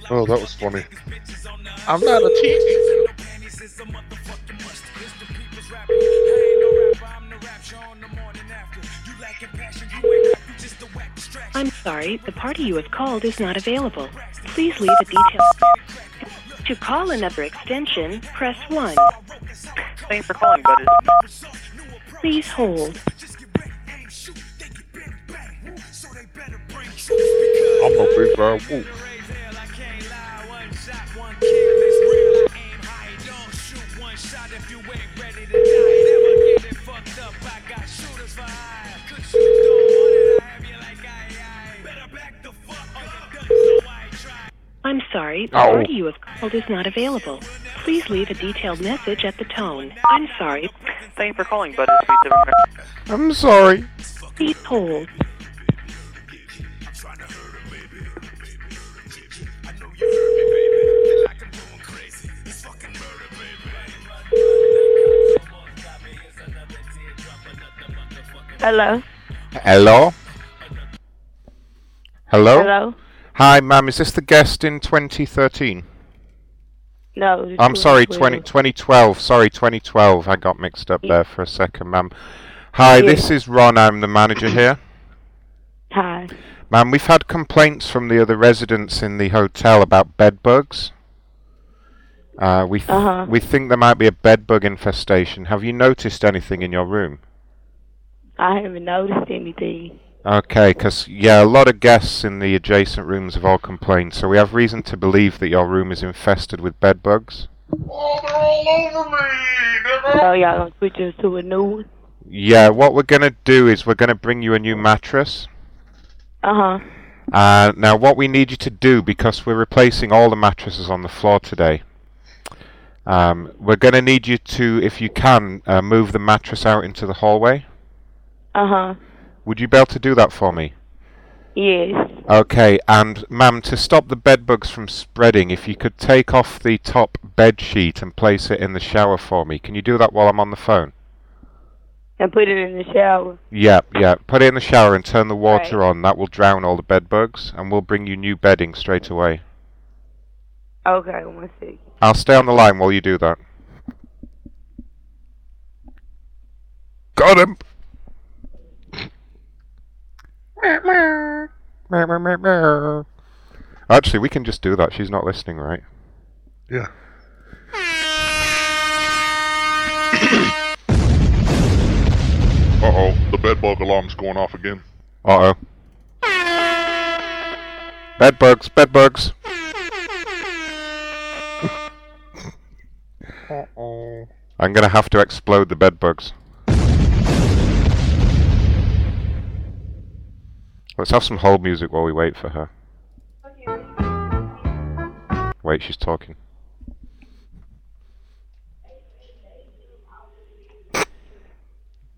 [SPEAKER 26] Oh, that was funny.
[SPEAKER 22] I'm not a teacher.
[SPEAKER 13] I'm sorry, the party you have called is not available. Please leave a detailed. To call another extension, press 1.
[SPEAKER 29] Thanks for calling, buddy.
[SPEAKER 13] Please hold.
[SPEAKER 26] I'm a big bad wolf.
[SPEAKER 13] I'm sorry, the
[SPEAKER 19] Oh.
[SPEAKER 3] Ow.
[SPEAKER 13] party you have called is not available. Please leave a detailed message at the tone. I'm sorry.
[SPEAKER 29] Thanks for calling, buddy. Sweet America.
[SPEAKER 19] I'm sorry.
[SPEAKER 13] Please hold.
[SPEAKER 8] Hello.
[SPEAKER 19] Hello. Hello.
[SPEAKER 8] Hello?
[SPEAKER 19] Hi, ma'am. Is this the guest in 2013?
[SPEAKER 8] No. the
[SPEAKER 19] I'm
[SPEAKER 8] two
[SPEAKER 19] sorry,
[SPEAKER 8] of us.
[SPEAKER 19] 20, 2012. Sorry, 2012. I got mixed up there for a second, ma'am. Hi, this is Ron. I'm the manager here.
[SPEAKER 8] Hi.
[SPEAKER 19] Ma'am, we've had complaints from the other residents in the hotel about bed bugs. Uh, we, th-
[SPEAKER 8] Uh-huh.
[SPEAKER 19] we think there might be a bed bug infestation. Have you noticed anything in your room?
[SPEAKER 8] I haven't noticed anything.
[SPEAKER 19] Okay, 'cause yeah, a lot of guests in the adjacent rooms have all complained, so we have reason to believe that your room is infested with bed bugs.
[SPEAKER 8] So Oh, y'all gonna switch us to a new one?
[SPEAKER 19] Yeah, what we're gonna do is we're gonna bring you a new mattress.
[SPEAKER 8] Uh huh.
[SPEAKER 19] Uh, now, what we need you to do, because we're replacing all the mattresses on the floor today, um, we're gonna need you to, if you can, uh, move the mattress out into the hallway.
[SPEAKER 8] Uh huh.
[SPEAKER 19] Would you be able to do that for me?
[SPEAKER 6] Yes.
[SPEAKER 19] Okay, and ma'am, to stop the bed bugs from spreading, if you could take off the top bed sheet and place it in the shower for me. Can you do that while I'm on the phone?
[SPEAKER 6] And put it in the shower.
[SPEAKER 19] Yeah, yeah. Put it in the shower and turn the water on. That will drown all the bed bugs, and we'll bring you new bedding straight away.
[SPEAKER 6] Okay, one second.
[SPEAKER 19] I'll stay on the line while you do that. Got him. Actually, we can just do that. She's not listening, right?
[SPEAKER 26] Yeah. Uh oh, the bedbug alarm's going off again.
[SPEAKER 19] Uh oh. Bed bugs, bed bugs. I'm gonna have to explode the bed bugs. Let's have some hold music while we wait for her. Wait, she's talking.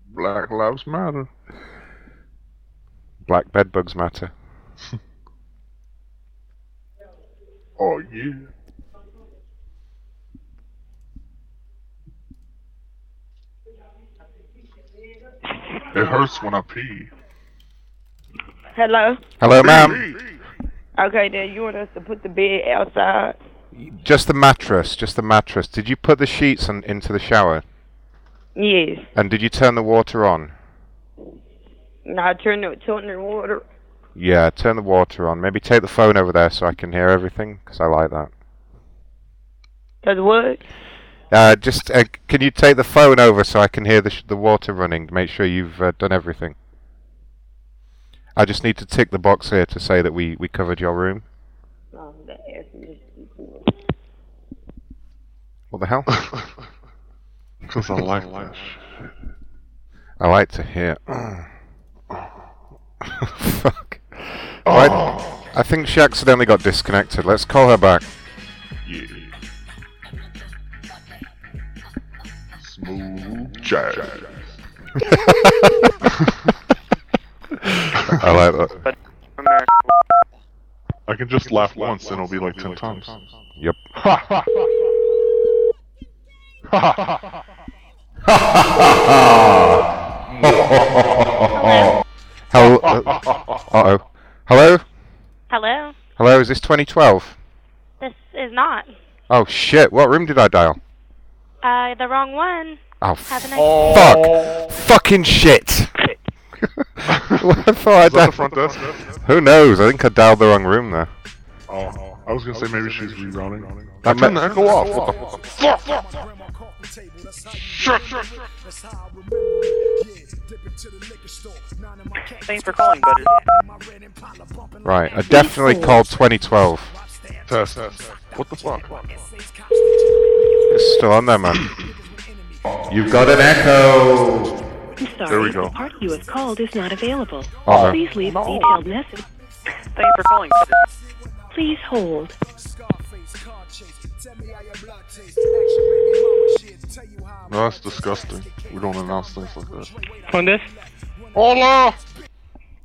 [SPEAKER 26] Black Lives Matter.
[SPEAKER 19] Black bed bugs matter.
[SPEAKER 26] Oh yeah. It hurts when I pee.
[SPEAKER 6] Hello.
[SPEAKER 19] Hello, ma'am.
[SPEAKER 6] Okay, then you want us to put the bed outside?
[SPEAKER 19] Just the mattress, just the mattress. Did you put the sheets on, into the shower?
[SPEAKER 6] Yes.
[SPEAKER 19] And did you turn the water on?
[SPEAKER 6] Now turn the turn the water.
[SPEAKER 19] Yeah, turn the water on. Maybe take the phone over there so I can hear everything, 'cause I like that.
[SPEAKER 6] Does what?
[SPEAKER 19] Uh, just uh, can you take the phone over so I can hear the, sh- the water running? Make sure you've uh, done everything. I just need to tick the box here to say that we, we covered your room.
[SPEAKER 6] Oh, that ass is-
[SPEAKER 19] What the hell?
[SPEAKER 26] Because I like that shit.
[SPEAKER 19] I like to hear. Fuck. Right, I think she accidentally got disconnected. Let's call her back.
[SPEAKER 26] Yeah. Smooth jazz.
[SPEAKER 19] I like that.
[SPEAKER 4] But America.
[SPEAKER 26] I can just laugh once and it'll be like ten times.
[SPEAKER 19] Yep. Hello. Uh oh. Hello.
[SPEAKER 31] Hello.
[SPEAKER 19] Hello. Is this 2012?
[SPEAKER 31] This is not.
[SPEAKER 19] Oh shit! What room did I dial?
[SPEAKER 31] Uh, the wrong one.
[SPEAKER 19] Oh
[SPEAKER 31] Have a nice
[SPEAKER 6] Oh.
[SPEAKER 19] fuck! Fucking shit! Well, I thought I
[SPEAKER 26] Is
[SPEAKER 19] dialed.
[SPEAKER 26] that the front desk?
[SPEAKER 19] Who knows? I think I dialed the wrong room there.
[SPEAKER 26] Oh, I was gonna say maybe she's rerouting.
[SPEAKER 19] I
[SPEAKER 26] I turn
[SPEAKER 19] meant-
[SPEAKER 26] the echo off. What the fuck? Shut, shut, shut.
[SPEAKER 4] Thanks for calling, buddy.
[SPEAKER 19] Right, I definitely called 2012.
[SPEAKER 26] Test, test. What the fuck?
[SPEAKER 19] It's still on there, man. You've got an echo.
[SPEAKER 13] I'm sorry,
[SPEAKER 19] There we go.
[SPEAKER 13] the party you have called is not available.
[SPEAKER 19] Uh-oh.
[SPEAKER 13] Please leave a detailed message.
[SPEAKER 4] Thanks for calling, buddy.
[SPEAKER 13] Please hold.
[SPEAKER 26] No, that's disgusting. We don't announce things like that.
[SPEAKER 19] On this?
[SPEAKER 26] Hola!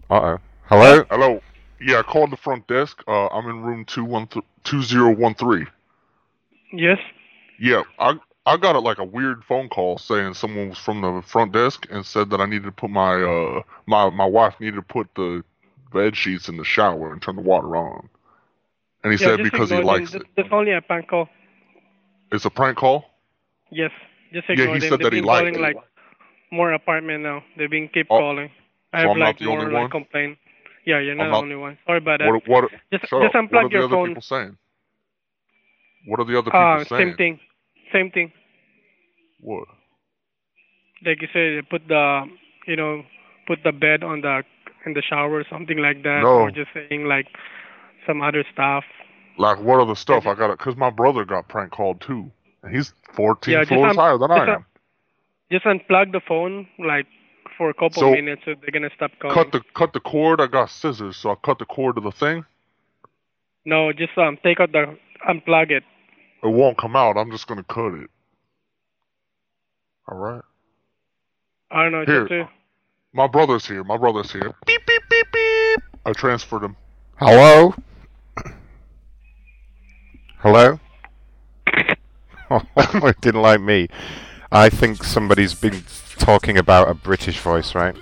[SPEAKER 19] Uh oh. Hello.
[SPEAKER 26] Hello. Yeah, I called the front desk. Uh, I'm in room 213 2013.
[SPEAKER 28] Yes.
[SPEAKER 26] Yeah, I I got a, like a weird phone call saying someone was from the front desk and said that I needed to put my uh my my wife needed to put the bed sheets in the shower and turn the water on. And he
[SPEAKER 28] Yeah,
[SPEAKER 26] said
[SPEAKER 28] just
[SPEAKER 26] because he
[SPEAKER 28] ignore them.
[SPEAKER 26] likes it.
[SPEAKER 28] That- That's only a prank call.
[SPEAKER 26] It's a prank call.
[SPEAKER 28] Yes. Just
[SPEAKER 26] Yeah,
[SPEAKER 28] ignore
[SPEAKER 26] he
[SPEAKER 28] them.
[SPEAKER 26] said
[SPEAKER 28] They've
[SPEAKER 26] that he
[SPEAKER 28] been
[SPEAKER 26] liked
[SPEAKER 28] calling
[SPEAKER 26] it.
[SPEAKER 28] like more apartment now. They've been keep
[SPEAKER 26] Oh,
[SPEAKER 28] calling. I
[SPEAKER 26] so
[SPEAKER 28] have
[SPEAKER 26] I'm not
[SPEAKER 28] like
[SPEAKER 26] the
[SPEAKER 28] more
[SPEAKER 26] only
[SPEAKER 28] like
[SPEAKER 26] one?
[SPEAKER 28] complaint. Yeah, you're not
[SPEAKER 26] I'm
[SPEAKER 28] the
[SPEAKER 26] not-
[SPEAKER 28] only one. Sorry about that.
[SPEAKER 26] What what?
[SPEAKER 28] just
[SPEAKER 26] shut
[SPEAKER 28] just
[SPEAKER 26] up.
[SPEAKER 28] unplug
[SPEAKER 26] what are
[SPEAKER 28] your
[SPEAKER 26] the other
[SPEAKER 28] phone.
[SPEAKER 26] people saying? What are the other people
[SPEAKER 28] Ah,
[SPEAKER 26] saying?
[SPEAKER 28] same thing. Same thing.
[SPEAKER 26] What?
[SPEAKER 28] Like you said, put the you know put the bed on the in the shower or something like that.
[SPEAKER 26] No.
[SPEAKER 28] Or just saying like some other stuff.
[SPEAKER 26] Like what other stuff? I got it because my brother got prank called too, and he's 14
[SPEAKER 28] Yeah, just
[SPEAKER 26] floors
[SPEAKER 28] un-
[SPEAKER 26] higher than
[SPEAKER 28] just
[SPEAKER 26] I
[SPEAKER 28] un-
[SPEAKER 26] am.
[SPEAKER 28] Just unplug the phone like for a couple
[SPEAKER 26] So-
[SPEAKER 28] minutes, so they're gonna stop calling.
[SPEAKER 26] Cut the cut the cord. I got scissors, so I cut the cord to the thing.
[SPEAKER 28] No, just um take out the unplug it.
[SPEAKER 26] It won't come out. I'm just gonna cut it. All right.
[SPEAKER 28] I don't know.
[SPEAKER 26] Here.
[SPEAKER 28] Just to,
[SPEAKER 26] My brother's here. My brother's here. Beep beep beep beep. I transferred him.
[SPEAKER 19] Hello? Hello? Oh, it didn't like me. I think somebody's been talking about a British voice, right?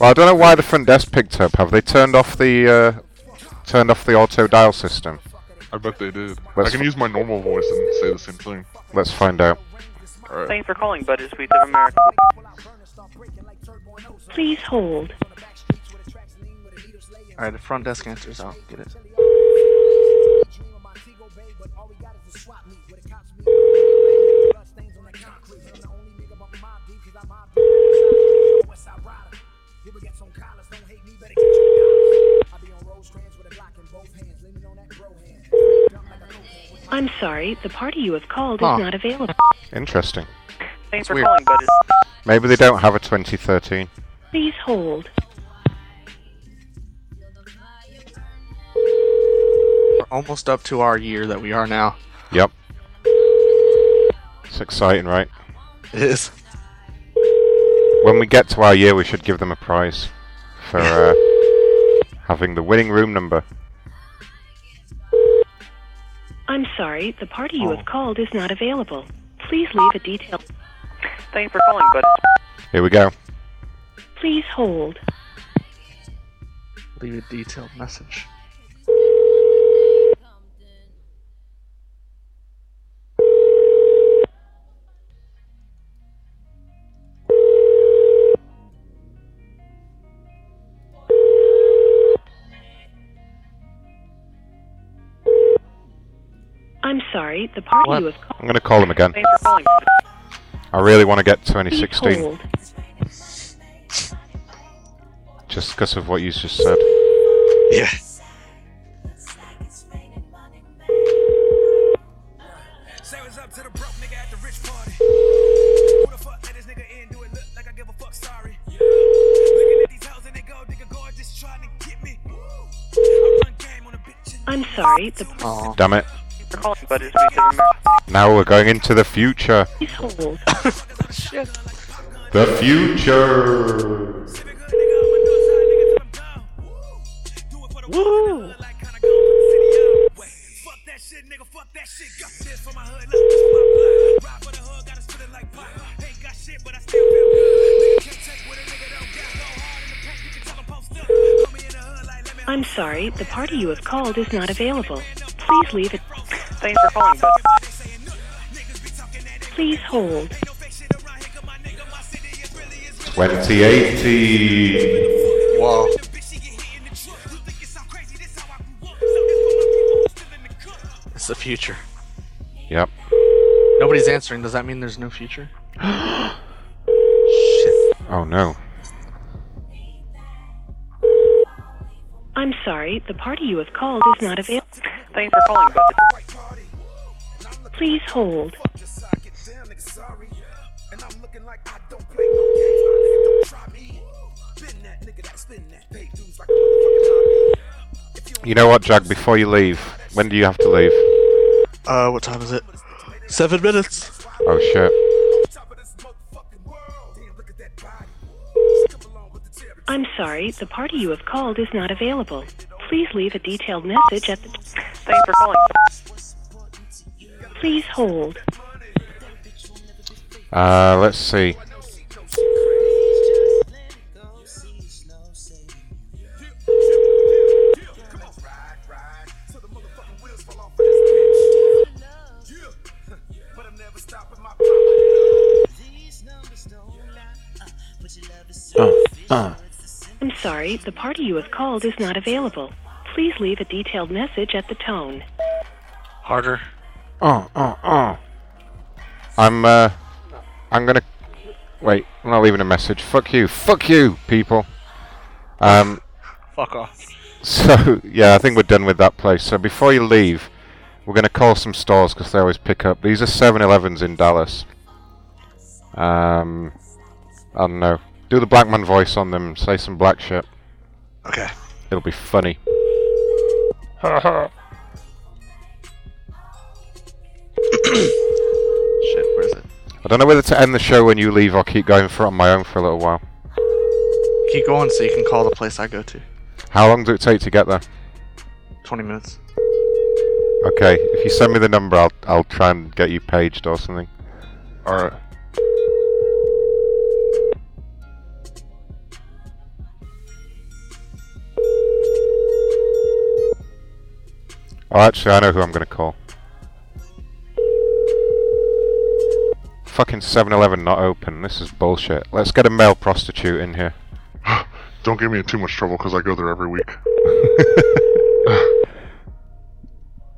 [SPEAKER 19] Well, I don't know why the front desk picked up. Have they turned off the uh, turned off the auto dial system?
[SPEAKER 26] I bet they did.
[SPEAKER 19] Let's
[SPEAKER 26] I can
[SPEAKER 19] f-
[SPEAKER 26] use my normal voice and say the same thing.
[SPEAKER 19] Let's find out.
[SPEAKER 29] Thanks for calling Buttersweets of America.
[SPEAKER 13] Please hold.
[SPEAKER 22] All right, the front desk answers. I'll get it.
[SPEAKER 13] I'm sorry, the party you have called
[SPEAKER 19] Huh.
[SPEAKER 13] is not available.
[SPEAKER 19] Interesting.
[SPEAKER 29] Thanks
[SPEAKER 19] That's
[SPEAKER 29] for
[SPEAKER 19] weird.
[SPEAKER 29] calling Butters.
[SPEAKER 19] Maybe they don't have a 2013.
[SPEAKER 13] Please hold.
[SPEAKER 22] We're almost up to our year that we are now.
[SPEAKER 19] Yep. It's exciting, right?
[SPEAKER 22] It is.
[SPEAKER 19] When we get to our year, we should give them a prize for uh, having the winning room number.
[SPEAKER 13] I'm sorry, the party
[SPEAKER 19] Oh.
[SPEAKER 13] you have called is not available. Please leave a detailed.
[SPEAKER 29] Thanks for calling Butters.
[SPEAKER 19] Here we go.
[SPEAKER 13] Please hold.
[SPEAKER 22] Leave a detailed message.
[SPEAKER 13] I'm sorry, the party you have called.
[SPEAKER 19] I'm going to call them again.
[SPEAKER 13] Thanks for calling.
[SPEAKER 19] I really want to get
[SPEAKER 13] Please
[SPEAKER 19] 2016
[SPEAKER 13] hold.
[SPEAKER 19] just because of what you just said.
[SPEAKER 22] Yeah.
[SPEAKER 13] I'm sorry, the
[SPEAKER 22] Oh.
[SPEAKER 19] Damn it.
[SPEAKER 29] Thanks for calling Buttersweets of America.
[SPEAKER 19] Now we're going into the future.
[SPEAKER 13] please hold.
[SPEAKER 22] Shit.
[SPEAKER 19] The future!
[SPEAKER 13] Woo! I'm sorry, the party you have called is not available. Please leave it.
[SPEAKER 29] Thanks for calling Butters.
[SPEAKER 13] Please hold.
[SPEAKER 19] 2018!
[SPEAKER 22] Wow. It's the future.
[SPEAKER 19] Yep.
[SPEAKER 22] Nobody's answering. Does that mean there's no future?
[SPEAKER 19] Oh no.
[SPEAKER 13] I'm sorry, the party you have called is not available.
[SPEAKER 29] Thanks for calling Butters.
[SPEAKER 13] Please hold.
[SPEAKER 19] You know what, Jag, before you leave, when do you have to leave?
[SPEAKER 22] Uh, what time is it? Seven minutes.
[SPEAKER 19] Oh shit.
[SPEAKER 13] I'm sorry, the party you have called is not available. Please leave a detailed message at the.
[SPEAKER 29] Thanks for calling.
[SPEAKER 13] Please hold.
[SPEAKER 19] Uh, let's see.
[SPEAKER 4] Uh-huh.
[SPEAKER 13] I'm sorry, the party you have called is not available. Please leave a detailed message at the tone.
[SPEAKER 22] Harder.
[SPEAKER 19] Oh, oh, oh. I'm, uh, I'm gonna. Wait, I'm not leaving a message. Fuck you. Fuck you, people. Um,
[SPEAKER 22] Fuck off.
[SPEAKER 19] So yeah, I think we're done with that place. So before you leave, we're going to call some stores because they always pick up. These are 7-Elevens in Dallas. Um, I don't know. Do the black man voice on them. Say some black shit.
[SPEAKER 22] Okay.
[SPEAKER 19] It'll be funny.
[SPEAKER 22] Shit. Where is it?
[SPEAKER 19] I don't know whether to end the show when you leave or keep going for it on my own for a little while.
[SPEAKER 22] Keep going so you can call the place I go to.
[SPEAKER 19] How long did it take to get there?
[SPEAKER 22] 20 minutes.
[SPEAKER 19] Okay, if you send me the number, I'll I'll try and get you paged or something. All right. Oh, actually, I know who I'm gonna call. Fucking 7-Eleven not open. This is bullshit. Let's get a male prostitute in here.
[SPEAKER 26] Don't get me in too much trouble because I go there every week.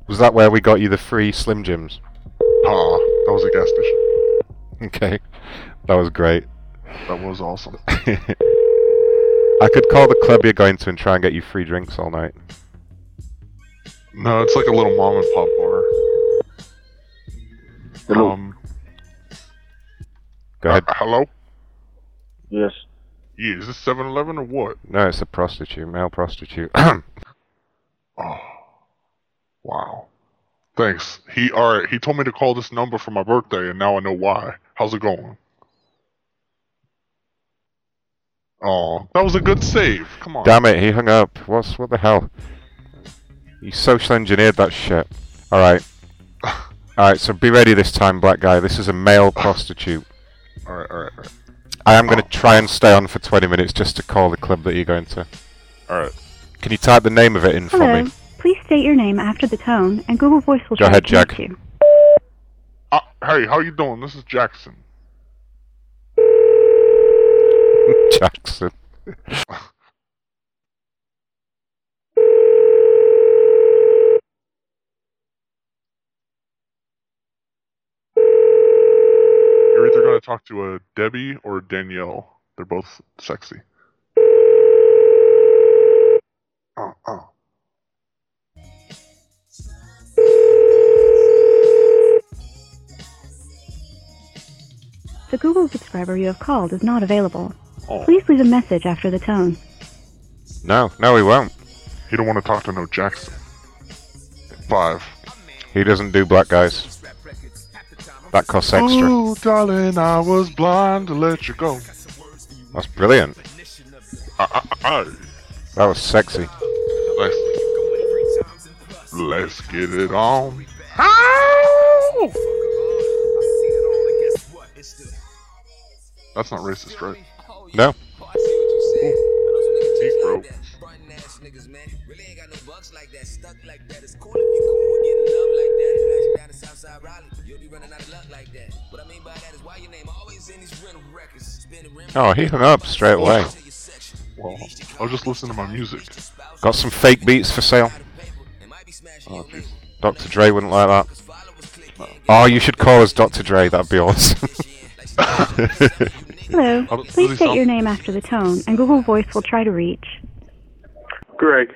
[SPEAKER 19] Was that where we got you the free Slim Jims?
[SPEAKER 26] Ah, that was a gas station.
[SPEAKER 19] Okay, that was great.
[SPEAKER 26] That was awesome.
[SPEAKER 19] I could call the club you're going to and try and get you free drinks all night.
[SPEAKER 26] No, it's like a little mom and pop bar.
[SPEAKER 19] Hello?
[SPEAKER 26] Um,
[SPEAKER 19] Go ahead.
[SPEAKER 26] uh, hello?
[SPEAKER 25] Yes.
[SPEAKER 26] Yeah, is this 7 Eleven or what?
[SPEAKER 19] No, it's a prostitute, male prostitute.
[SPEAKER 26] Oh, wow. Thanks. He all right. He told me to call this number for my birthday, and now I know why. How's it going? Oh, that was a good save. Come on.
[SPEAKER 19] Damn it, he hung up. What's what the hell? You social engineered that shit. All right. All right, so be ready this time, black guy. This is a male prostitute.
[SPEAKER 26] All right, all right, all right.
[SPEAKER 19] I am going
[SPEAKER 26] Oh.
[SPEAKER 19] to try and stay on for 20 minutes just to call the club that you're going to.
[SPEAKER 26] All right.
[SPEAKER 19] Can you type the name of it in for
[SPEAKER 5] Hello.
[SPEAKER 19] me?
[SPEAKER 5] Please state your name after the tone, and Google Voice will
[SPEAKER 19] Go
[SPEAKER 5] try
[SPEAKER 19] ahead,
[SPEAKER 5] to connect
[SPEAKER 19] Jack.
[SPEAKER 5] you.
[SPEAKER 26] Uh, hey, how you doing? This is Jackson.
[SPEAKER 19] Jackson.
[SPEAKER 26] You're either gonna talk to a Debbie or a Danielle. They're both sexy. Uh, uh.
[SPEAKER 5] The Google subscriber you have called is not available.
[SPEAKER 26] Oh.
[SPEAKER 5] Please leave a message after the tone.
[SPEAKER 19] No, no, he won't.
[SPEAKER 26] He don't want to talk to no Jackson. Five.
[SPEAKER 19] He doesn't do black guys. That costs extra.
[SPEAKER 26] Oh, darling, I was blind to let you go.
[SPEAKER 19] That's brilliant.
[SPEAKER 26] Uh, uh,
[SPEAKER 19] That was sexy.
[SPEAKER 26] let's, let's get it on. That's not racist, right?
[SPEAKER 19] No.
[SPEAKER 26] Negro.
[SPEAKER 19] Oh, he hung up straight away.
[SPEAKER 26] Well, I was just listening to my music.
[SPEAKER 19] Got some fake beats for sale.
[SPEAKER 26] Oh, jeez.
[SPEAKER 19] Dr. Dre wouldn't like that. Oh, you should call us Dr. Dre. That'd be awesome.
[SPEAKER 5] Hello.
[SPEAKER 19] Oh,
[SPEAKER 5] Please
[SPEAKER 19] please
[SPEAKER 5] state
[SPEAKER 19] don't.
[SPEAKER 5] your name after the tone, and Google Voice will try to reach.
[SPEAKER 26] Greg.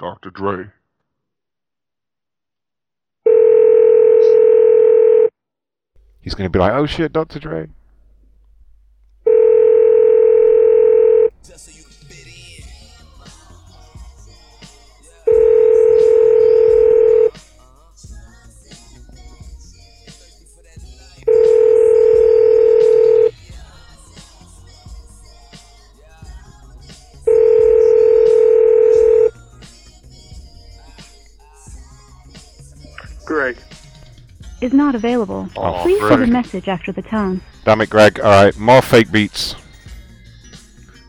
[SPEAKER 26] Dr. Dre.
[SPEAKER 19] He's going to be like, oh shit, Dr. Dre.
[SPEAKER 26] Greg.
[SPEAKER 5] Is not available.
[SPEAKER 19] Aw,
[SPEAKER 5] Please leave a
[SPEAKER 19] frick.
[SPEAKER 5] message after the tone.
[SPEAKER 19] Damn it, Greg. Alright, more fake beats.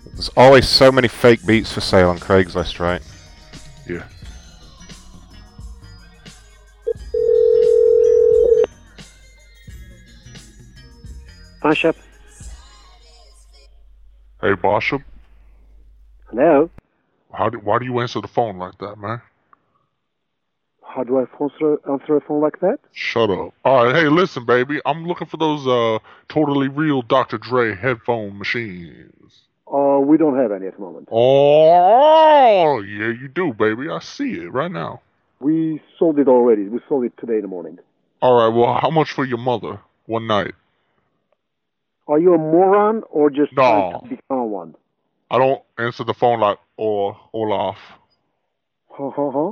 [SPEAKER 19] There's always so many fake beats for sale on Craigslist, right?
[SPEAKER 26] Yeah.
[SPEAKER 28] Bishop.
[SPEAKER 26] Hey, Bosham.
[SPEAKER 28] Hello.
[SPEAKER 26] How do, why do you answer the phone like that, man?
[SPEAKER 28] How do I answer, answer a phone like that?
[SPEAKER 26] Shut up. All right, hey, listen, baby. I'm looking for those uh totally real Dr. Dre headphone machines.
[SPEAKER 28] Uh, we don't have any at the moment.
[SPEAKER 26] Oh, yeah, you do, baby. I see it right now.
[SPEAKER 28] We sold it already. We sold it today in the morning.
[SPEAKER 26] All right, well, how much for your mother one night?
[SPEAKER 28] Are you a moron or just
[SPEAKER 26] No.
[SPEAKER 28] trying to become one?
[SPEAKER 26] I don't answer the phone like or Olaf.
[SPEAKER 28] Huh, huh, huh?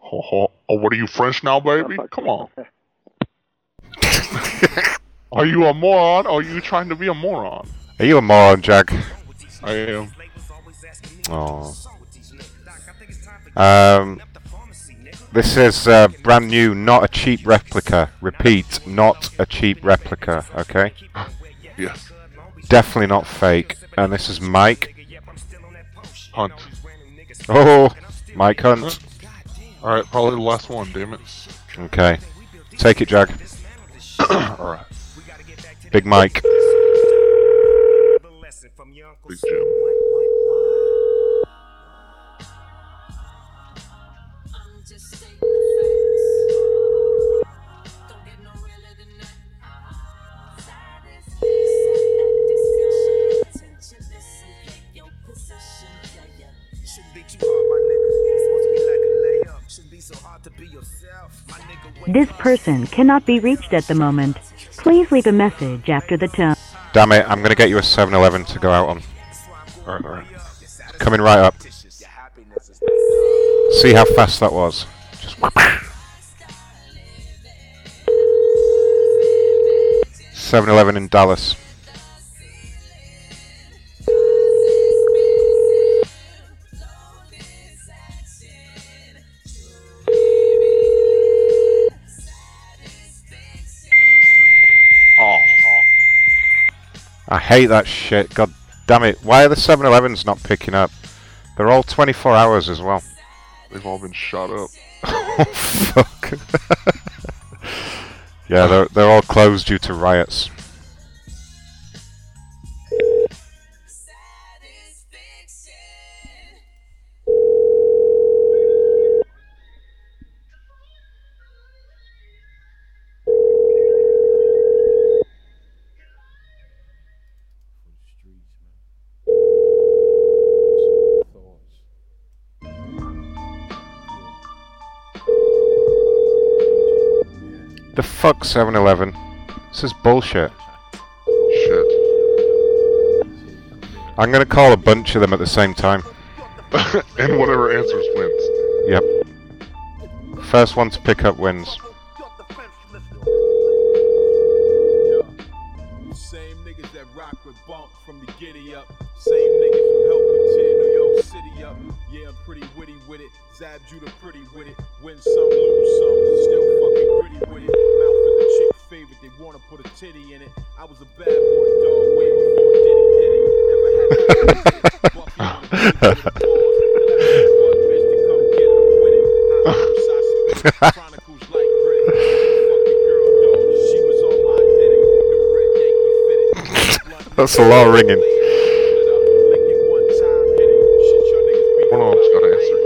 [SPEAKER 26] Ho, ho. Oh, what are you French now, baby? Come on. Are you a moron? Or are you trying to be a moron?
[SPEAKER 19] Are you a moron, Jack?
[SPEAKER 26] I am.
[SPEAKER 19] Oh. Um, this is uh, brand new, not a cheap replica. Repeat, not a cheap replica. Okay.
[SPEAKER 26] Yes.
[SPEAKER 19] Definitely not fake. And this is Mike.
[SPEAKER 26] Hunt.
[SPEAKER 19] Oh, Mike Hunt.
[SPEAKER 26] All right, probably the last one. Damn it.
[SPEAKER 19] Okay. Take it, Jag.
[SPEAKER 26] All right.
[SPEAKER 19] Big Mike.
[SPEAKER 26] Big Jim.
[SPEAKER 5] This person cannot be reached at the moment. Please leave a message after the tone.
[SPEAKER 19] Damn it, I'm gonna get you a 7-Eleven to go out on.
[SPEAKER 26] Alright, alright.
[SPEAKER 19] Coming right up. See how fast that was. Just Seven Eleven in Dallas.
[SPEAKER 22] Ah,
[SPEAKER 26] Oh.
[SPEAKER 19] I hate that shit. God damn it. Why are the 7 Elevens not picking up? They're all 24 hours as well.
[SPEAKER 26] They've all been shot up.
[SPEAKER 19] oh, fuck. yeah, they're, they're all closed due to riots. The fuck 7 Eleven? This is bullshit.
[SPEAKER 26] Shit.
[SPEAKER 19] I'm gonna call a bunch of them at the same time.
[SPEAKER 26] and whatever answers wins.
[SPEAKER 19] Yep. First one to pick up wins.
[SPEAKER 7] Same niggas that rock with bump from the giddy up. Same niggas from help with cheer New York City up. Yeah, I'm pretty witty with it. Zabbed you the pretty with it. Win some, lose some. Still fucking gritty with it. Mouth is a chick favorite. They wanna put a titty in it. I was a bad boy dog way before Diddy did it. Never had a Buck on with the balls. Then I had a bug bitch to come get it. Win it. I curse, I spit. Chronicles like grit. Fuck your girl dog. She was on my dick. New red Yankee fitted.
[SPEAKER 19] That's a lot of ringing.
[SPEAKER 26] One of them's gotta answer.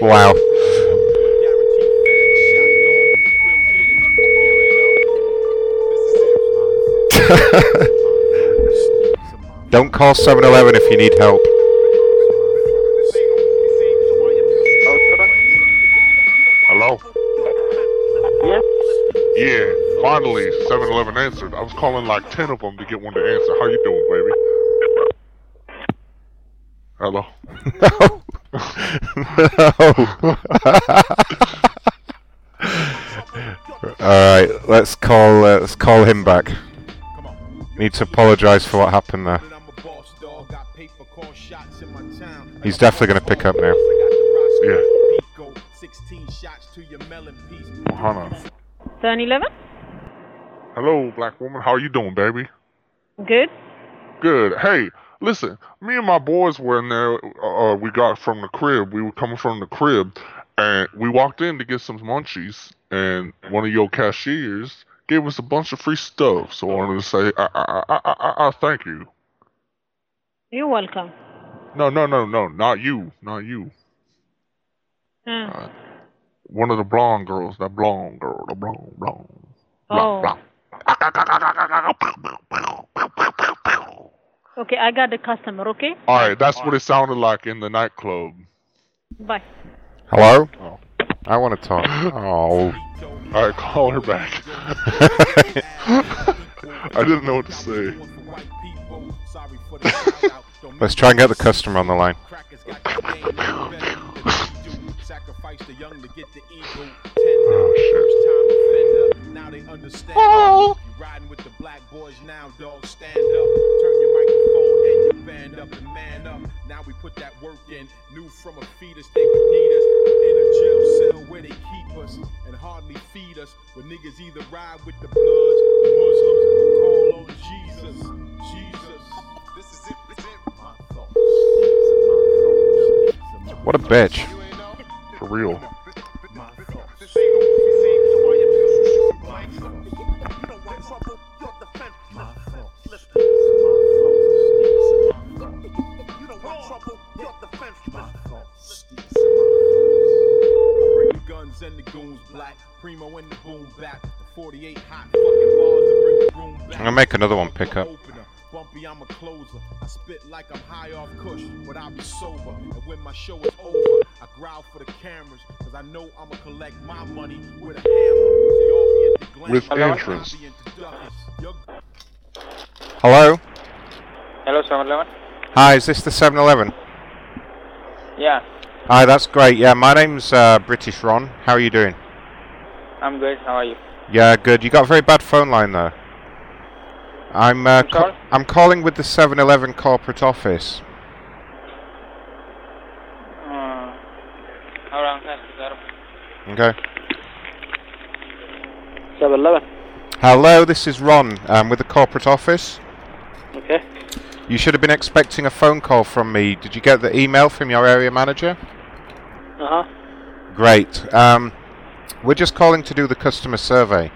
[SPEAKER 19] wow. Don't call 7 Eleven if you need help.
[SPEAKER 26] Hello? Yeah? Yeah, finally, 7 Eleven answered. I was calling like 10 of them to get one to answer. How you doing, baby? Hello?
[SPEAKER 19] No. no. All right, let's call uh, let's call him back. Need to apologise for what happened there. He's definitely going to pick up now.
[SPEAKER 26] Yeah. Well, hold on.
[SPEAKER 14] 7-Eleven?
[SPEAKER 26] Hello, black woman. How you doing, baby?
[SPEAKER 14] Good.
[SPEAKER 26] Good. Hey, listen. Me and my boys were in there. Uh, we got from the crib. We were coming from the crib, and we walked in to get some munchies. And one of your cashiers gave us a bunch of free stuff. So I wanted to say, I, I, I, I, I, I thank you.
[SPEAKER 14] You're welcome.
[SPEAKER 26] No, no, no, no, not you, not you.
[SPEAKER 14] Hmm.
[SPEAKER 26] One of the blonde girls, that blonde girl, the blonde, blonde.
[SPEAKER 14] oh. Okay, I got the customer, okay?
[SPEAKER 26] All right, that's what it sounded like in the nightclub.
[SPEAKER 14] Bye.
[SPEAKER 19] Hello?
[SPEAKER 26] Oh.
[SPEAKER 19] I want to talk. Oh.
[SPEAKER 26] All right, call her back. I didn't know what to say.
[SPEAKER 19] Let's try and get the customer on the line.
[SPEAKER 26] Oh, shit.
[SPEAKER 7] Oh.
[SPEAKER 30] Riding with the black boys now, dog. Stand up. Turn your microphone and your band up and man up. Now we put that work in. Knew from a fetus they would need us. In a jail cell where they keep us and hardly feed us. Where niggas either ride with the bloods, the Muslims, or call on Jesus. Jesus. This is it. This is it. My thoughts.
[SPEAKER 19] What a bitch. For real.
[SPEAKER 30] Bring the guns and the goons black. Primo and the boom back. 48 hot fucking balls to bring the room back.
[SPEAKER 19] I'm gonna make another one pick up.
[SPEAKER 30] Opener. Bumpy, I'm a closer. I spit like I'm high off Kush, but I'll be sober. And when my show is over, I growl for the cameras, cause I know I'ma collect my money with a hammer.
[SPEAKER 26] With entrance.
[SPEAKER 19] Hello?
[SPEAKER 4] Hello, 7-Eleven.
[SPEAKER 19] Hi, is this the 7 Eleven?
[SPEAKER 4] Yeah,
[SPEAKER 19] Hi, that's great. Yeah, my name's uh, British Ron. How are you doing?
[SPEAKER 4] I'm good. How are you?
[SPEAKER 19] Yeah, good. You got a very bad phone line though. I'm uh, ca- I'm calling with the 7-Eleven corporate office.
[SPEAKER 4] Uh, hold on, sir. Got it.
[SPEAKER 19] Okay.
[SPEAKER 4] 7-Eleven.
[SPEAKER 19] Hello, this is Ron. Um, with the corporate office.
[SPEAKER 4] Okay.
[SPEAKER 19] You should have been expecting a phone call from me. Did you get the email from your area manager?
[SPEAKER 4] Uh huh.
[SPEAKER 19] Great. Um, we're just calling to do the customer survey.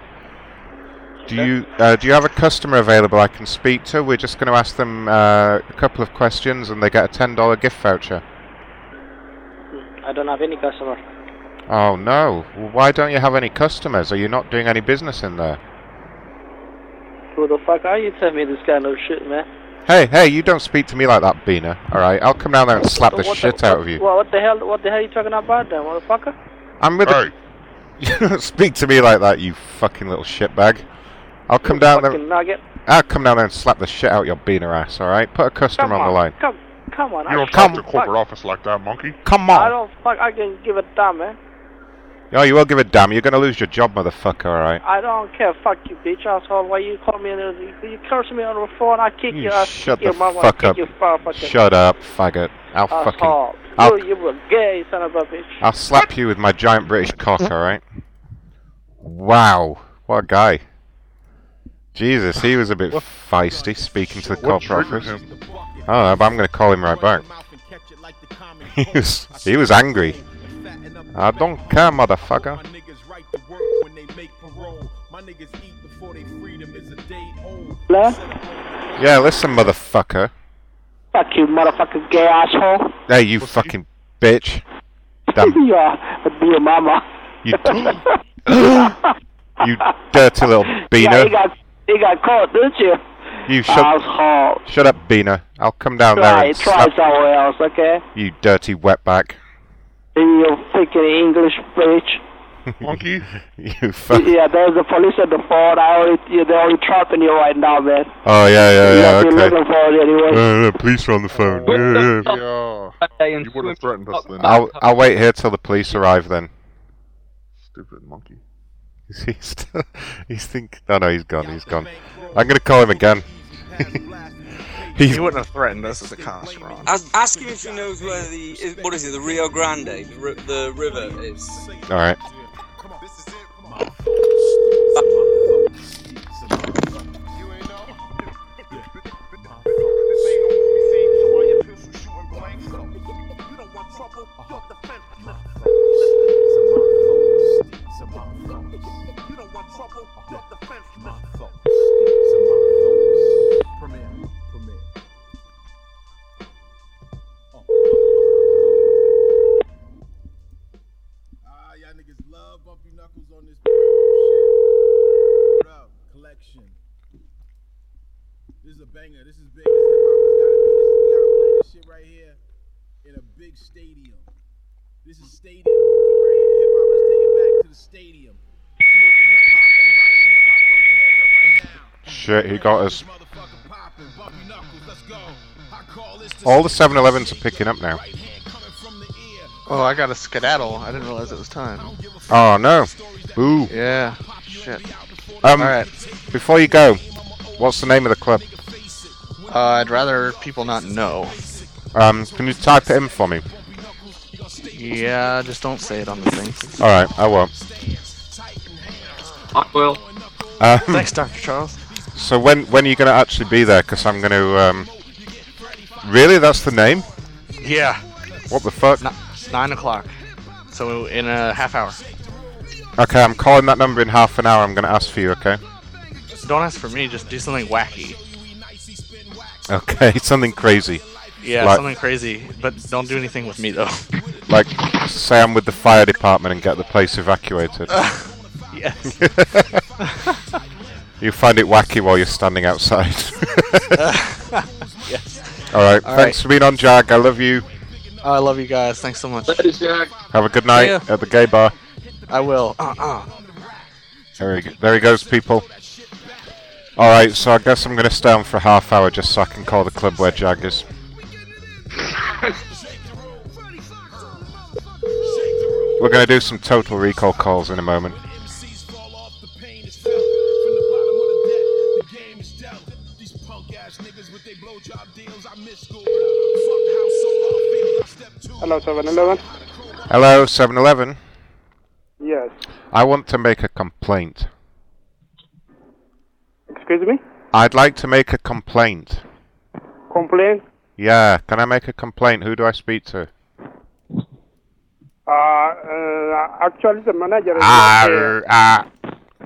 [SPEAKER 19] Do you uh, do you have a customer available I can speak to? We're just going to ask them uh, a couple of questions, and they get a ten dollar gift voucher.
[SPEAKER 4] I don't have any customer.
[SPEAKER 19] Oh no! Well, Why don't you have any customers? Are you not doing any business in there?
[SPEAKER 4] Who the fuck are you telling me this kind of shit, man?
[SPEAKER 19] Hey, hey! You don't speak to me like that, Bina. All right, I'll come down there and slap the
[SPEAKER 4] What
[SPEAKER 19] shit out of you.
[SPEAKER 4] Well, what the hell? What the hell are you talking about, then, motherfucker?
[SPEAKER 19] I'm with. Hey. You don't speak to me like that, you fucking little shitbag. I'll come down there.
[SPEAKER 4] Fucking nugget.
[SPEAKER 19] I'll come down there and slap the shit out your beaner ass. All right, put a customer
[SPEAKER 4] Come
[SPEAKER 19] on, the line.
[SPEAKER 4] Come, come on.
[SPEAKER 26] You don't
[SPEAKER 19] Come
[SPEAKER 26] talk to
[SPEAKER 19] on.
[SPEAKER 26] corporate office like that, monkey.
[SPEAKER 19] Come
[SPEAKER 4] I
[SPEAKER 19] on!
[SPEAKER 4] don't fuck. I can give a damn, man.
[SPEAKER 19] Oh, you will give a damn. You're gonna lose your job, motherfucker. All right.
[SPEAKER 4] I don't care. Fuck you, bitch asshole. Why you call me and you- you curse me on the phone? I kick
[SPEAKER 19] You
[SPEAKER 4] your ass.
[SPEAKER 19] shut
[SPEAKER 4] kick
[SPEAKER 19] the
[SPEAKER 4] your mama,
[SPEAKER 19] fuck
[SPEAKER 4] kick
[SPEAKER 19] up.
[SPEAKER 4] Your motherfucking
[SPEAKER 19] Shut up, faggot. I'll
[SPEAKER 4] asshole.
[SPEAKER 19] fucking. I'll,
[SPEAKER 4] You, you were gay, son of a bitch.
[SPEAKER 19] I'll slap you with my giant British cock. All right. Wow, what a guy. Jesus, he was a bit feisty speaking to the
[SPEAKER 26] What
[SPEAKER 19] corporate
[SPEAKER 26] triggered
[SPEAKER 19] office. I don't know, but I'm gonna call him right back. he was he was angry. I don't care, motherfucker.
[SPEAKER 4] Hello?
[SPEAKER 19] Yeah, listen, motherfucker.
[SPEAKER 4] Fuck you, motherfucking gay asshole.
[SPEAKER 19] Hey, you fucking bitch. Damn,
[SPEAKER 4] you are be your mama.
[SPEAKER 19] you, you dirty little
[SPEAKER 4] Yeah, you
[SPEAKER 19] beaner.
[SPEAKER 4] got you got caught, didn't you?
[SPEAKER 19] You shut
[SPEAKER 4] asshole.
[SPEAKER 19] shut up, beaner. I'll come down there
[SPEAKER 4] Try
[SPEAKER 19] and
[SPEAKER 4] try
[SPEAKER 19] slap
[SPEAKER 4] somewhere else, okay?
[SPEAKER 19] you, dirty wetback.
[SPEAKER 4] You freaking English bitch.
[SPEAKER 26] Monkey.
[SPEAKER 19] you fuck.
[SPEAKER 4] Yeah, there's the police at the phone. I already, yeah, they're already trapping you right now, man.
[SPEAKER 19] Oh yeah, yeah,
[SPEAKER 4] You're
[SPEAKER 19] yeah.
[SPEAKER 4] looking
[SPEAKER 19] Okay.
[SPEAKER 4] for it anyway.
[SPEAKER 19] Uh, police are on the phone. Yeah, yeah.
[SPEAKER 26] You would have threatened us then.
[SPEAKER 19] I'll I'll wait here till the police arrive then.
[SPEAKER 26] Stupid monkey.
[SPEAKER 19] Is he still? He's think. No, no, he's gone. He's gone. I'm gonna call him again. he's
[SPEAKER 22] he wouldn't have threatened us as a cops, Ron.
[SPEAKER 18] Ask, ask him if he knows where the is, what is it, the Rio Grande, the, ri- the river is.
[SPEAKER 19] all right.
[SPEAKER 30] This is a banger. This is big. This hip hop has got to be. This, we gotta play this shit right here in a big stadium. This is stadium music right here. Hip hop, let's take it back to the stadium. Salute to hip hop. Everybody in hip hop, throw your hands up right now.
[SPEAKER 19] Shit, he got us.
[SPEAKER 30] Motherfucker popping, bumpy knuckles. Let's go. I call this
[SPEAKER 19] All the 7-Elevens are picking up now.
[SPEAKER 22] Oh, I got a skedaddle. I didn't realize it was time.
[SPEAKER 19] Oh no. Boo.
[SPEAKER 22] Yeah. Shit.
[SPEAKER 19] Um, Before you go, what's the name of the club?
[SPEAKER 22] Uh, I'd rather people not know.
[SPEAKER 19] Um, can you type it in for me?
[SPEAKER 22] Yeah, just don't say it on the thing.
[SPEAKER 19] All right, I won't.
[SPEAKER 22] I will.
[SPEAKER 19] Um,
[SPEAKER 22] Thanks, Dr. Charles.
[SPEAKER 19] So when when are you going to actually be there? Because I'm going to. Um, really, that's the name?
[SPEAKER 22] Yeah,
[SPEAKER 19] What the fuck?
[SPEAKER 22] nine o'clock. So in a half hour.
[SPEAKER 19] Okay, I'm calling that number in half an hour. I'm going to ask for you. Okay.
[SPEAKER 22] Don't ask for me. Just do something wacky.
[SPEAKER 19] Okay, something crazy.
[SPEAKER 22] Yeah,
[SPEAKER 19] Like,
[SPEAKER 22] something crazy. But don't do anything with me though.
[SPEAKER 19] like say I'm with the fire department and get the place evacuated.
[SPEAKER 22] yes.
[SPEAKER 19] you find it wacky while you're standing outside.
[SPEAKER 22] yes.
[SPEAKER 19] All right.
[SPEAKER 22] All
[SPEAKER 19] thanks
[SPEAKER 22] right.
[SPEAKER 19] for being on, Jag. I love you.
[SPEAKER 22] I love you guys. Thanks so much.
[SPEAKER 19] Have a good night
[SPEAKER 22] Yeah.
[SPEAKER 19] at the gay bar.
[SPEAKER 22] I will. Uh uh
[SPEAKER 19] There he, go- there he goes, people. All right, so I guess I'm going to stay on for a half hour just so I can call the club where Jag is. We're going to do some total recall calls in a moment.
[SPEAKER 28] Hello, 7-Eleven.
[SPEAKER 19] Hello, 7 Eleven.
[SPEAKER 28] Yes.
[SPEAKER 19] I want to make a complaint.
[SPEAKER 28] Excuse me?
[SPEAKER 19] I'd like to make a complaint.
[SPEAKER 28] Complain?
[SPEAKER 19] Yeah, can I make a complaint? Who do I speak to?
[SPEAKER 28] Uh, uh, actually, the manager is not here.
[SPEAKER 19] Arr, ah.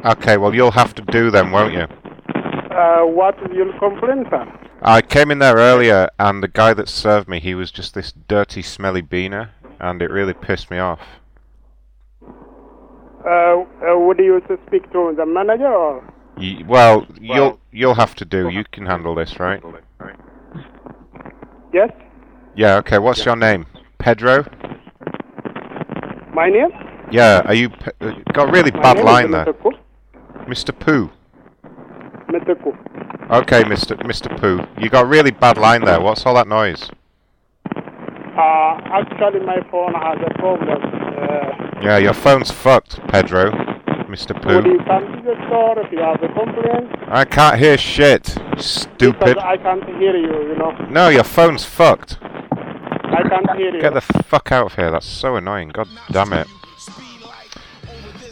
[SPEAKER 19] Okay, well, you'll have to do them, won't you?
[SPEAKER 28] Uh, what you complain, sir?
[SPEAKER 19] I came in there earlier, and the guy that served me, he was just this dirty, smelly beaner, and it really pissed me off.
[SPEAKER 28] Uh, uh, would you to speak to the manager or?
[SPEAKER 19] Y- well, you'll you'll have to do. You can handle this, right?
[SPEAKER 28] Yes?
[SPEAKER 19] Yeah. Okay. What's your name? Pedro.
[SPEAKER 28] My name?
[SPEAKER 19] Yeah. Are you pe- uh, got a really
[SPEAKER 28] My
[SPEAKER 19] bad
[SPEAKER 28] name
[SPEAKER 19] line
[SPEAKER 28] is
[SPEAKER 19] there,
[SPEAKER 28] Mr. Cook.
[SPEAKER 19] Mr. Pooh?
[SPEAKER 28] Mr. Cook.
[SPEAKER 19] Okay, Mr. Mr. Pooh, you got a really bad line there. What's all that noise?
[SPEAKER 28] Uh, actually, my phone has a problem. Uh,
[SPEAKER 19] Yeah, your phone's fucked, Pedro. Mr.
[SPEAKER 28] would
[SPEAKER 19] Pooh.
[SPEAKER 28] you come to the store if you have a complaint?
[SPEAKER 19] I can't hear shit. Stupid.
[SPEAKER 28] Because I can't hear you, you know.
[SPEAKER 19] No, your phone's fucked.
[SPEAKER 28] I can't hear you.
[SPEAKER 19] Get the fuck out of here. That's so annoying. God damn it.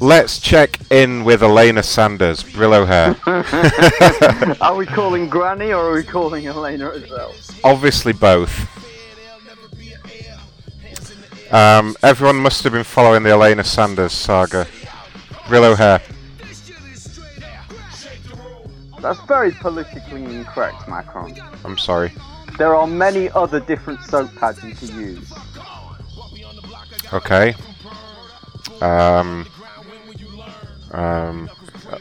[SPEAKER 19] Let's check in with Elena Sanders, Brillo hair.
[SPEAKER 18] are we calling Granny or are we calling Elena as well?
[SPEAKER 19] Obviously both. Um, everyone must have been following the Elena Sanders saga. Brillo hair.
[SPEAKER 18] That's very politically incorrect, Macron.
[SPEAKER 19] I'm sorry.
[SPEAKER 18] There are many other different soap pads you can use.
[SPEAKER 19] Okay. Um. Um. Uh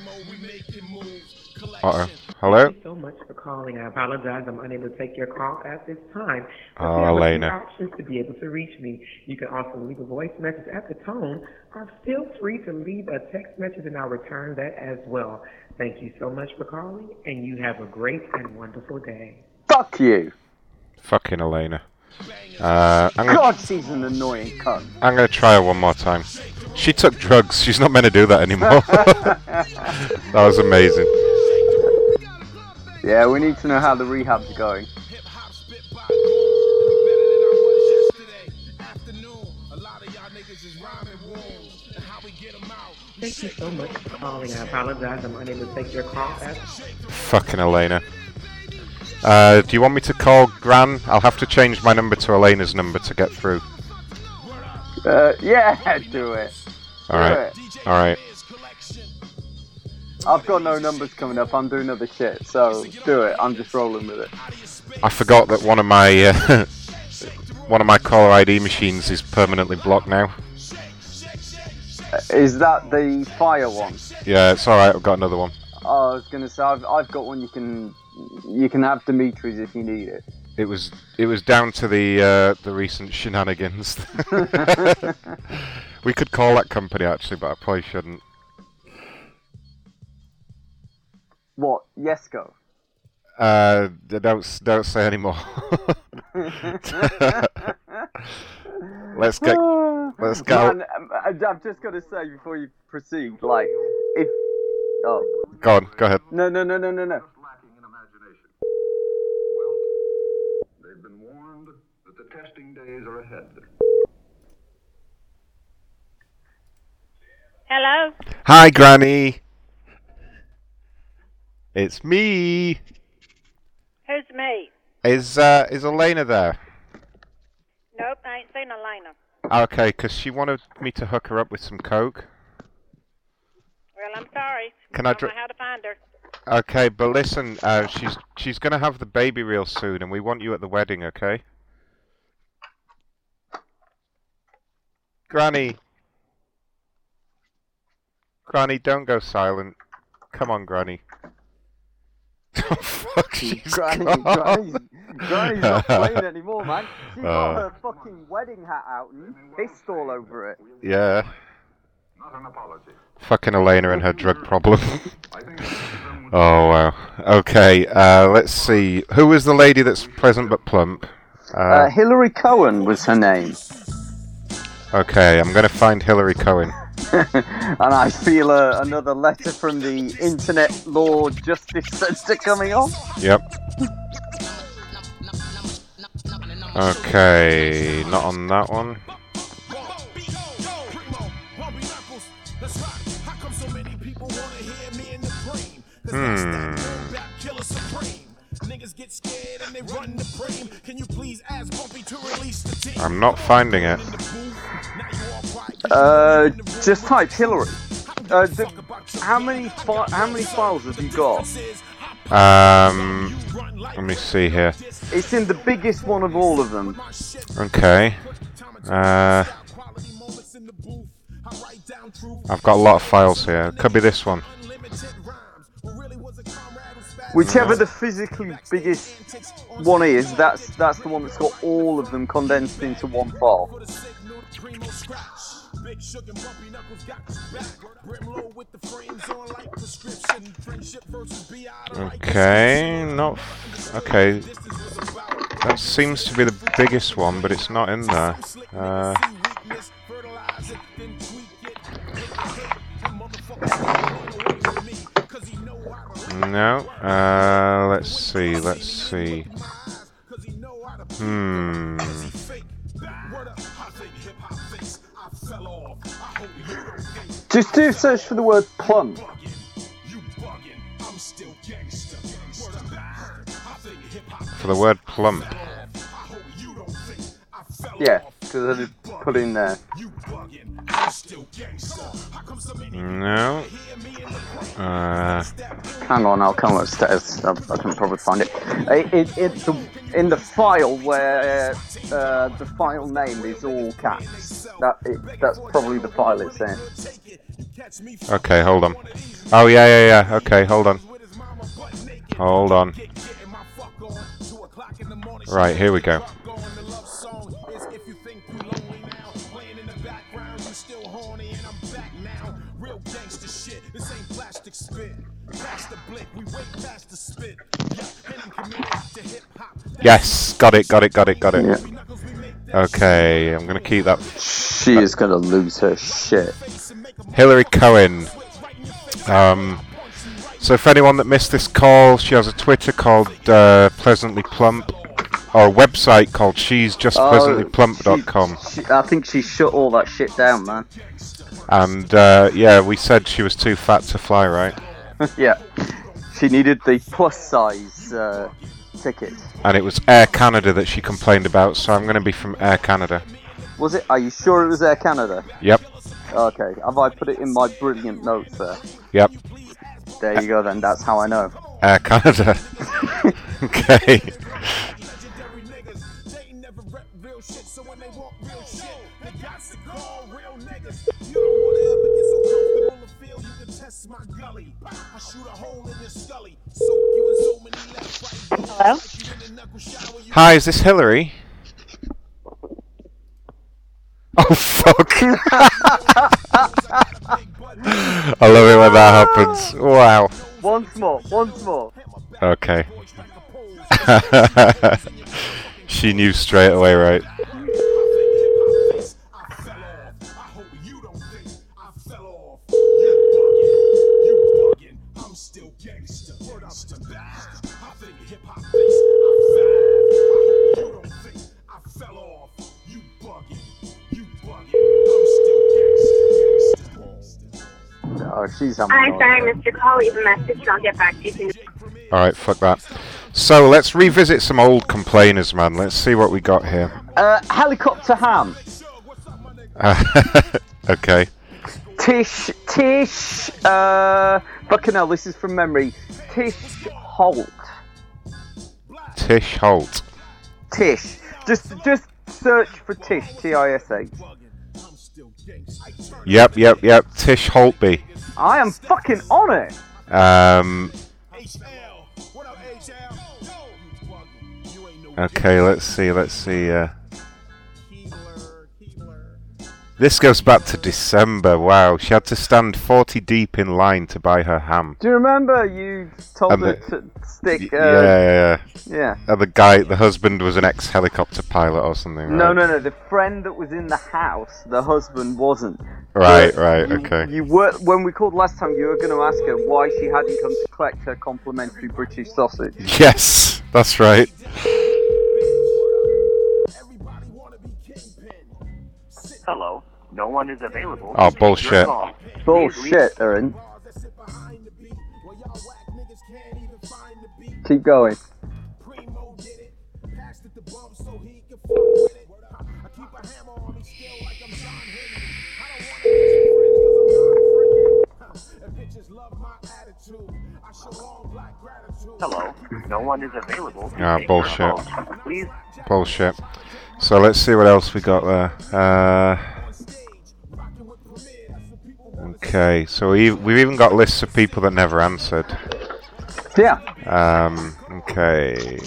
[SPEAKER 19] oh. Hello?
[SPEAKER 4] Thank you so much for calling. I apologize. I'm unable to take your call at this time. But
[SPEAKER 19] Oh,
[SPEAKER 4] there are
[SPEAKER 19] Elena.
[SPEAKER 4] two options to be able to reach me. You can also leave a voice message at the tone, or feel free to leave a text message and I'll return that as well. Thank you so much for calling, and you have a great and wonderful day.
[SPEAKER 18] Fuck you.
[SPEAKER 19] Fucking Elena. Uh, I'm gonna,
[SPEAKER 18] God, she's an annoying cunt.
[SPEAKER 19] I'm gonna try her one more time. She took drugs. She's not meant to do that anymore. that was amazing.
[SPEAKER 18] Yeah, we need to know how the rehab's going.
[SPEAKER 4] Thank you so much for calling. I apologize. I'm unable to take your call at
[SPEAKER 19] Fucking Elena. Uh, do you want me to call Gran? I'll have to change my number to Elena's number to get through.
[SPEAKER 18] Uh, yeah, do it.
[SPEAKER 19] All right. All right.
[SPEAKER 18] I've got no numbers coming up. I'm doing other shit, so do it. I'm just rolling with it.
[SPEAKER 19] I forgot that one of my uh, one of my caller ID machines is permanently blocked now.
[SPEAKER 18] Uh, Is that the fire one?
[SPEAKER 19] Yeah, it's all right. I've got another one.
[SPEAKER 18] Oh, I was gonna say I've, I've got one. You can you can have Dimitri's if you need it.
[SPEAKER 19] It was it was down to the uh, the recent shenanigans. we could call that company actually, but I probably shouldn't.
[SPEAKER 18] What? Yesco.
[SPEAKER 19] Uh, d- don't s- don't say anymore. let's get let's go.
[SPEAKER 18] um, Man, I- I've just got to say before you proceed, like if oh
[SPEAKER 19] Go on, go ahead.
[SPEAKER 18] No, no, no, no, no, no.
[SPEAKER 15] They've been warned that the testing days are ahead.
[SPEAKER 6] Hello.
[SPEAKER 19] Hi, Granny. It's me.
[SPEAKER 20] Who's me?
[SPEAKER 19] Is uh, is Elena there?
[SPEAKER 20] Nope, I ain't seen Elena.
[SPEAKER 19] Okay, 'cause she wanted me to hook her up with some coke.
[SPEAKER 20] Well, I'm sorry.
[SPEAKER 19] Can I
[SPEAKER 20] don't
[SPEAKER 19] dr-
[SPEAKER 20] know how to find her.
[SPEAKER 19] Okay, but listen, uh, she's she's gonna have the baby real soon, and we want you at the wedding, okay? Granny, Granny, don't go silent. Come on, Granny. Oh, fuck, she's
[SPEAKER 18] Granny,
[SPEAKER 19] gone.
[SPEAKER 18] Granny's, Granny's not playing anymore, man. She got
[SPEAKER 19] Uh.
[SPEAKER 18] her fucking wedding hat out and pissed all over it.
[SPEAKER 19] Yeah,
[SPEAKER 15] Not an apology.
[SPEAKER 19] fucking Elena and her drug problem. oh wow. Okay, uh, let's see. Who is the lady that's pleasant but plump?
[SPEAKER 18] Uh, Hillary Cohen was her name.
[SPEAKER 19] Okay, I'm gonna find Hillary Cohen.
[SPEAKER 18] and I feel uh, another letter from the Internet Law Justice Centre coming on.
[SPEAKER 19] Yep. Okay, not on that one. Hmm. I'm not finding it.
[SPEAKER 18] Uh, just type Hillary. Uh, d- how many fi- how many files have you got?
[SPEAKER 19] Um, let me see here.
[SPEAKER 18] It's in the biggest one of all of them.
[SPEAKER 19] Okay. Uh, I've got a lot of files here. Could be this one.
[SPEAKER 18] Whichever the physically biggest one is, that's that's the one that's got all of them condensed into one file.
[SPEAKER 19] Okay, not. F- okay. That seems to be the biggest one, but it's not in there. Uh, no. Uh, let's see. Let's see. Hmm.
[SPEAKER 18] Just do a search for the word plump.
[SPEAKER 19] For the word plump.
[SPEAKER 18] Yeah, because I just put in there.
[SPEAKER 19] No. Uh,
[SPEAKER 18] Hang on, I'll come upstairs. I, I can probably find it. It, it, it the, in the file where uh, the file name is all caps. That it, that's probably the file it's in.
[SPEAKER 19] Okay, hold on. Oh yeah, yeah, yeah. Okay, hold on. Hold on. Right, here we go. Yes, got it, got it, got it, got it. Okay, I'm gonna keep that.
[SPEAKER 18] She is gonna lose her shit.
[SPEAKER 19] Hillary Cohen. Um, so for anyone that missed this call, she has a Twitter called uh, Pleasantly Plump, or a website called She's Just
[SPEAKER 18] Oh,
[SPEAKER 19] Pleasantly Plump.com.
[SPEAKER 18] She, I think she shut all that shit down, man.
[SPEAKER 19] And uh, yeah, we said she was too fat to fly, right?
[SPEAKER 18] yeah, she needed the plus size uh, ticket.
[SPEAKER 19] And it was Air Canada that she complained about, so I'm going to be from Air Canada.
[SPEAKER 18] Was it? Are you sure it was Air Canada?
[SPEAKER 19] Yep,
[SPEAKER 18] Okay, have I put it in my brilliant notes there?
[SPEAKER 19] yep,
[SPEAKER 18] There you go then, that's how I know.
[SPEAKER 19] Air Uh, Canada. okay.
[SPEAKER 20] Hello?
[SPEAKER 19] Hi, is this Hillary? Oh fuck! I love it when that happens. Wow.
[SPEAKER 18] Once more, once more.
[SPEAKER 19] Okay. she knew straight away, right?
[SPEAKER 18] Oh, she's on.
[SPEAKER 6] I'm sorry, Mr. Call. Leave a message and I'll get back to you.
[SPEAKER 19] All right, fuck that. So let's revisit some old complainers, man. Let's see what we got here.
[SPEAKER 18] Uh, helicopter ham.
[SPEAKER 19] Uh, okay.
[SPEAKER 18] Tish, Tish, uh, fucking hell, this is from memory. Tish Holt.
[SPEAKER 19] Tish Holt.
[SPEAKER 18] Tish. Just, just search for Tish, T-I-S-H.
[SPEAKER 19] Yep, yep, yep. Tish Holtby.
[SPEAKER 18] I am fucking on it.
[SPEAKER 19] Um. Okay, let's see, let's see. Uh, this goes back to December. Wow, she had to stand 40 deep in line to buy her ham.
[SPEAKER 18] Do you remember you told
[SPEAKER 19] Um,
[SPEAKER 18] her to stick? Uh,
[SPEAKER 19] yeah, yeah, yeah.
[SPEAKER 18] yeah.
[SPEAKER 19] Uh, the guy, the husband was an ex helicopter pilot or something. Right?
[SPEAKER 18] No, no, no. The friend that was in the house, the husband wasn't.
[SPEAKER 19] Right,
[SPEAKER 18] But
[SPEAKER 19] right,
[SPEAKER 18] you-
[SPEAKER 19] okay.
[SPEAKER 18] You were when we called last time. You were going to ask her why she hadn't come to collect her complimentary British sausage.
[SPEAKER 19] Yes, that's right.
[SPEAKER 4] Hello. No one is available.
[SPEAKER 19] Oh, bullshit.
[SPEAKER 4] Your call.
[SPEAKER 18] Bullshit, Erin. Keep going.
[SPEAKER 4] Hello. No one is available.
[SPEAKER 19] Ah,
[SPEAKER 4] Take your
[SPEAKER 19] bullshit.
[SPEAKER 4] call. Please
[SPEAKER 19] Bullshit. So let's see what else we got there. Uh, okay, so we, we've even got lists of people that never answered.
[SPEAKER 18] Yeah.
[SPEAKER 19] Um, okay.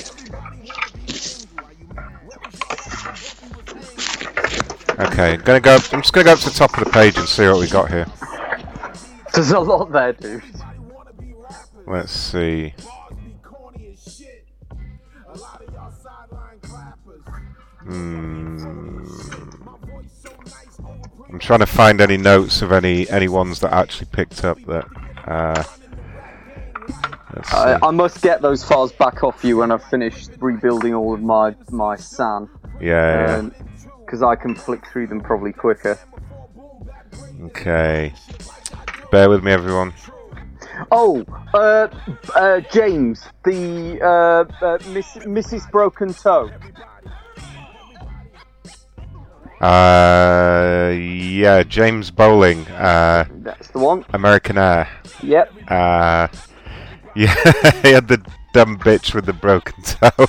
[SPEAKER 19] Okay, gonna go. I'm just gonna go up to the top of the page and see what we got here.
[SPEAKER 18] There's a lot there, dude.
[SPEAKER 19] Let's see. Hmm. I'm trying to find any notes of any any ones that I actually picked up that. Uh, let's see.
[SPEAKER 18] I, I must get those files back off you when I've finished rebuilding all of my my SAN.
[SPEAKER 19] Yeah, yeah.
[SPEAKER 18] Because I can flick through them probably quicker.
[SPEAKER 19] okay. Bear with me, everyone.
[SPEAKER 18] Oh, uh, uh, James, the uh, uh, Miss, Mrs. Broken Toe.
[SPEAKER 19] Uh, yeah, James Bowling. Uh,
[SPEAKER 18] That's the one.
[SPEAKER 19] American Air.
[SPEAKER 18] Yep.
[SPEAKER 19] Uh, yeah, he had the dumb bitch with the broken toe.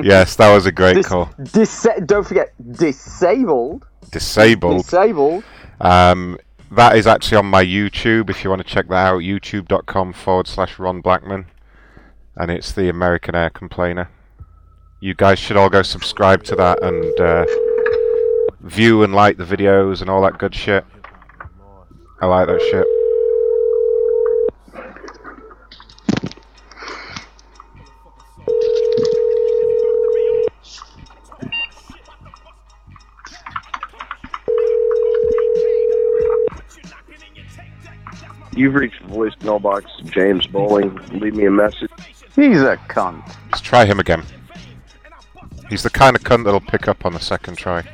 [SPEAKER 19] yes, that was a great
[SPEAKER 18] Dis-
[SPEAKER 19] call.
[SPEAKER 18] Disa- don't forget, disabled.
[SPEAKER 19] Disabled.
[SPEAKER 18] Disabled.
[SPEAKER 19] Um, that is actually on my YouTube. If you want to check that out, youtube.com forward slash Ron Blackman, and it's the American Air Complainer. You guys should all go subscribe to that and uh, view and like the videos and all that good shit. I like that shit.
[SPEAKER 32] You've reached the voicemail box of James Bowling. Leave me a message.
[SPEAKER 18] He's a cunt.
[SPEAKER 19] Let's try him again. He's the kind of cunt that'll pick up on the second try.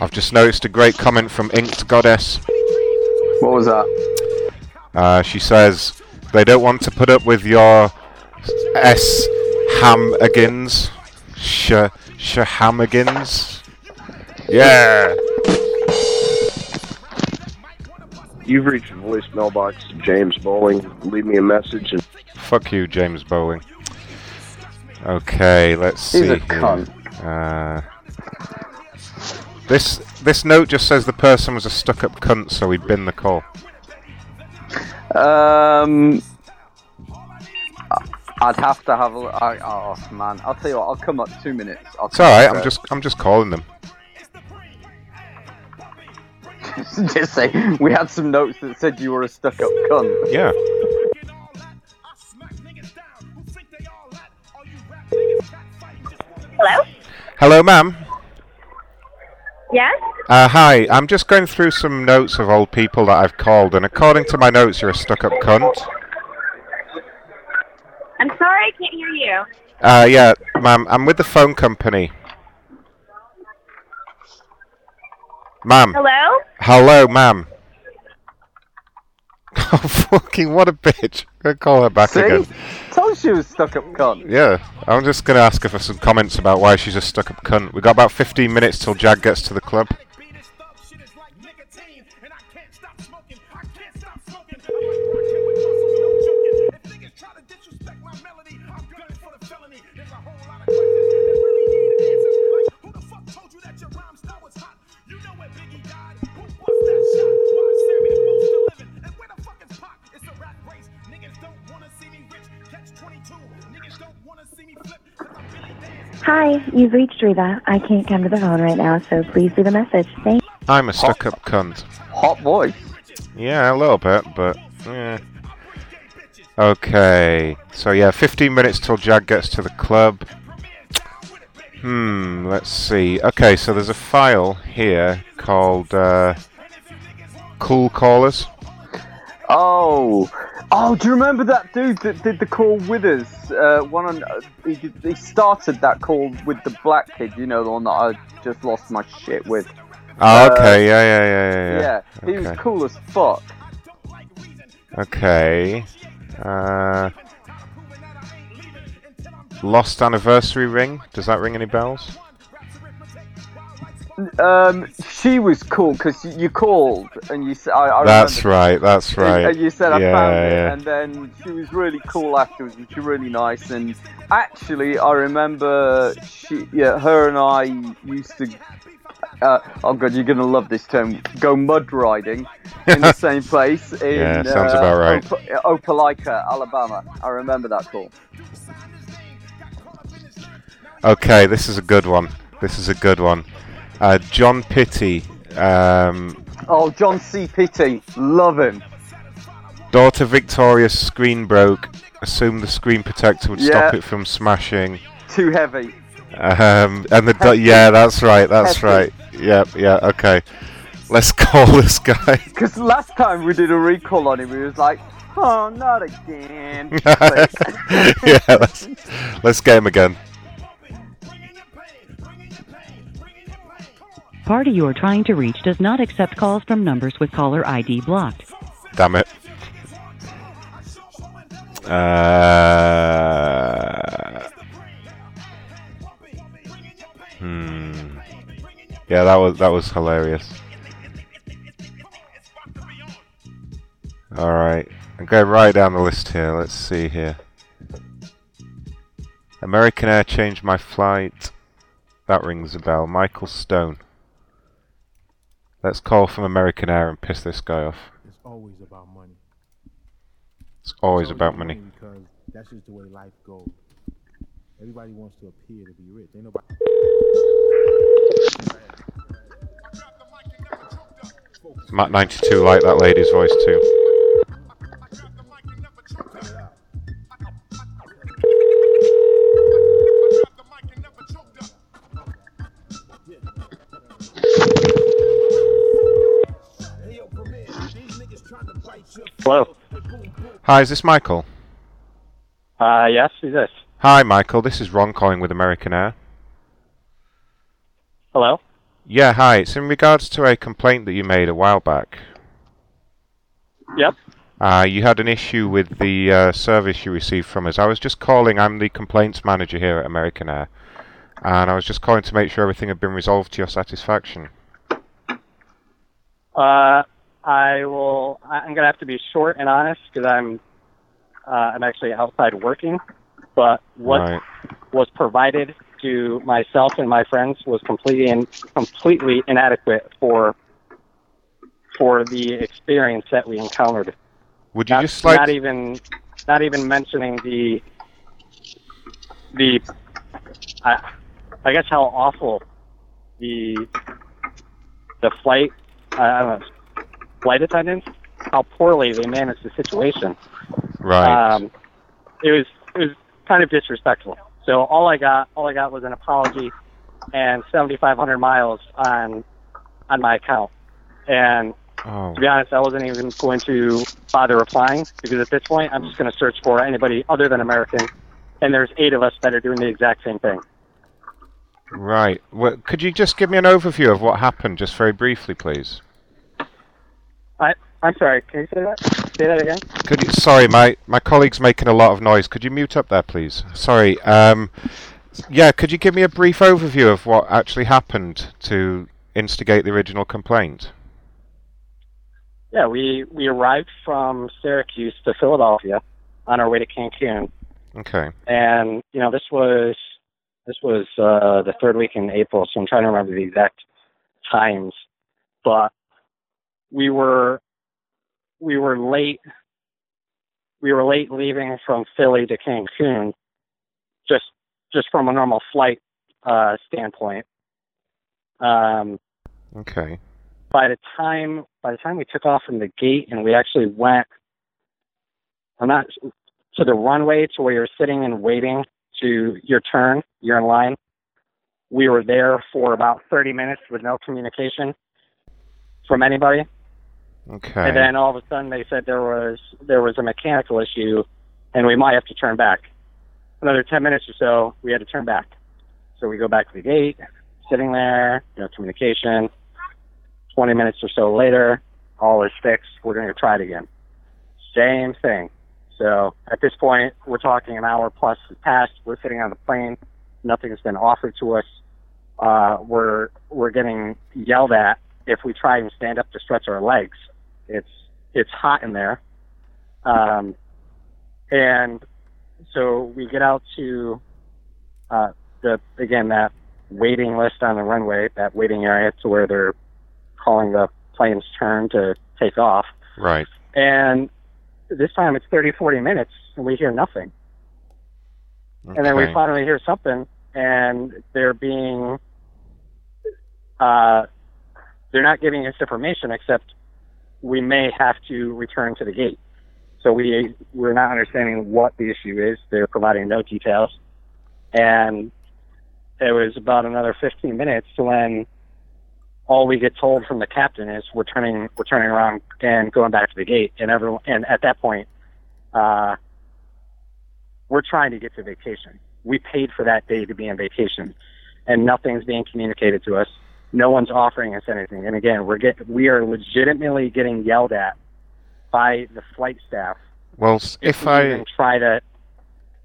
[SPEAKER 19] I've just noticed a great comment from Inked Goddess.
[SPEAKER 18] What was that?
[SPEAKER 19] Uh, she says, they don't want to put up with your S Hamagins. Sh Shahamagins. Yeah!
[SPEAKER 32] You've reached the voicemail box of James Bowling. Leave me a message and
[SPEAKER 19] Fuck you, James Bowling. Okay, let's
[SPEAKER 32] He's
[SPEAKER 19] see.
[SPEAKER 32] a
[SPEAKER 19] here.
[SPEAKER 32] cunt.
[SPEAKER 19] Uh, this this note just says the person was a stuck-up cunt, so we bin the call.
[SPEAKER 18] Um, I'd have to have a look. I, oh, man. I'll tell you what, I'll come up two minutes. I'll
[SPEAKER 19] It's
[SPEAKER 18] come
[SPEAKER 19] all right.
[SPEAKER 18] up
[SPEAKER 19] I'm
[SPEAKER 18] there.
[SPEAKER 19] just I'm just calling them.
[SPEAKER 18] just say, we had some notes that said you were a stuck up cunt.
[SPEAKER 19] Yeah.
[SPEAKER 6] Hello?
[SPEAKER 19] Hello, ma'am.
[SPEAKER 6] Yes?
[SPEAKER 19] Uh, hi, I'm just going through some notes of old people that I've called, and according to my notes, you're a stuck-up cunt.
[SPEAKER 6] I'm sorry, I can't hear you.
[SPEAKER 19] Uh, yeah, ma'am, I'm with the phone company. Ma'am.
[SPEAKER 6] Hello?
[SPEAKER 19] Hello, ma'am. Oh, fucking what a bitch. Gonna call her back
[SPEAKER 18] See?
[SPEAKER 19] again.
[SPEAKER 18] Told she was stuck up cunt.
[SPEAKER 19] Yeah, I'm just gonna ask her for some comments about why she's a stuck-up cunt. We got about 15 minutes till Jag gets to the club.
[SPEAKER 27] Hi, you've reached Reva. I can't come to the phone right now, so please leave a message. Thank
[SPEAKER 19] I'm a stuck-up cunt.
[SPEAKER 18] Hot voice.
[SPEAKER 19] Yeah, a little bit, but yeah. Okay, so yeah, 15 minutes till Jag gets to the club. Hmm, let's see. Okay, so there's a file here called uh, Cool Callers.
[SPEAKER 18] Oh, oh! Do you remember that dude that did the call with us? Uh, one on uh, he, did- he started that call with the black kid. You know the one that I just lost my shit with.
[SPEAKER 19] Oh,
[SPEAKER 18] Uh,
[SPEAKER 19] okay, yeah, yeah, yeah, yeah.
[SPEAKER 18] Yeah,
[SPEAKER 19] yeah.
[SPEAKER 18] he was
[SPEAKER 19] Okay.
[SPEAKER 18] cool as fuck.
[SPEAKER 19] Okay. Uh, lost anniversary ring. Does that ring any bells?
[SPEAKER 18] Um, she was cool because you called and you said, I, I
[SPEAKER 19] That's
[SPEAKER 18] remember-
[SPEAKER 19] right. That's
[SPEAKER 18] and-
[SPEAKER 19] right.
[SPEAKER 18] And you said, I
[SPEAKER 19] yeah,
[SPEAKER 18] found it.
[SPEAKER 19] yeah.
[SPEAKER 18] And then she was really cool afterwards, and she was really nice. And actually, I remember she, yeah, her and I used to. Uh, oh god, you're gonna love this term. Go mud riding in the same place in
[SPEAKER 19] Yeah, sounds
[SPEAKER 18] uh,
[SPEAKER 19] about right.
[SPEAKER 18] Op- Opelika, Alabama. I remember that call.
[SPEAKER 19] Okay, this is a good one. This is a good one. Uh, John Pitty, um,
[SPEAKER 18] Oh, John C. Pitty, love him.
[SPEAKER 19] daughter Victoria's screen broke. Assumed the screen protector would stop
[SPEAKER 18] Yeah.
[SPEAKER 19] it from smashing.
[SPEAKER 18] Too heavy.
[SPEAKER 19] Um, and the do- yeah, that's right. That's right. Yeah, yeah. Okay, let's call this guy.
[SPEAKER 18] Because last time we did a recall on him, he was like, oh, not again. Like-
[SPEAKER 19] yeah, let's, let's get him again.
[SPEAKER 4] Party you are trying to reach does not accept calls from numbers with caller ID blocked.
[SPEAKER 19] Damn it. Uh, hmm. Yeah, that was that was hilarious. All right, I'm going right down the list here. Let's see here. American Air changed my flight. That rings a bell. Michael Stone. Let's call from American Air and piss this guy off.
[SPEAKER 30] It's always about money.
[SPEAKER 19] It's always about money.
[SPEAKER 30] Because that's just the way life goes. Everybody wants to appear to be rich. Ain't nobody.
[SPEAKER 19] Matt 92 like that lady's voice too.
[SPEAKER 23] Hello.
[SPEAKER 19] Hi, is this Michael?
[SPEAKER 23] Uh, yes, who's this?
[SPEAKER 19] Hi, Michael. This is Ron calling with American Air.
[SPEAKER 23] Hello.
[SPEAKER 19] Yeah, hi. It's in regards to a complaint that you made a while back.
[SPEAKER 23] Yep.
[SPEAKER 19] Uh, you had an issue with the uh, service you received from us. I was just calling. I'm the complaints manager here at American Air, and I was just calling to make sure everything had been resolved to your satisfaction.
[SPEAKER 23] Uh, I will. I- I'm gonna have to be short and honest because I'm. Uh, I'm actually outside working, but what
[SPEAKER 19] Right.
[SPEAKER 23] was provided to myself and my friends was completely and completely inadequate for for the experience that we encountered.
[SPEAKER 19] Would you
[SPEAKER 23] not,
[SPEAKER 19] just like
[SPEAKER 23] not even not even mentioning the the I, I guess how awful the the flight I don't know, flight attendants how poorly they managed the situation.
[SPEAKER 19] right?
[SPEAKER 23] Um, it was it was kind of disrespectful. So all I got, all I got was an apology and 7,500 miles on on my account. And
[SPEAKER 19] Oh.
[SPEAKER 23] to be honest, I wasn't even going to bother replying because at this point, I'm just going to search for anybody other than American. And there's eight of us that are doing the exact same thing.
[SPEAKER 19] Right. Well, could you just give me an overview of what happened, just very briefly, please?
[SPEAKER 23] I, I'm sorry. Can you say that? Say that again.
[SPEAKER 19] Could you, sorry, my my colleague's making a lot of noise. Could you mute up there, please? Sorry. Um, yeah, could you give me a brief overview of what actually happened to instigate the original complaint?
[SPEAKER 23] Yeah, we we arrived from Syracuse to Philadelphia on our way to Cancun,
[SPEAKER 19] Okay.
[SPEAKER 23] and you know this was this was uh, the third week in April, so I'm trying to remember the exact times, but we were we were late we were late leaving from Philly to Cancun, just just from a normal flight uh, standpoint. Um,
[SPEAKER 19] Okay.
[SPEAKER 23] by the time by the time we took off from the gate and we actually went I'm not to the runway to where you're sitting and waiting to your turn, you're in line. We were there for about 30 minutes with no communication from anybody.
[SPEAKER 19] Okay.
[SPEAKER 23] And then all of a sudden they said there was there was a mechanical issue and we might have to turn back. Another 10 minutes or so, we had to turn back. So we go back to the gate, sitting there, no communication. 20 minutes or so later, all is fixed. We're going to try it again. Same thing. So at this point, we're talking an hour plus has passed. We're sitting on the plane. Nothing has been offered to us. Uh, we're we're getting yelled at if we try and stand up to stretch our legs. It's it's hot in there, um, and so we get out to uh, the again that waiting list on the runway, that waiting area to where they're calling the plane's turn to take off.
[SPEAKER 19] Right.
[SPEAKER 23] And this time it's 30, 40 minutes, and we hear nothing. And then we
[SPEAKER 19] Okay.
[SPEAKER 23] finally hear something, and they're being, uh, they're not giving us information except we may have to return to the gate. So we we're not understanding what the issue is. They're providing no details, and it was about another 15 minutes when all we get told from the captain is we're turning we're turning around and going back to the gate and everyone and at that point uh, we're trying to get to vacation we paid for that day to be on vacation and nothing's being communicated to us no one's offering us anything and again we're get we are legitimately getting yelled at by the flight staff
[SPEAKER 19] Well, s- if
[SPEAKER 23] we
[SPEAKER 19] I
[SPEAKER 23] even try to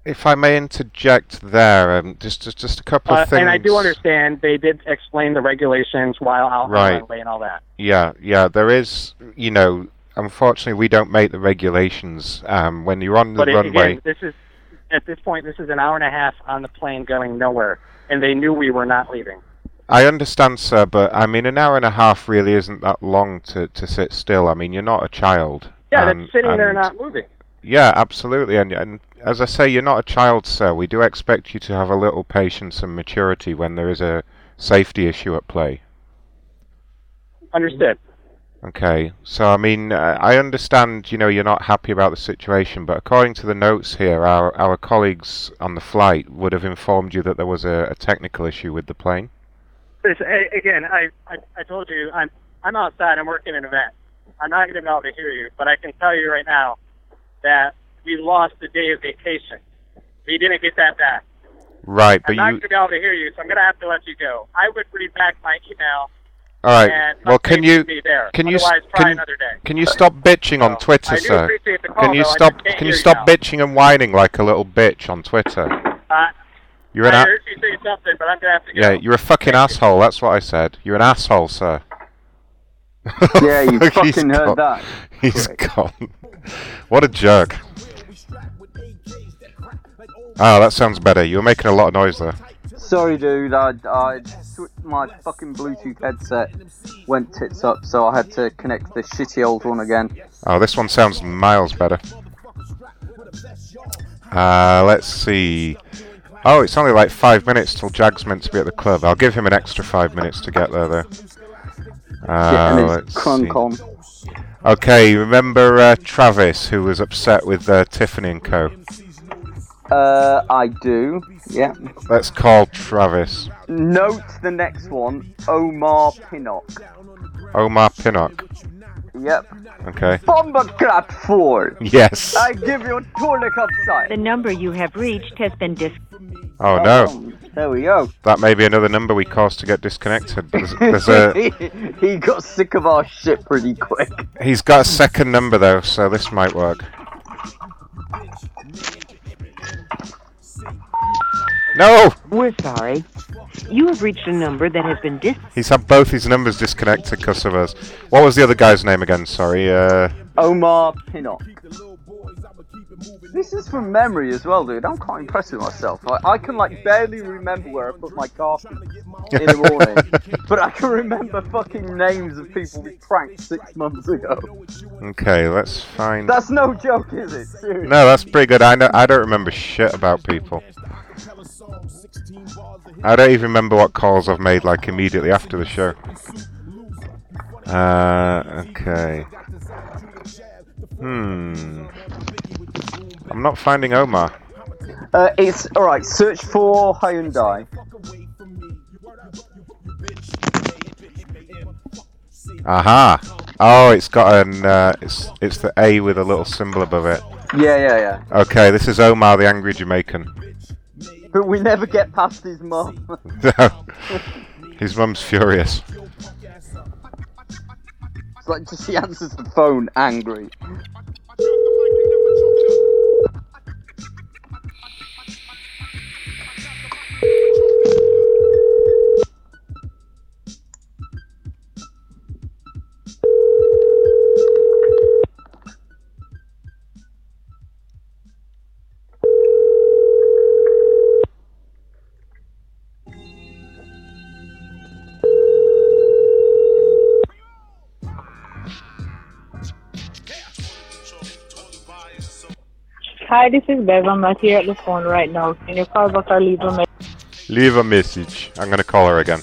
[SPEAKER 19] if I may interject there, um, just just just a couple
[SPEAKER 23] uh,
[SPEAKER 19] of things.
[SPEAKER 23] and i do understand they did explain the regulations while out on the
[SPEAKER 19] Right.
[SPEAKER 23] runway and all that
[SPEAKER 19] Yeah, yeah, there is. You know, unfortunately, we don't make the regulations. Um, when you're on the
[SPEAKER 23] But it-
[SPEAKER 19] runway,
[SPEAKER 23] again, this is at this point, this is an hour and a half on the plane going nowhere, and they knew we were not leaving.
[SPEAKER 19] I understand, sir, but I mean, an hour and a half really isn't that long to, to sit still. I mean, you're not a child.
[SPEAKER 23] Yeah,
[SPEAKER 19] and-
[SPEAKER 23] that's sitting there
[SPEAKER 19] and-
[SPEAKER 23] not moving.
[SPEAKER 19] Yeah, absolutely. And, and as I say, you're not a child, sir. We do expect you to have a little patience and maturity when there is a safety issue at play.
[SPEAKER 23] Understood.
[SPEAKER 19] Okay, so I mean, uh, I understand, you know, you're not happy about the situation, but according to the notes here, our, our colleagues on the flight would have informed you that there was a, a technical issue with the plane.
[SPEAKER 23] This, a- again, I, I I told you I'm I'm outside. I'm working an event. I'm not going to be able to hear you, but I can tell you right now that we lost the day of vacation. We didn't get that back.
[SPEAKER 19] Right, but
[SPEAKER 23] I'm not
[SPEAKER 19] you.
[SPEAKER 23] going to be able to hear you, so I'm going to have to let you go. I would read back my email.
[SPEAKER 19] All right.
[SPEAKER 23] and
[SPEAKER 19] well,
[SPEAKER 23] update
[SPEAKER 19] can you
[SPEAKER 23] would be there.
[SPEAKER 19] can you s-
[SPEAKER 23] Otherwise, try
[SPEAKER 19] can,
[SPEAKER 23] another day.
[SPEAKER 19] can you stop bitching on Twitter,
[SPEAKER 23] I do
[SPEAKER 19] sir?
[SPEAKER 23] appreciate the call,
[SPEAKER 19] can you
[SPEAKER 23] though. I
[SPEAKER 19] stop
[SPEAKER 23] just can't
[SPEAKER 19] can you
[SPEAKER 23] hear you
[SPEAKER 19] stop
[SPEAKER 23] now.
[SPEAKER 19] bitching and whining like a little bitch on Twitter?
[SPEAKER 23] Uh,
[SPEAKER 19] You're an
[SPEAKER 23] I
[SPEAKER 19] a-
[SPEAKER 23] heard you say something, but I'm going to have to
[SPEAKER 19] yeah, you're a fucking asshole. That's what I said. You're an asshole, sir.
[SPEAKER 30] Yeah, you
[SPEAKER 19] He's
[SPEAKER 30] fucking heard
[SPEAKER 19] gone.
[SPEAKER 30] that.
[SPEAKER 19] He's gone. what a jerk. Ah, that sounds better. You were making a lot of noise there.
[SPEAKER 30] Sorry, dude. I, I switched my fucking Bluetooth headset went tits up, so I had to connect the shitty old one again.
[SPEAKER 19] Oh, this one sounds miles better. Uh, let's see. Oh, it's only like five minutes till Jag's meant to be at the club. I'll give him an extra five minutes to get there, though.
[SPEAKER 30] Yeah, and
[SPEAKER 19] Uh,
[SPEAKER 30] it's
[SPEAKER 19] let's
[SPEAKER 30] crunk
[SPEAKER 19] see.
[SPEAKER 30] on.
[SPEAKER 19] Okay, remember uh, Travis, who was upset with uh, Tiffany and Co.
[SPEAKER 18] Uh, I do. Yeah.
[SPEAKER 19] Let's call Travis.
[SPEAKER 18] Note the next one, Omar Pinnock.
[SPEAKER 19] Omar Pinnock.
[SPEAKER 18] Yep.
[SPEAKER 19] Okay.
[SPEAKER 18] Bomber crap four.
[SPEAKER 19] Yes.
[SPEAKER 18] I give you toilet cup
[SPEAKER 33] The number you have reached has been dis.
[SPEAKER 19] Oh no.
[SPEAKER 18] There we go.
[SPEAKER 19] That may be another number we caused to get disconnected. There's, there's a,
[SPEAKER 18] he got sick of our shit pretty quick.
[SPEAKER 19] he's got a second number though, so this might work. No!
[SPEAKER 4] We're sorry. You have reached a number that has been dis.
[SPEAKER 19] He's had both his numbers disconnected because of us. What was the other guy's name again? Sorry. Uh,
[SPEAKER 18] Omar Pinnock. This is from memory as well, dude. I'm quite impressed with myself. I, I can like barely remember where I put my car in the morning, but I can remember fucking names of people we pranked six months ago.
[SPEAKER 19] okay, let's find.
[SPEAKER 18] That's no joke, is it? Seriously.
[SPEAKER 19] No, that's pretty good. I, know, I don't remember shit about people. I don't even remember what calls I've made like immediately after the show. Uh, okay. Hmm. I'm not finding Omar.
[SPEAKER 18] Uh, it's all right. Search for Hyundai.
[SPEAKER 19] Aha. Oh, it's got an. Uh, it's it's the A with a little symbol above it.
[SPEAKER 18] Yeah, yeah, yeah.
[SPEAKER 19] Okay, this is Omar, the angry Jamaican.
[SPEAKER 18] But we never get past his mum.
[SPEAKER 19] His mum's furious.
[SPEAKER 18] It's like just he answers the phone angry.
[SPEAKER 20] Hi, this is Bev. I'm not here at the phone right now. Can you call back or leave a message?
[SPEAKER 19] Leave a message. I'm gonna call her again.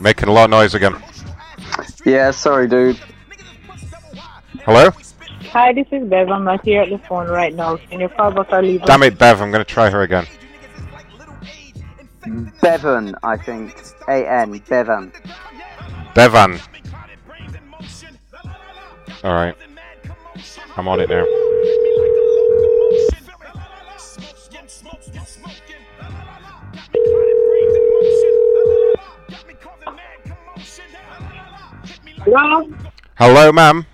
[SPEAKER 19] Making a lot of noise again.
[SPEAKER 18] Yeah, sorry, dude.
[SPEAKER 19] Hello?
[SPEAKER 20] Hi, this is Bev. I'm not here at the phone right now. Can you call back or leave a
[SPEAKER 19] Damn it, Bev. I'm gonna try her again.
[SPEAKER 18] Bevan, I think. A N Bevan.
[SPEAKER 19] Bevan. All right. I'm on it now.
[SPEAKER 20] Hello?
[SPEAKER 19] Hello, ma'am.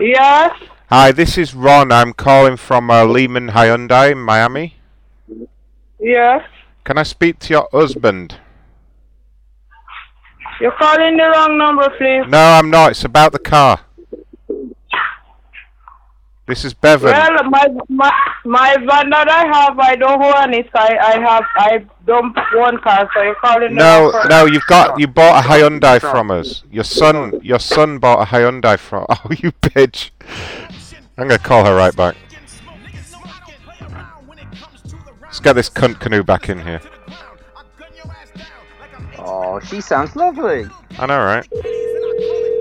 [SPEAKER 20] Yes?
[SPEAKER 19] Hi, this is Ron. I'm calling from uh, Lehman Hyundai in Miami.
[SPEAKER 20] Yes?
[SPEAKER 19] Can I speak to your husband?
[SPEAKER 20] You're calling the wrong number, please.
[SPEAKER 19] No, I'm not. It's about the car. This is Bevan.
[SPEAKER 20] Well, my my my van that I have, I don't own it. I I have I don't own car, so you're calling the
[SPEAKER 19] No,
[SPEAKER 20] wrong person.
[SPEAKER 19] no, you've got you bought a Hyundai from us. Your son, your son bought a Hyundai from. Oh, you bitch! I'm gonna call her right back. Let's get this cunt canoe back in here.
[SPEAKER 18] Oh, she sounds lovely.
[SPEAKER 19] I know, right?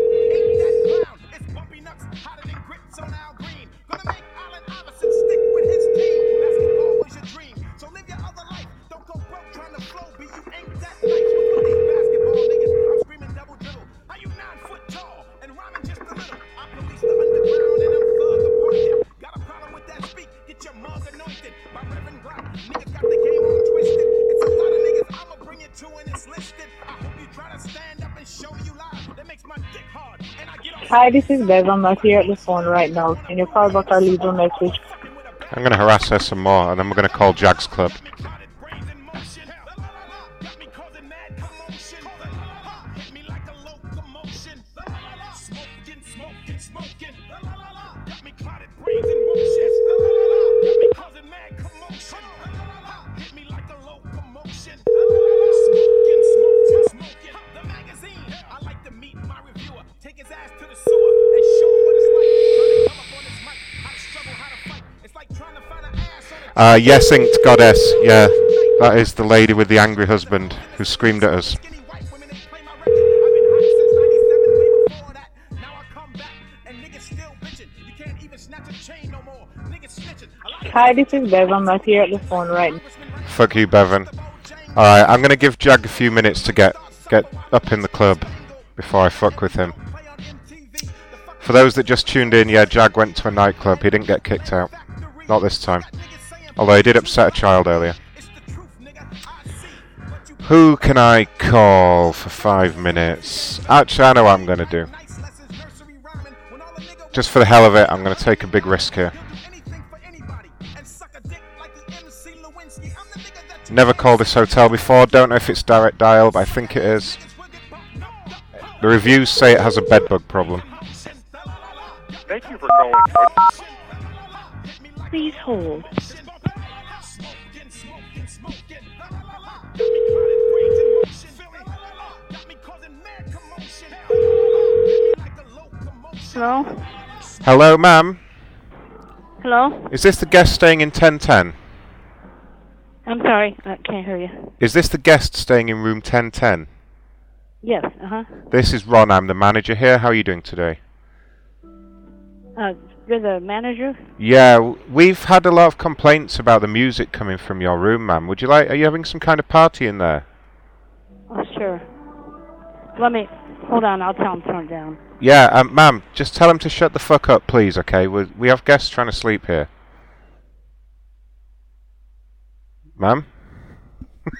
[SPEAKER 20] Hi, this is Bev. I'm not here at the phone right now. Can you call back or leave a message?
[SPEAKER 19] I'm gonna harass her some more, and then we're gonna call Jags Club. Uh, yes, inked goddess. Yeah, that is the lady with the angry husband who screamed at us.
[SPEAKER 20] Hi, this is Bev. I'm not here at the phone right now.
[SPEAKER 19] Fuck you, Bevan. All right, I'm gonna give Jag a few minutes to get get up in the club before I fuck with him. For those that just tuned in, yeah, Jag went to a nightclub. He didn't get kicked out, not this time. Although he did upset a child earlier. Who can I call for five minutes? Actually, I know what I'm gonna do. Just for the hell of it, I'm gonna take a big risk here. Never called this hotel before. Don't know if it's direct dial, but I think it is. The reviews say it has a bedbug problem.
[SPEAKER 4] Thank you for calling.
[SPEAKER 13] Please hold.
[SPEAKER 6] Hello?
[SPEAKER 19] Hello, ma'am.
[SPEAKER 6] Hello?
[SPEAKER 19] Is this the guest staying in 1010?
[SPEAKER 6] I'm sorry. I can't hear you.
[SPEAKER 19] Is this the guest staying in room 1010?
[SPEAKER 6] Yes, uh-huh.
[SPEAKER 19] This is Ron. I'm the manager here. How are you doing today?
[SPEAKER 6] Uh, you're the manager?
[SPEAKER 19] Yeah, w- we've had a lot of complaints about the music coming from your room, ma'am. Would you like? Are you having some kind of party in there?
[SPEAKER 6] Oh, sure. Let me... Hold on. I'll tell him to turn it down.
[SPEAKER 19] Yeah, um, ma'am. Just tell him to shut the fuck up, please. Okay, we we have guests trying to sleep here. Ma'am.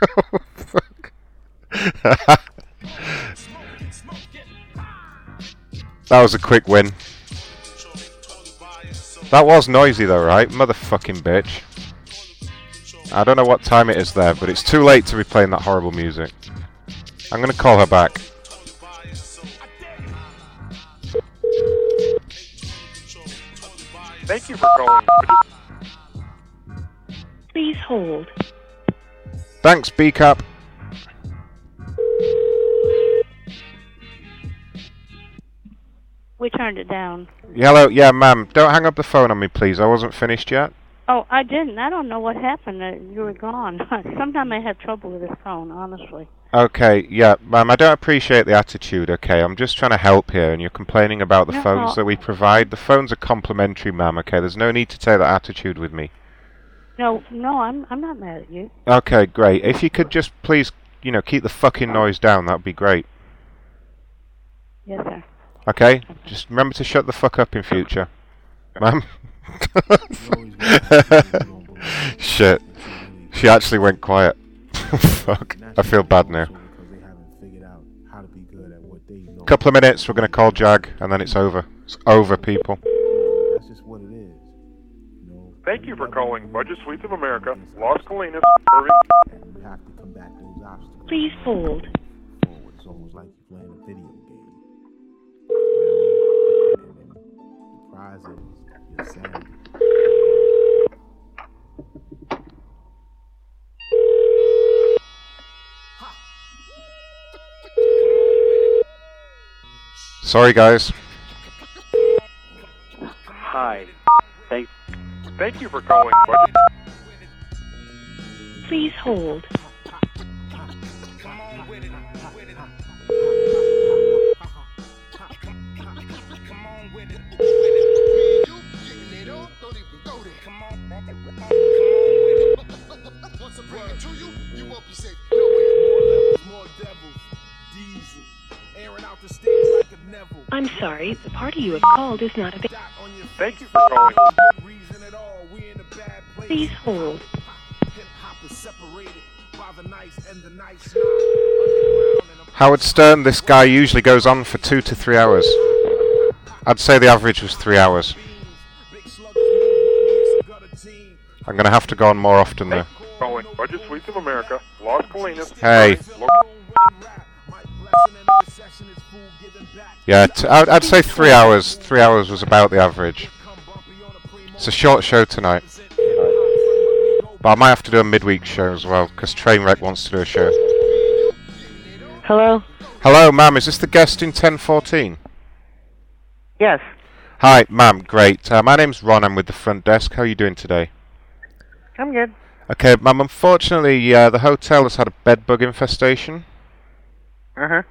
[SPEAKER 19] Fuck. that was a quick win. That was noisy though, right? Motherfucking bitch. I don't know what time it is there, but it's too late to be playing that horrible music. I'm gonna call her back.
[SPEAKER 4] Thank you for calling.
[SPEAKER 13] Please hold.
[SPEAKER 19] Thanks, B Cap.
[SPEAKER 6] We turned it down.
[SPEAKER 19] Hello, yeah, ma'am. Don't hang up the phone on me, please. I wasn't finished yet.
[SPEAKER 6] Oh, I didn't. I don't know what happened. Uh, You were gone. Sometimes I have trouble with this phone, honestly.
[SPEAKER 19] Okay, yeah, ma'am. I don't appreciate the attitude. Okay, I'm just trying to help here, and you're complaining about the
[SPEAKER 6] No.
[SPEAKER 19] phones that we provide. The phones are complimentary, ma'am. Okay, there's no need to take that attitude with me.
[SPEAKER 6] No, no, I'm I'm not mad at you.
[SPEAKER 19] Okay, great. If you could just please, you know, keep the fucking noise down, that'd be great.
[SPEAKER 6] Yes, sir.
[SPEAKER 19] Okay, just remember to shut the fuck up in future, ma'am. Shit, she actually went quiet. Fuck, I feel bad now. Couple of minutes, we're gonna call Jag, and then it's over. It's over, people.
[SPEAKER 30] That's just what it is.
[SPEAKER 4] Thank you for calling Budget Suites of America, Los Colinas, Irving.
[SPEAKER 30] You have to combat those obstacles.
[SPEAKER 13] Please hold.
[SPEAKER 30] It's almost like you're playing a video game. You know what I mean? And then the prize is your sanity.
[SPEAKER 19] Sorry, guys.
[SPEAKER 4] Hi. Thank. Thank you for calling Budget.
[SPEAKER 13] Please hold. I'm sorry, the party you have called is not available.
[SPEAKER 4] Thank you for calling.
[SPEAKER 13] Please hold.
[SPEAKER 19] Howard Stern, this guy usually goes on for two to three hours. I'd say the average was three hours. I'm gonna have to go on more often though.
[SPEAKER 4] Calling Budget Suites of America, Los Colinas.
[SPEAKER 19] Hey.
[SPEAKER 4] Lo-
[SPEAKER 19] Yeah, t- I'd, I'd say three hours. Three hours was about the average. It's a short show tonight. But I might have to do a midweek show as well, because Trainwreck wants to do a show.
[SPEAKER 34] Hello?
[SPEAKER 19] Hello, ma'am, is this the guest in 1014?
[SPEAKER 34] Yes.
[SPEAKER 19] Hi, ma'am, great. Uh, my name's Ron, I'm with the front desk. How are you doing today?
[SPEAKER 4] I'm good.
[SPEAKER 19] Okay, ma'am. Unfortunately, uh, the hotel has had a bed bug infestation.
[SPEAKER 4] Uh huh.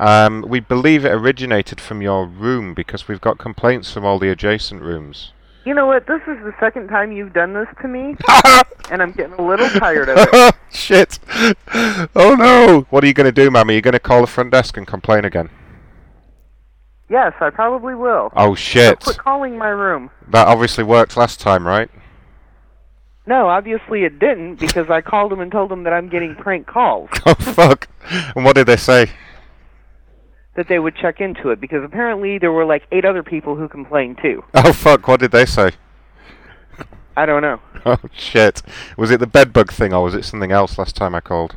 [SPEAKER 19] Um, we believe it originated from your room because we've got complaints from all the adjacent rooms.
[SPEAKER 4] You know what? This is the second time you've done this to me, and I'm getting a little tired of it.
[SPEAKER 19] Shit! Oh no! What are you going to do, ma'am? Are you going to call the front desk and complain again?
[SPEAKER 4] Yes, I probably will.
[SPEAKER 19] Oh shit!
[SPEAKER 4] So quit calling my room.
[SPEAKER 19] That obviously worked last time, right?
[SPEAKER 4] No, obviously it didn't because I called them and told them that I'm getting prank calls
[SPEAKER 19] Oh fuck! And what did they say?
[SPEAKER 4] that they would check into it because apparently there were like eight other people who complained too.
[SPEAKER 19] Oh fuck! What did they say?
[SPEAKER 4] I don't know.
[SPEAKER 19] Oh shit! Was it the bedbug thing or was it something else last time I called?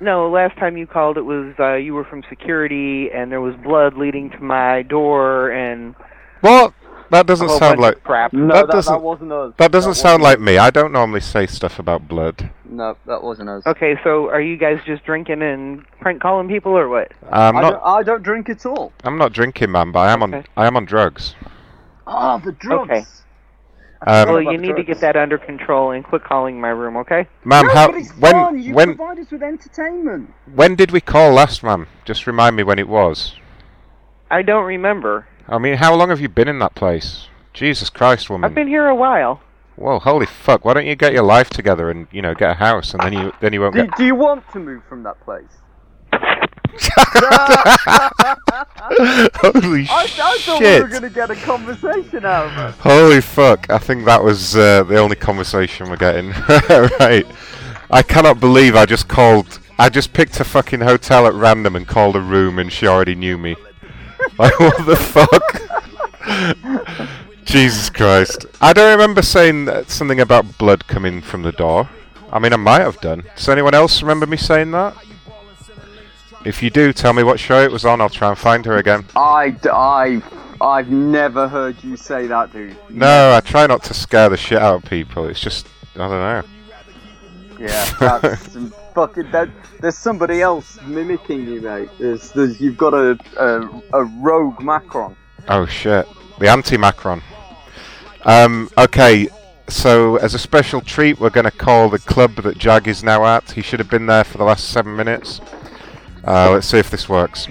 [SPEAKER 4] No, last time you called it was uh, you were from security and there was blood leading to my door and
[SPEAKER 19] What? That doesn't
[SPEAKER 4] a
[SPEAKER 18] Oh,
[SPEAKER 4] whole
[SPEAKER 19] sound
[SPEAKER 4] bunch
[SPEAKER 19] like
[SPEAKER 4] of crap.
[SPEAKER 18] No, that, that, wasn't us.
[SPEAKER 19] that doesn't
[SPEAKER 18] that
[SPEAKER 19] sound like
[SPEAKER 18] wasn't
[SPEAKER 19] me. I don't normally say stuff about blood.
[SPEAKER 18] us. No, that wasn't us.
[SPEAKER 4] Okay, so are you guys just drinking and prank calling people or what?
[SPEAKER 19] I'm
[SPEAKER 18] I
[SPEAKER 19] not.
[SPEAKER 18] don't, I don't drink at all.
[SPEAKER 19] I'm not drinking, man, but I am on. I am on drugs.
[SPEAKER 18] Ah, the drugs.
[SPEAKER 4] Okay.
[SPEAKER 19] Um,
[SPEAKER 4] well, you need to get that under control and quit calling my room, okay?
[SPEAKER 19] Ma'am,
[SPEAKER 18] no,
[SPEAKER 19] how?
[SPEAKER 18] but it's
[SPEAKER 19] when?
[SPEAKER 18] fun. You
[SPEAKER 19] when?
[SPEAKER 18] provide us with entertainment.
[SPEAKER 19] When did we call last, ma'am? Just remind me when it was.
[SPEAKER 4] I don't remember.
[SPEAKER 19] I mean, how long have you been in that place? Jesus Christ, woman.
[SPEAKER 4] I've been here a while.
[SPEAKER 19] Whoa, holy fuck! Why don't you get your life together and you know get a house and then you then you won't
[SPEAKER 18] Do,
[SPEAKER 19] get.
[SPEAKER 18] do you want to move from that place?
[SPEAKER 19] holy
[SPEAKER 18] I, I thought we
[SPEAKER 19] shit!
[SPEAKER 18] were going to get a conversation out of us.
[SPEAKER 19] Holy fuck! I think that was uh, the only conversation we're getting. right. I cannot believe I just called. I just picked a fucking hotel at random and called a room, and she already knew me. Like what the fuck? Jesus Christ! I don't remember saying that- something about blood coming from the door. I mean, I might have done. Does anyone else remember me saying that? If you do, tell me what show it was on. I'll try and find her again.
[SPEAKER 18] I, I, I've never heard you say that, dude.
[SPEAKER 19] No, I try not to scare the shit out of people. It's just I don't know.
[SPEAKER 18] Yeah, that's some fucking. That, there's somebody else mimicking you, mate. There's, there's, you've got a, a, a rogue Macron.
[SPEAKER 19] Oh shit. The anti Macron. Um, okay, so as a special treat, we're going to call the club that Jag is now at. He should have been there for the last seven minutes. Uh, let's see if this works.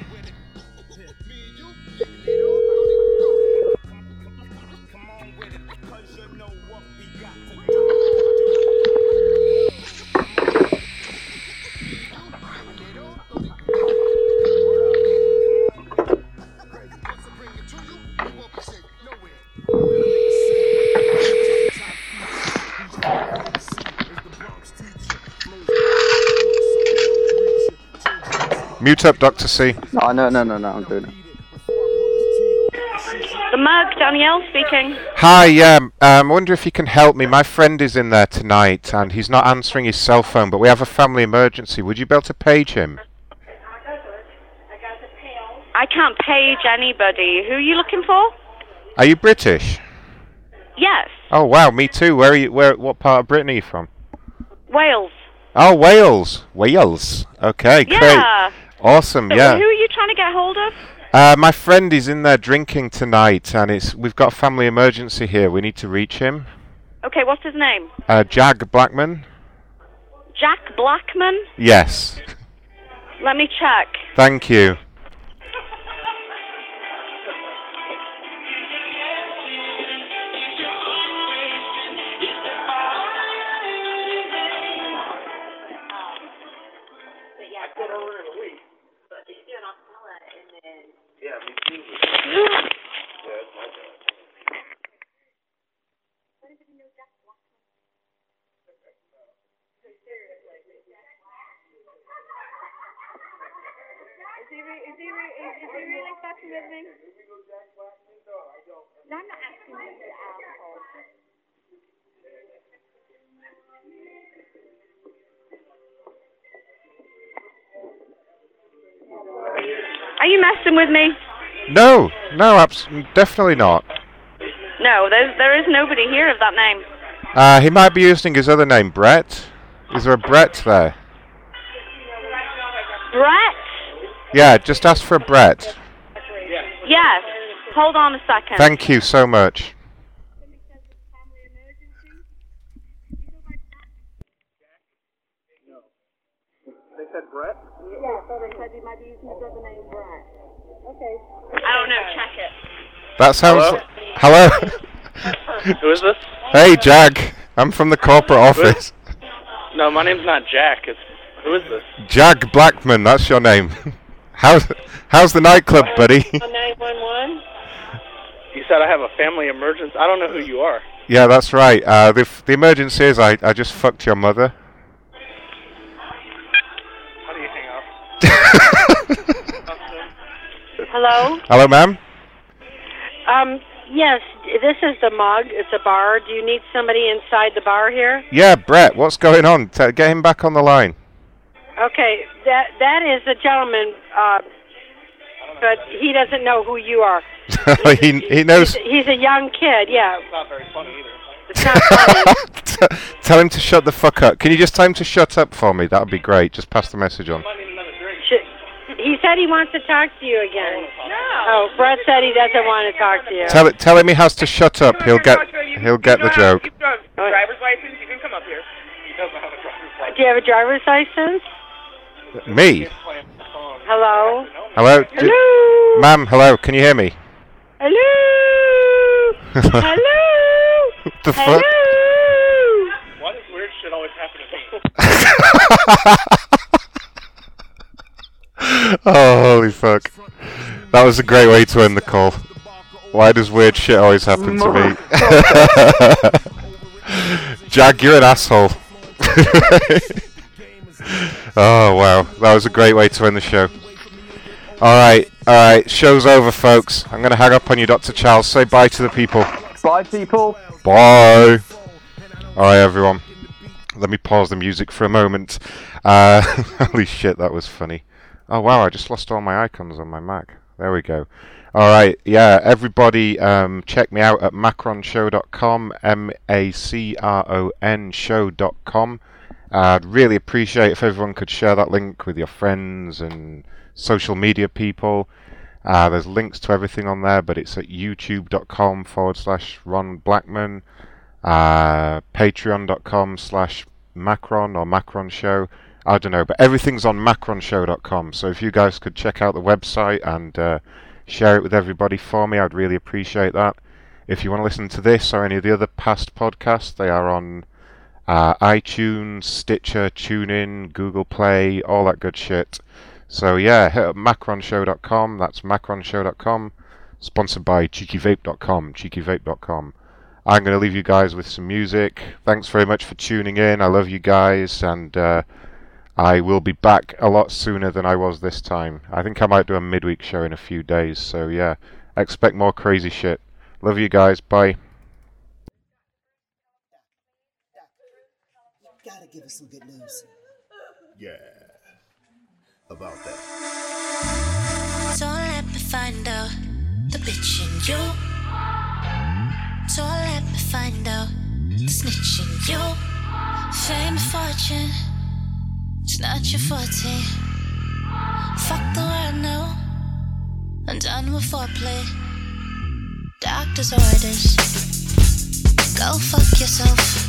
[SPEAKER 19] Mute up, Dr. C.
[SPEAKER 18] No, no, no, no, no. I'm doing it.
[SPEAKER 6] The mug, Danielle speaking.
[SPEAKER 19] Hi, um, um, I wonder if you can help me. My friend is in there tonight and he's not answering his cell phone, but we have a family emergency. Would you be able to page him?
[SPEAKER 6] I can't page anybody. Who are you looking for?
[SPEAKER 19] Are you British?
[SPEAKER 6] Yes,
[SPEAKER 19] Oh wow, me too. Where are you? Where? What part of Britain are you from?
[SPEAKER 6] Wales.
[SPEAKER 19] Oh, Wales. Wales. Okay,
[SPEAKER 6] Yeah.
[SPEAKER 19] great. Awesome,
[SPEAKER 6] So
[SPEAKER 19] yeah.
[SPEAKER 6] Who are you trying to get hold of?
[SPEAKER 19] Uh, my friend is in there drinking tonight, and it's we've got a family emergency here. We need to reach him.
[SPEAKER 6] Okay, what's his name?
[SPEAKER 19] Uh, Jag Blackman.
[SPEAKER 6] Jack Blackman?
[SPEAKER 19] Yes.
[SPEAKER 6] Let me check.
[SPEAKER 19] Thank you.
[SPEAKER 6] Are you messing with me?
[SPEAKER 19] No, no, abs- definitely not.
[SPEAKER 6] No, there's, there is nobody here of that name.
[SPEAKER 19] Uh, he might be using his other name, Brett. Is there a Brett there?
[SPEAKER 6] Brett?
[SPEAKER 19] Yeah, just ask for a Brett.
[SPEAKER 6] Yes. Hold on a second.
[SPEAKER 19] Thank you so much.
[SPEAKER 35] said Brett.
[SPEAKER 36] Yeah, so they said you might be using his other name, Brian. Okay.
[SPEAKER 17] I don't know. Check it.
[SPEAKER 19] That sounds.
[SPEAKER 17] Hello?
[SPEAKER 19] Hello?
[SPEAKER 22] Who is this?
[SPEAKER 19] Hey, Jack. I'm from the corporate
[SPEAKER 22] Who-
[SPEAKER 19] office.
[SPEAKER 22] No, my name's not Jack. It's who is this?
[SPEAKER 19] Jack Blackman, that's your name. How's how's the nightclub, buddy?
[SPEAKER 22] Nine one one. You said I have a family emergency. I don't know who you are.
[SPEAKER 19] yeah, that's right. Uh, the f- the emergency is I I just fucked your mother.
[SPEAKER 22] How do you hang up?
[SPEAKER 17] Hello.
[SPEAKER 19] Hello, ma'am.
[SPEAKER 17] Um. Yes, this is the mug. It's a bar. Do you need somebody inside the bar here?
[SPEAKER 19] Yeah, Brett. What's going on? T- get him back on the line.
[SPEAKER 17] Okay, that that is the gentleman, uh, but he doesn't know who you are.
[SPEAKER 19] he he knows.
[SPEAKER 17] He's, he's a young kid. Yeah. It's
[SPEAKER 22] not very funny either.
[SPEAKER 19] T- tell him to shut the fuck up. Can you just tell him to shut up for me? That would be great. Just pass the message on.
[SPEAKER 17] Sh- He said he wants to talk to you again. No. Oh, Brett said he doesn't want to talk to you.
[SPEAKER 19] Tell it. Tell him he has to shut up. He'll get he'll get the joke.
[SPEAKER 17] driver's license. You can come up here. Do you have a driver's license?
[SPEAKER 19] Me.
[SPEAKER 17] Um, Hello.
[SPEAKER 19] Hello. d-
[SPEAKER 17] Hello?
[SPEAKER 19] Ma'am. Hello. Can you hear me?
[SPEAKER 17] Hello. Hello.
[SPEAKER 19] What the
[SPEAKER 17] Hello.
[SPEAKER 19] fuck?
[SPEAKER 22] Why does weird shit always happen to me?
[SPEAKER 19] oh, holy fuck. That was a great way to end the call. Why does weird shit always happen to me? Jag, you're an asshole. oh, wow. That was a great way to end the show. Alright, alright. Show's over, folks. I'm going to hang up on you, Dr. Charles. Say bye to the people.
[SPEAKER 37] Bye, people.
[SPEAKER 19] Bye. All right, everyone. Let me pause the music for a moment. Uh, holy shit, that was funny. Oh wow, I just lost all my icons on my Mac. There we go. All right, yeah, everybody, um, check me out at macronshow.com, M-A-C-R-O-N show.com. I'd really appreciate if everyone could share that link with your friends and social media people. Uh, there's links to everything on there, but it's at youtube.com forward slash Ron Blackman, uh, patreon.com slash Macron or Macron Show. I don't know, but everything's on macronshow.com. So if you guys could check out the website and uh, share it with everybody for me, I'd really appreciate that. If you want to listen to this or any of the other past podcasts, they are on uh, iTunes, Stitcher, TuneIn, Google Play, all that good shit. So yeah, hit up macronshow.com. That's macronshow.com. Sponsored by cheekyvape.com, cheekyvape.com. I'm going to leave you guys with some music. Thanks very much for tuning in. I love you guys, and uh, I will be back a lot sooner than I was this time. I think I might do a midweek show in a few days. So yeah, expect more crazy shit. Love you guys. Bye.
[SPEAKER 38] Gotta give us some good news.
[SPEAKER 15] Yeah. About that.
[SPEAKER 24] So let me find out the bitch in you. So let me find out the snitch in you. Fame and fortune, it's not your forte. Fuck the world now. I'm done with foreplay. Doctor's orders. Go fuck yourself.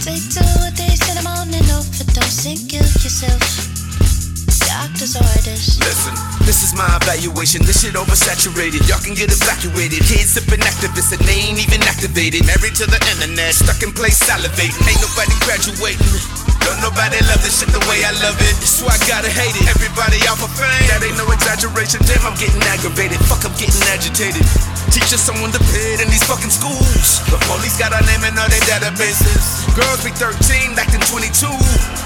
[SPEAKER 24] Take two days in the morning off, but don't sink you yourself. Doctor's orders.
[SPEAKER 27] Listen, this is my evaluation. This shit oversaturated. Y'all can get evacuated. Heads sipping activists and they ain't even activated. Married to the internet, stuck in place salivating. Ain't nobody graduating. Don't nobody love this shit the way I love it. So I gotta hate it. Everybody out for fame. That ain't no exaggeration. Damn, I'm getting aggravated. Fuck, I'm getting agitated. Teachers someone to pit in these fucking schools. The police got our name in all their databases. Girls be 13, acting 22.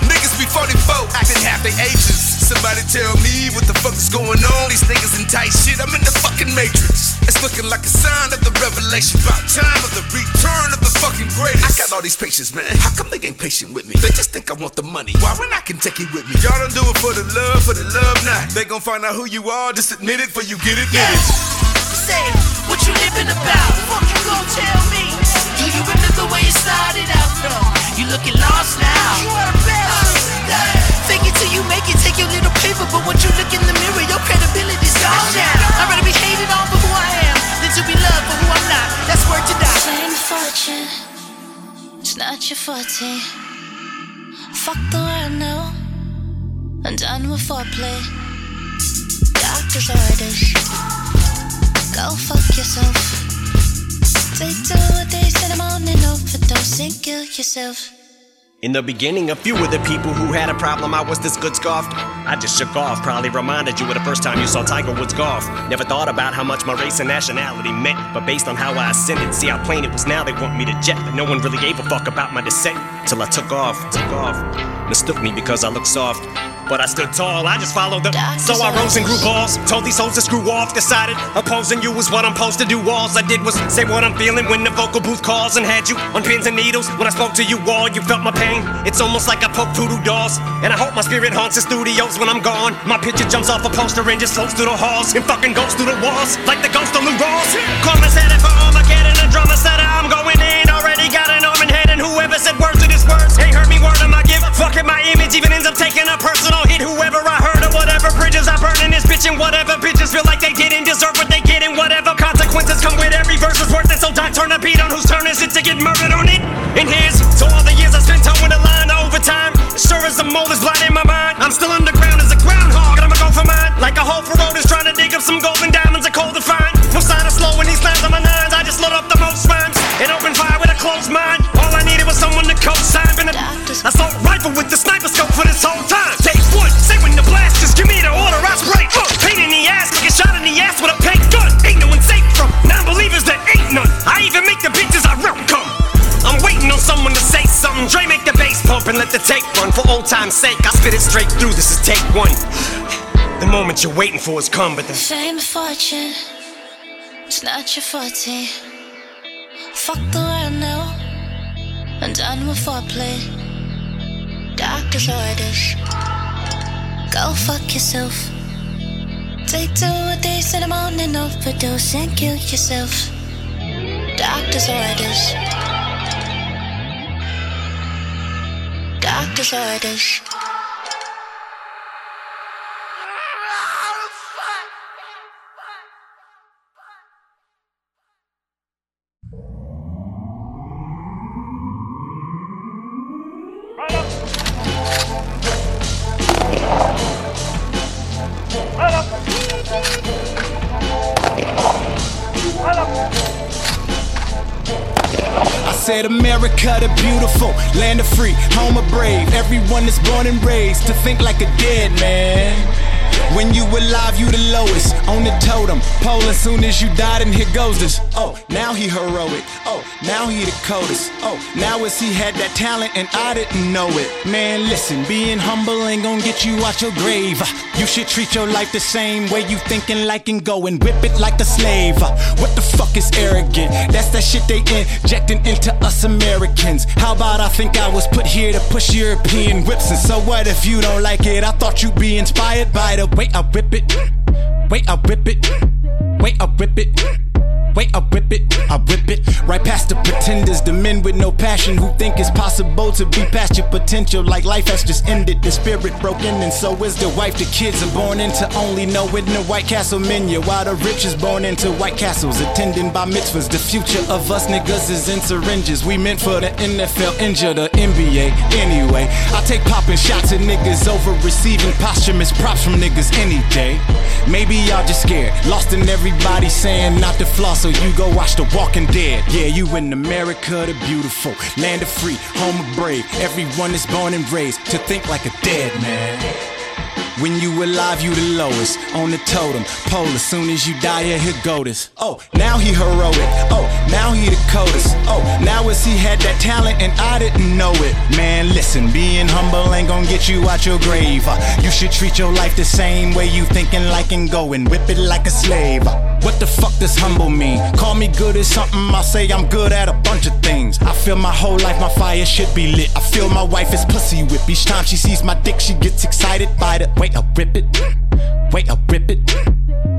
[SPEAKER 27] Niggas be 44, acting half their ages. Somebody tell me what the fuck is going on. These niggas in tight shit, I'm in the fucking matrix. It's looking like a sign of the revelation. About time of the return of the fucking greatest. I got all these patients, man. How come they ain't patient with me? They just think I want the money. Why when I can take it with me? Y'all don't do it for the love, for the love, nah. They gon' find out who you are, just admit it, for you get it, get it.
[SPEAKER 4] Say what you living about. Fuck you gon' tell me. Do you remember where you started out? No, you looking lost now. Uh, You are the best. Fake it till you make it. Take your little paper, but when you look in the mirror, your credibility's gone now. I'd rather be hated on for who I am than to be loved for who I'm not. That's worth to die.
[SPEAKER 24] Fame and fortune, it's not your forte. Fuck the world, no. I'm done with foreplay. Doctor's orders. Go fuck yourself. Take two days in the morning, overdose and kill yourself.
[SPEAKER 39] In the beginning, a few of the people who had a problem, I was this good scoffed. I just shook off, probably reminded you of the first time you saw Tiger Woods golf. Never thought about how much my race and nationality meant, but based on how I ascended, see how plain it was now, they want me to jet, but no one really gave a fuck about my descent. Till I took off, took off, mistook me because I looked soft. But I stood tall, I just followed the. So I rose and grew balls, told these hoes to screw off, decided opposing you was what I'm supposed to do. Alls I did was say what I'm feeling when the vocal booth calls and had you on pins and needles. When I spoke to you all, you felt my pain. It's almost like I poked voodoo dolls, and I hope my spirit haunts the studios when I'm gone. My picture jumps off a poster and just floats through the halls and fucking goes through the walls like the ghost on Lou Rawls. Carmen said it for Armageddon, the drummer said I'm going in. Already got an arm and head, and whoever said words to his words ain't heard me word of my give. Fucking my image even ends up taking a personal hit. Whoever I heard or whatever bridges I burn in this bitch and whatever bitches feel like they didn't deserve what they get and whatever consequences come with every verse is worth it. So Doc turn a beat on whose turn is it to get murdered on it? And his. So all the years I spent towing the line to overtime. Sure as the mole is blind in my mind. I'm still underground as a groundhog and I'ma go for mine. Like a whole road is trying to dig up some gold and diamonds are cold to find. No sign of slow in these lines on my nines. I just load up the most rhymes and open fire with a closed mind. All I needed was someone to co-sign. Been a assault rifle with the sniper scope for this whole time. Take one, say when the blast is, give me the order, I spray. Uh, pain in the ass, get shot in the ass with a paint gun. Ain't no one safe from non-believers that ain't none. I even make the bitches I rep come. I'm waiting on someone to say something. Dre make the bass pump and let the tape run. For old time's sake, I spit it straight through. This is take one. The moment you're waiting for has come, but the
[SPEAKER 24] Fame and fortune, it's not your forte. Fuck the world now. I'm done with foreplay. Doctor's orders. Go fuck yourself. Take two days in the morning, overdose and kill yourself. Doctor's orders. Doctor's orders.
[SPEAKER 25] I said America the beautiful, land of free, home of brave. Everyone that's born and raised to think like a dead man. When you alive, you the lowest on the totem pole. As soon as you died, and here goes this. Oh, now he heroic. Oh, now he the coldest. Oh, now it's he had that talent and I didn't know it. Man, listen, being humble ain't gonna get you out your grave. You should treat your life the same way you thinking, like and going. Whip it like a slave. What the fuck is arrogant? That's that shit they injecting into us Americans. How about I think I was put here to push European whips? And so what if you don't like it? I thought you'd be inspired by the way I whip it. Wait, I whip it. Wait, I whip it. Wait, I whip it, I whip it right past the pretenders, the men with no passion who think it's possible to be past your potential. Like life has just ended, the spirit broken, and so is the wife. The kids are born into only knowing the White Castle menu, while the rich is born into White Castles, attending by mitzvahs. The future of us niggas is in syringes. We meant for the NFL, injure the NBA anyway. I take popping shots at niggas over receiving posthumous props from niggas any day. Maybe y'all just scared, lost in everybody saying not to floss so you go watch The Walking Dead. Yeah, you in America, the beautiful land of free, home of brave. Everyone is born and raised to think like a dead man. When you alive, you the lowest on the totem pole. As soon as you die, yeah, here go this. Oh, now he heroic. Oh, now he the coldest. Oh, now it's he had that talent and I didn't know it. Man, listen, being humble ain't gonna get you out your grave. Uh, You should treat your life the same way you thinking, like and going. Whip it like a slave. Uh, What the fuck does humble mean? Call me good at something, I say I'm good at a bunch of things. I feel my whole life, my fire should be lit. I feel my wife is pussy whip. Each time she sees my dick, she gets excited by the way I rip it. Wait, I rip it.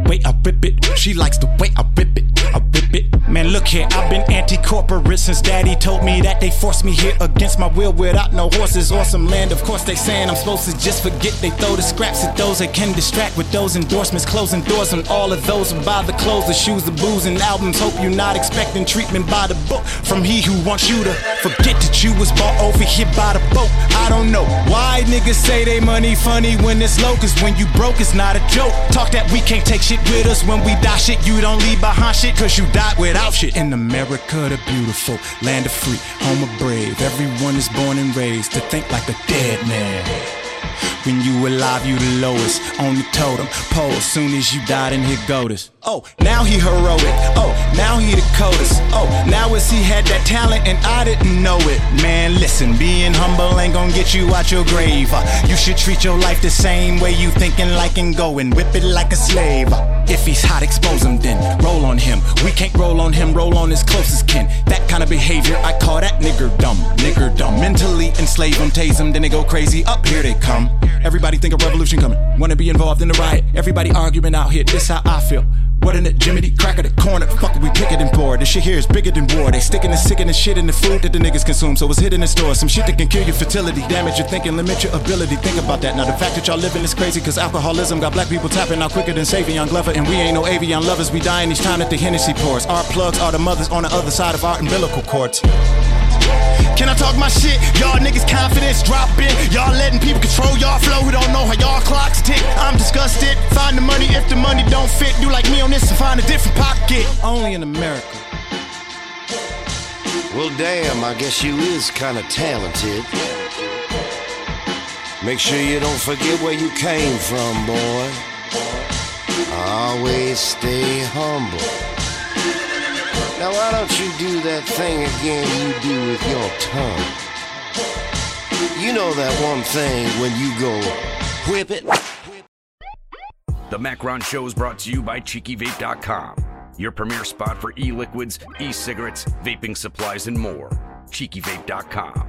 [SPEAKER 25] Wait, I rip it. She likes the way I rip it. I rip it. Man, Man, look here, I've been anti corporate since daddy told me that they forced me here against my will without no horses or some land. Of course, they saying I'm supposed to just forget. They throw the scraps at those that can distract with those endorsements, closing doors on all of those who buy the clothes, the shoes, the booze, and albums. Hope you're not expecting treatment by the book from he who wants you to forget that you was bought over here by the boat. I don't know why niggas say they money funny when it's low, cause when you broke, it's not a joke. Talk that we can't take shit with us when we die shit. You don't leave behind shit, cause you died without shit. In America, the beautiful, land of free, home of brave. Everyone is born and raised to think like a dead man. When you alive, you the lowest on the totem pole. Soon as you died, and here go this. Oh, now he heroic. Oh, now he the coldest. Oh, now is he had that talent and I didn't know it. Man, listen, being humble ain't gonna get you out your grave. Uh, You should treat your life the same way you thinking, like and going. Whip it like a slave. Uh, If he's hot, expose him then. Roll on him. We can't roll on him, roll on his closest kin. That kind of behavior, I call that nigger dumb. Nigger dumb. Mentally enslave him, tase him, then they go crazy. Up here they come. Everybody think a revolution coming. Wanna be involved in the riot. Everybody arguing out here. This how I feel. What in it, Jiminy Cracker the corner? Fuck, we picketing board. This shit here is bigger than war. They sticking and sicking and shit in the food that the niggas consume. So it's hidden in stores. Some shit that can kill your fertility, damage your thinking, limit your ability. Think about that. Now the fact that y'all living is crazy, cause alcoholism got black people tapping out quicker than Savion Glover. And we ain't no avion lovers. We dying each time that the Hennessy pours. Our plugs are the mothers on the other side of our umbilical cords. Can I talk my shit? Y'all niggas confidence dropping. Y'all letting people control y'all flow who don't know how y'all clocks tick. I'm disgusted. Find the money if the money don't fit. Do like me on this and find a different pocket. Only in America.
[SPEAKER 32] Well, damn, I guess you is kind of talented. Make sure you don't forget where you came from, boy. Always stay humble. Now, why don't you do that thing again you do with your tongue? You know that one thing when you go whip it.
[SPEAKER 16] The Macron Show is brought to you by CheekyVape.com, your premier spot for e liquids, e cigarettes, vaping supplies, and more. CheekyVape.com.